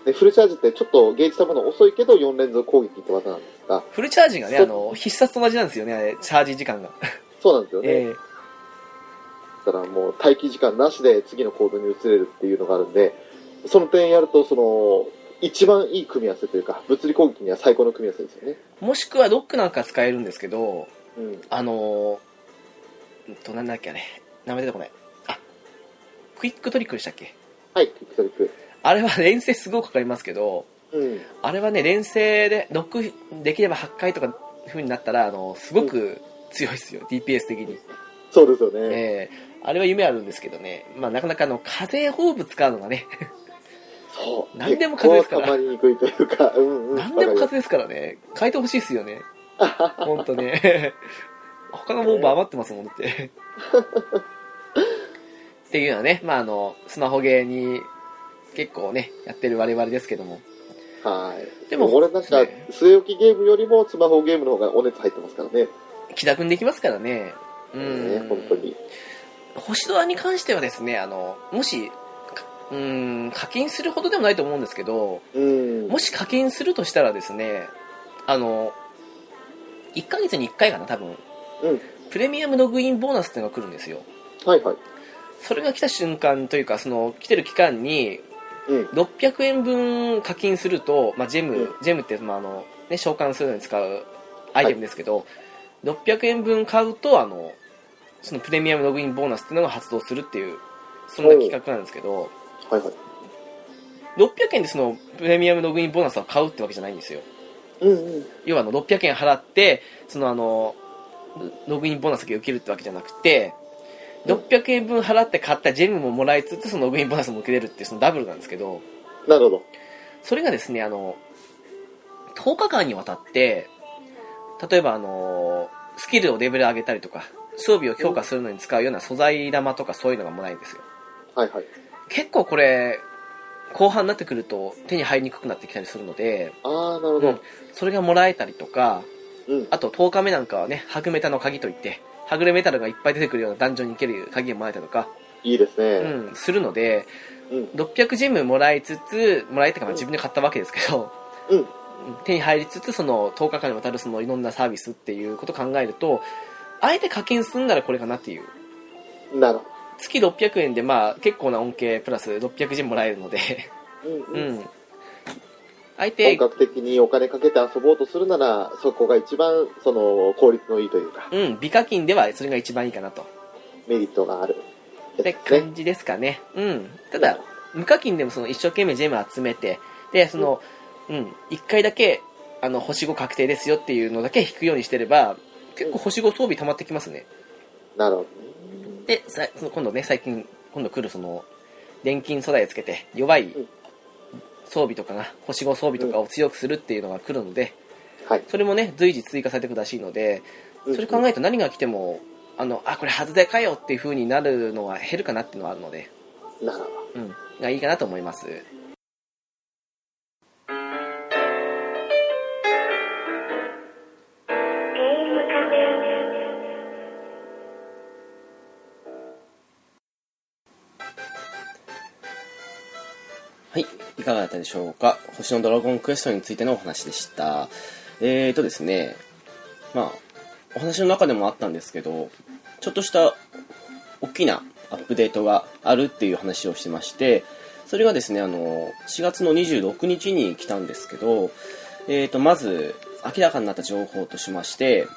[SPEAKER 2] で、フルチャージってちょっとゲージ溜まるの遅いけど4連続攻撃って技なんですが、
[SPEAKER 1] フルチャージがね、あ
[SPEAKER 2] そう
[SPEAKER 1] の、必殺と同じなんですよね、あれ、チャージ時間が。
[SPEAKER 2] そうなんですよね。
[SPEAKER 1] ええ
[SPEAKER 2] だからもう待機時間なしで次の行動に移れるっていうのがあるんで、その点やると、その、一番いい組み合わせというか、物理攻撃には最高の組み合わせですよね。
[SPEAKER 1] もしくはロックなんか使えるんですけど、
[SPEAKER 2] うん。
[SPEAKER 1] あのー、うんと、なんだっけあれ、名前出てこない。あ、クイックトリックでしたっけ
[SPEAKER 2] はい、クイックトリック。
[SPEAKER 1] あれは連戦すごくかかりますけど、
[SPEAKER 2] うん。
[SPEAKER 1] あれはね、連戦で、ロックできれば8回とか風になったら、あの、すごく強いですよ、DPS 的に。
[SPEAKER 2] そうですよね。
[SPEAKER 1] ええあれは夢あるんですけどね、まあなかなかあの、風ホーブ使うのがね、
[SPEAKER 2] そう。
[SPEAKER 1] 何でも風ですから
[SPEAKER 2] 結構溜まりにくいというか、うんうん。
[SPEAKER 1] 何でも
[SPEAKER 2] わか
[SPEAKER 1] 風ですからね、変えてほしいですよね。本当ね。 他のモーブ余ってますもんだっ て。っていうのはね、まああの、スマホゲーに結構ね、やってる我々ですけども。
[SPEAKER 2] りますはい。
[SPEAKER 1] で
[SPEAKER 2] で
[SPEAKER 1] も
[SPEAKER 2] も、俺なんか
[SPEAKER 1] ね、
[SPEAKER 2] 据え置きゲームよりもスマホゲームの方がお熱入ってますからね。
[SPEAKER 1] 気楽にできますからね。うん。
[SPEAKER 2] ね本当に。
[SPEAKER 1] 星ドアに関してはですね、あの、もし、かうん、課金するほどでもないと思うんですけど、
[SPEAKER 2] うん。
[SPEAKER 1] もし課金するとしたらですね、あの、1ヶ月に1回かな、多分。
[SPEAKER 2] うん
[SPEAKER 1] プレミアムログインボーナスっていうのが来るんですよ。
[SPEAKER 2] はいはい。
[SPEAKER 1] それが来た瞬間というか、その、来てる期間に、
[SPEAKER 2] うん。
[SPEAKER 1] 600円分課金すると、まあ、ジェム、
[SPEAKER 2] うん
[SPEAKER 1] ジェムって、まあ、あの、ね、召喚するのに使うアイテムですけど、600円分買うと、あの、そのプレミアムログインボーナスっていうのが発動するっていう、そんな企画なんですけど、
[SPEAKER 2] はいはい。
[SPEAKER 1] 600円でそのプレミアムログインボーナスを買うってわけじゃないんですよ。
[SPEAKER 2] うんうん。
[SPEAKER 1] 要はあの600円払ってそのあのログインボーナスだけ受けるってわけじゃなくて
[SPEAKER 2] うん
[SPEAKER 1] 600円分払って買ったジェムももらいつつそのログインボーナスも受けれるっていうそのダブルなんですけど
[SPEAKER 2] なるほど。
[SPEAKER 1] それがですねあの10日間にわたって例えばあのスキルをレベル上げたりとか装備を強化するのに使うような素材玉とかそういうのがもらえるんですよ
[SPEAKER 2] はいはい。
[SPEAKER 1] 結構これ後半になってくると手に入りにくくなってきたりするので
[SPEAKER 2] ああ、なるほど。
[SPEAKER 1] それがもらえたりとか
[SPEAKER 2] うん。
[SPEAKER 1] あと10日目なんかはね、ハグメタの鍵といって、はぐれメタルがいっぱい出てくるようなダンジョンに行ける鍵をもらえたりとか、
[SPEAKER 2] いいです
[SPEAKER 1] う
[SPEAKER 2] ね。
[SPEAKER 1] ん、するので、
[SPEAKER 2] うん。
[SPEAKER 1] 600ジェムもらいつつ、もらえたかまあ自分で買ったわけですけど、
[SPEAKER 2] うん
[SPEAKER 1] 手に入りつつ、その10日間にわたるそのいろんなサービスっていうことを考えると、あえて課金するならこれかなっていう。
[SPEAKER 2] なるほ
[SPEAKER 1] 月600円でまあ結構な恩恵プラス600ジェムもらえるので、
[SPEAKER 2] ど。うん
[SPEAKER 1] う
[SPEAKER 2] うん。
[SPEAKER 1] ん。あえ
[SPEAKER 2] 本
[SPEAKER 1] て、
[SPEAKER 2] 格的にお金かけて遊ぼうとするなら、そこが一番、その、効率のいいというか、
[SPEAKER 1] うん、美課金ではそれが一番いいかなと。
[SPEAKER 2] メリットがある
[SPEAKER 1] っ
[SPEAKER 2] やつ
[SPEAKER 1] て
[SPEAKER 2] ですね。
[SPEAKER 1] 感じですかね。うん。ただ、無課金でもその一生懸命ジェム集めて、で、その、うん、一回だけ、あの、星5確定ですよっていうのだけ引くようにしてれば、結構星5装備溜まってきますね。
[SPEAKER 2] なるほど。
[SPEAKER 1] で、さその今度ね、最近、今度来るその、錬金素材をつけて、弱い
[SPEAKER 2] うん
[SPEAKER 1] 装備とかな、星5装備とかを強くするっていうのが来るので、
[SPEAKER 2] はい。
[SPEAKER 1] それもね、随時追加されてくるらしいので、それ考えると何が来ても、あの、あ、これ外れかよっていう風になるのは減るかなっていうのはあるので、
[SPEAKER 2] えなるほ
[SPEAKER 1] うん、がいいかなと思います。はい、いかがだったでしょうか。星のドラゴンクエストについてのお話でした。えーとですね、まあ、お話の中でもあったんですけど、ちょっとした大きなアップデートがあるっていう話をしてまして、それがですね、あの、4月の26日に来たんですけど、えーと、まず、明らかになった情報としまして、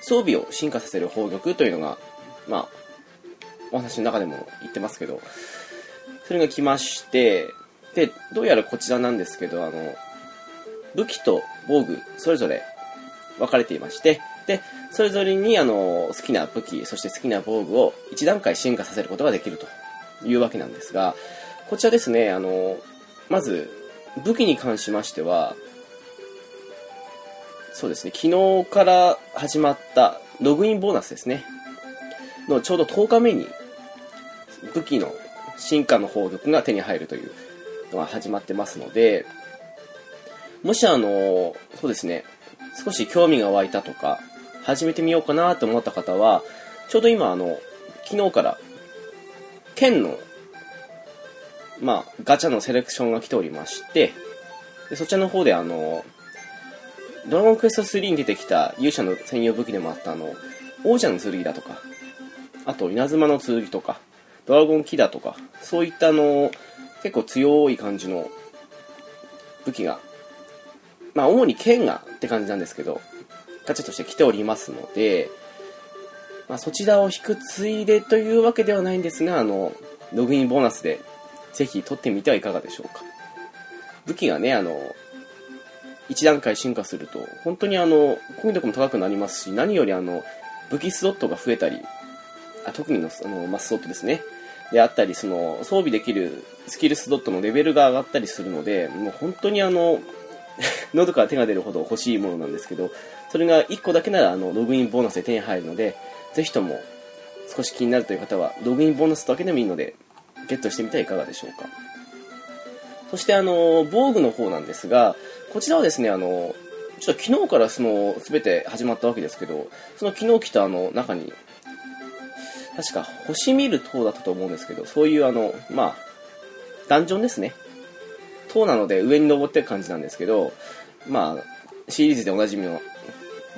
[SPEAKER 1] 装備を進化させる宝玉というのが、まあ、お話の中でも言ってますけど、それが来まして、で、どうやらこちらなんですけど、あの、武器と防具、それぞれ分かれていまして、で、それぞれに、あの、好きな武器、そして好きな防具を一段階進化させることができるというわけなんですが、こちらですね、あの、まず、武器に関しましては、そうですね、昨日から始まったログインボーナスですね、のちょうど10日目に武器の進化の宝玉が手に入るというのが始まってますので、もしあの、そうですね、少し興味が湧いたとか、始めてみようかなと思った方は、ちょうど今あの、昨日から、剣の、まあ、ガチャのセレクションが来ておりまして、でそちらの方であの、ドラゴンクエスト3に出てきた勇者の専用武器でもあったあの、王者の剣だとか、あと稲妻の剣とか、ドラゴンキだとか、そういったあの、結構強い感じの武器が、まあ主に剣がって感じなんですけど、ガチャとして来ておりますので、まあそちらを引くついでというわけではないんですが、あの、ログインボーナスでぜひ取ってみてはいかがでしょうか。武器がね、あの、一段階進化すると、本当にあの、攻撃力も高くなりますし、何よりあの、武器スロットが増えたり、あ特にのあの、まあ、スロットですね。であったり、その、装備できるスキルスロットのレベルが上がったりするので、もう本当にあの、喉から手が出るほど欲しいものなんですけど、それが1個だけなら、あの、ログインボーナスで手に入るので、ぜひとも、少し気になるという方は、ログインボーナスだけでもいいので、ゲットしてみてはいかがでしょうか。そして、あの、防具の方なんですが、こちらはですね、あの、ちょっと昨日からその、すべて始まったわけですけど、その昨日来たあの、中に、確か星見る塔だったと思うんですけど、そういうあの、まあ、ダンジョンですね。塔なので上に登ってる感じなんですけど、まあ、シリーズでおなじみの、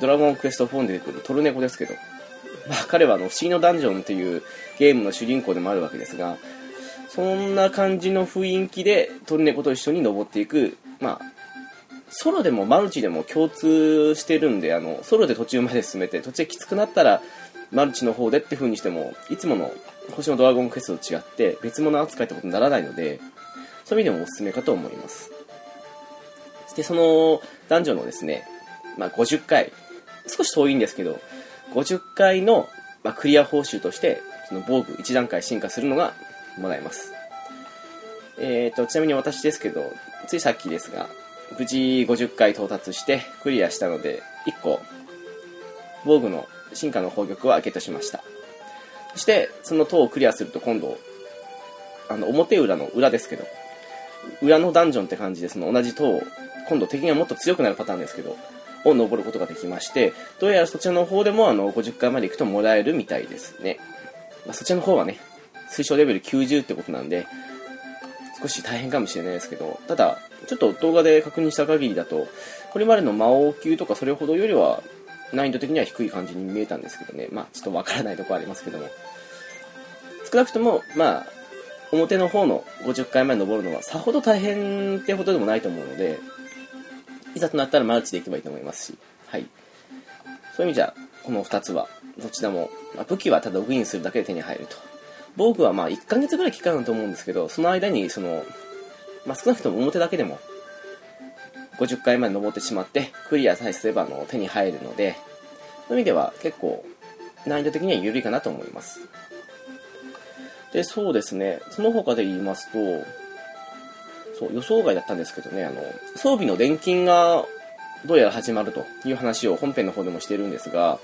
[SPEAKER 1] ドラゴンクエスト4に出てくるトルネコですけど、まあ彼はあの、不思議のダンジョンというゲームの主人公でもあるわけですが、そんな感じの雰囲気でトルネコと一緒に登っていく、まあ、ソロでもマルチでも共通してるんで、あの、ソロで途中まで進めて、途中できつくなったら、マルチの方でって風にしても、いつもの星のドラゴンクエストと違って、別物扱いってことにならないので、そういう意味でもおすすめかと思います。で、その、男女のですね、まあ、50回、少し遠いんですけど、50回の、まあ、クリア報酬として、その防具1段階進化するのがもらえます。えーと、ちなみに私ですけど、ついさっきですが、無事50回到達してクリアしたので、1個、防具の進化の宝玉はゲットしました。そして、その塔をクリアすると今度、あの、表裏の裏ですけど、裏のダンジョンって感じで、その同じ塔を、今度敵がもっと強くなるパターンですけど、を登ることができまして、どうやらそちらの方でも、あの、50回まで行くともらえるみたいですね。まあ、そちらの方はね、推奨レベル90ってことなんで、少し大変かもしれないですけど、ただ、ちょっと動画で確認した限りだと、これまでの魔王級とかそれほどよりは、難易度的には低い感じに見えたんですけどね、まあ、ちょっとわからないところありますけども、少なくとも、まあ、表の方の50回まで登るのはさほど大変ってほどでもないと思うので、いざとなったらマルチでいけばいいと思いますし、はい。そういう意味じゃ、この2つは、どちらも、まあ武器はただログインするだけで手に入ると。防具はまあ1ヶ月ぐらい期間だと思うんですけど、その間に、その、まあ、少なくとも表だけでも、50回まで登ってしまって、クリアさえすればあの手に入るので、そういう意味では結構、難易度的には緩いかなと思います。で、そうですね、その他で言いますと、そう、予想外だったんですけどね、あの、装備の錬金がどうやら始まるという話を本編の方でもしてるんですが、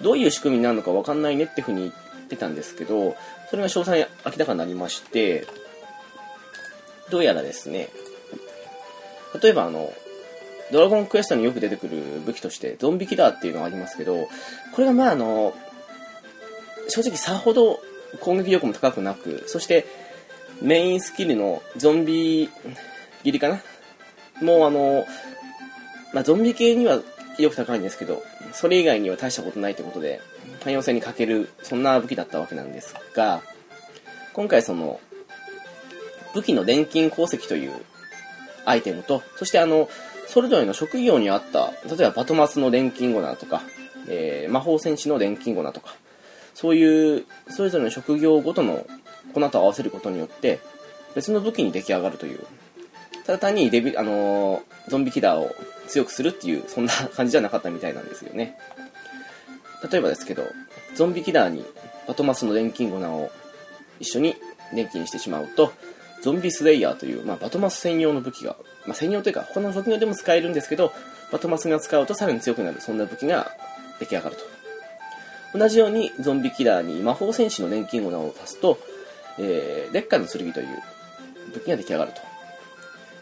[SPEAKER 1] どういう仕組みになるのかわかんないねってふうに言ってたんですけど、それが詳細に明らかになりまして、どうやらですね、例えばあの、ドラゴンクエストによく出てくる武器として、ゾンビキラーっていうのがありますけど、これがまああの、正直さほど攻撃力も高くなく、そしてメインスキルのゾンビ切りかなもうあの、まあ、ゾンビ系には威力高いんですけど、それ以外には大したことないってことで、汎用性に欠ける、そんな武器だったわけなんですが、今回その、武器の錬金鉱石というアイテムと、そしてあの、それぞれの職業にあった、例えばバトマスの錬金ゴナとか、えー魔法戦士の錬金ゴナとか、そういう、それぞれの職業ごとの粉と合わせることによって、別の武器に出来上がるという、ただ単にデビ、あのーゾンビキラーを強くするっていう、そんな感じじゃなかったみたいなんですよね。例えばですけど、ゾンビキラーにバトマスの錬金ゴナを一緒に錬金してしまうと、ゾンビスレイヤーという、まあ、バトマス専用の武器が、まあ、専用というか、他の職業でも使えるんですけど、バトマスが使うとさらに強くなる、そんな武器が出来上がると。同じようにゾンビキラーに魔法戦士の錬金粉を足すと、えー、烈火の剣という武器が出来上がると。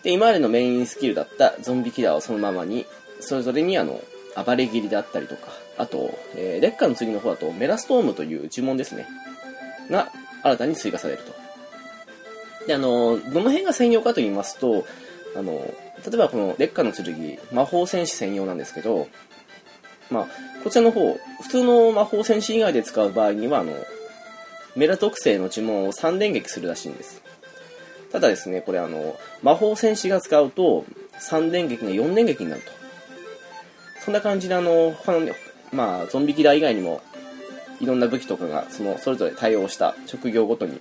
[SPEAKER 1] で、今までのメインスキルだったゾンビキラーをそのままに、それぞれにあの、暴れ斬りだったりとか、あと、えー、烈火の剣の方だと、メラストームという呪文ですね。が、新たに追加されると。で、あの、どの辺が専用かと言いますと、あの、例えばこの烈火の剣、魔法戦士専用なんですけど、まあ、こちらの方、普通の魔法戦士以外で使う場合には、あの、メラ特性の呪文を3連撃するらしいんです。ただですね、これあの、魔法戦士が使うと、3連撃が4連撃になると。そんな感じであの、他のね、まあ、ゾンビキラー以外にも、いろんな武器とかが、その、それぞれ対応した職業ごとに、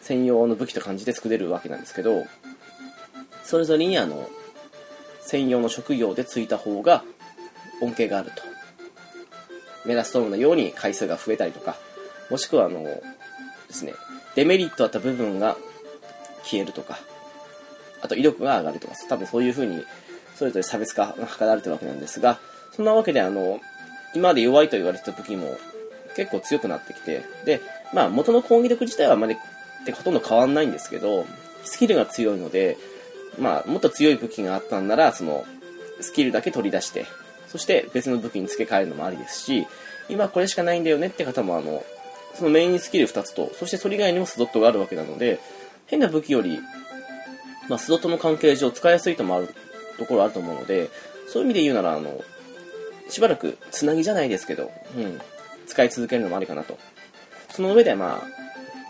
[SPEAKER 1] 専用の武器と感じで作れるわけなんですけど、それぞれにあの、専用の職業でついた方が、恩恵があると。メラストームのように回数が増えたりとか、もしくはあの、ですね、デメリットだった部分が消えるとか、あと威力が上がるとか、多分そういう風に、それぞれ差別化が図られてるわけなんですが、そんなわけであの、今まで弱いと言われてた武器も結構強くなってきて、で、まあ元の攻撃力自体はあまりってほとんど変わんないんですけど、スキルが強いので、まあもっと強い武器があったんなら、その、スキルだけ取り出して、そして別の武器に付け替えるのもありですし、今これしかないんだよねって方もあの、そのメインスキル2つと、そしてそれ以外にもスドットがあるわけなので、変な武器より、まあ、スドットの関係上使いやすいともあるところあると思うので、そういう意味で言うなら、あの、しばらくつなぎじゃないですけど、うん、使い続けるのもありかなと。その上で、ま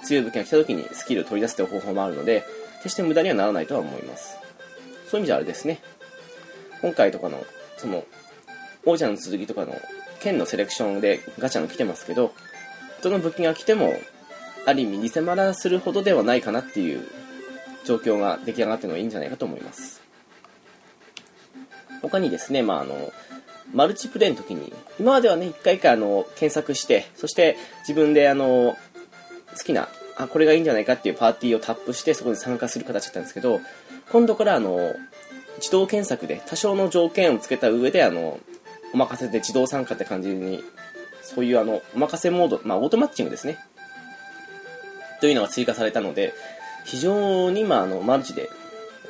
[SPEAKER 1] あ、強い武器が来た時にスキルを取り出すという方法もあるので、決して無駄にはならないとは思います。そういう意味じゃあれですね。今回とかの、その、王者の続きとかの剣のセレクションでガチャの来てますけど、どの武器が来ても、ある意味偽マラするほどではないかなっていう状況が出来上がってるのがいいんじゃないかと思います。他にですね、まあ、あの、マルチプレイの時に、今まではね、一回一回あの、検索して、そして自分であの、好きな、あ、これがいいんじゃないかっていうパーティーをタップして、そこに参加する形だったんですけど、今度からあの、自動検索で多少の条件をつけた上であの、お任せで自動参加って感じにそういうあの、お任せモード、まあ、オートマッチングですね。というのが追加されたので、非常に、まあ、あの、マルチで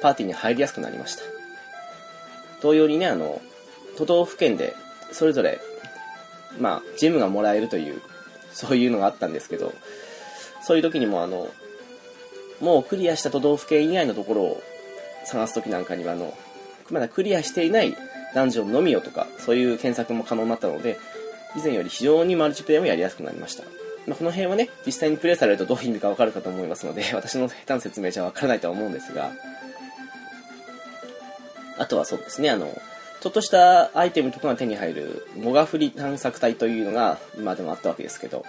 [SPEAKER 1] パーティーに入りやすくなりました。同様にね、あの、都道府県でそれぞれ、まあ、ジムがもらえるという、そういうのがあったんですけど、そういう時にもあの、もうクリアした都道府県以外のところを探す時なんかにはあの、まだクリアしていないダンジョンのみをとか、そういう検索も可能になったので、以前より非常にマルチプレイもやりやすくなりました。まあ、この辺はね、実際にプレイされるとどういう意味かわかるかと思いますので、 私の下手な説明じゃわからないとは思うんですが、あとはそうですね、あの、ちょっとしたアイテムとかが手に入る、モガフリ探索隊というのが今でもあったわけですけど、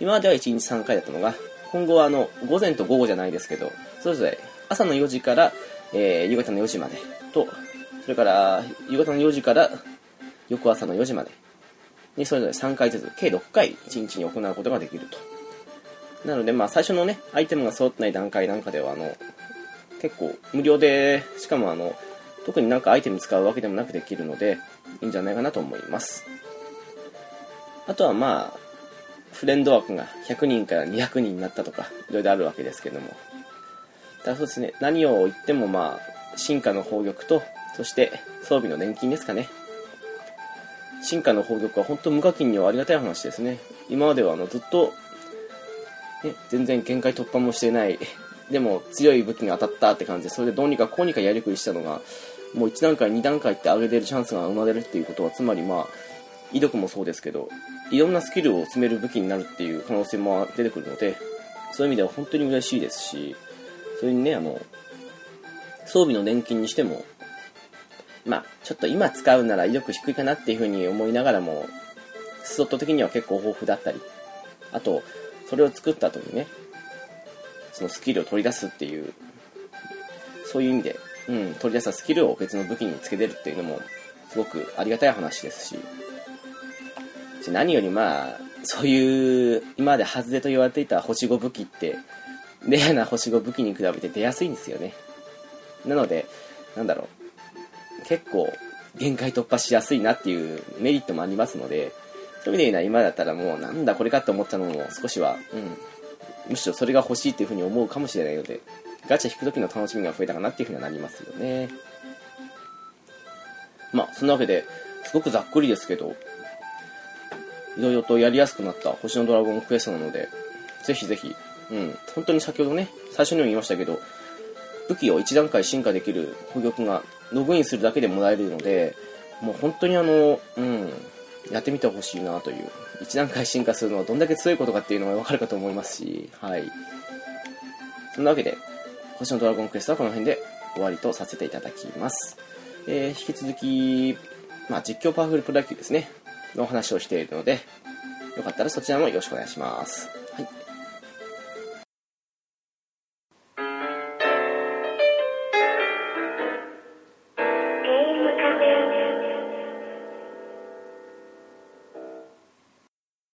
[SPEAKER 1] 今までは1日3回だったのが、今後はあの、午前と午後じゃないですけど、それぞれ朝の4時から、えー夕方の4時までと、それから夕方の4時から翌朝の4時までにそれぞれ3回ずつ、計6回1日に行うことができると。なので、まあ、最初のね、アイテムが揃ってない段階なんかでは、あの、結構無料で、しかもあの、特になんかアイテム使うわけでもなくできるので、いいんじゃないかなと思います。あとはまあ、フレンド枠が100人から200人になったとか、いろいろあるわけですけども。ただそうですね、何を言ってもまあ、進化の宝玉と、そして装備の錬金ですかね。進化の宝玉は本当無課金にはありがたい話ですね。今まではあのずっと、ね、全然限界突破もしてない。でも強い武器が当たったって感じで、それでどうにかこうにかやりくりしたのが、もう1段階、2段階って上げてるチャンスが生まれるっていうことは、つまりまあ、威力もそうですけど、いろんなスキルを詰める武器になるっていう可能性も出てくるので、そういう意味では本当に嬉しいですし、それにね、あの、装備の錬金にしても、まあ、ちょっと今使うなら威力低いかなっていうふうに思いながらも、スロット的には結構豊富だったり、あと、それを作った後にね、そのスキルを取り出すっていう、そういう意味で、うん、取り出したスキルを別の武器につけてるっていうのも、すごくありがたい話ですし、じゃ何よりまあ、そういう、今まで外れと言われていた星5武器って、レアな星5武器に比べて出やすいんですよね。なので、なんだろう、結構限界突破しやすいなっていうメリットもありますのでそういう意味で言うのは今だったらもうなんだこれかって思ったのも少しは、うん、むしろそれが欲しいっていうふうに思うかもしれないので、ガチャ引く時の楽しみが増えたかなっていうふうにはなりますよね。まあ、そんなわけで、すごくざっくりですけど、いろいろとやりやすくなった星のドラゴンクエストなので、ぜひぜひ、うん、本当に先ほどね、最初にも言いましたけど、武器を一段階進化できる宝玉がログインするだけでもらえるので、もう本当にあの、うん、やってみてほしいなという、一段階進化するのはどんだけ強いことかっていうのがわかるかと思いますし、はい。そんなわけで、星のドラゴンクエストはこの辺で終わりとさせていただきます。えー引き続き、まあ、実況パワフルプロ野球ですね、のお話をしているので、よかったらそちらもよろしくお願いします。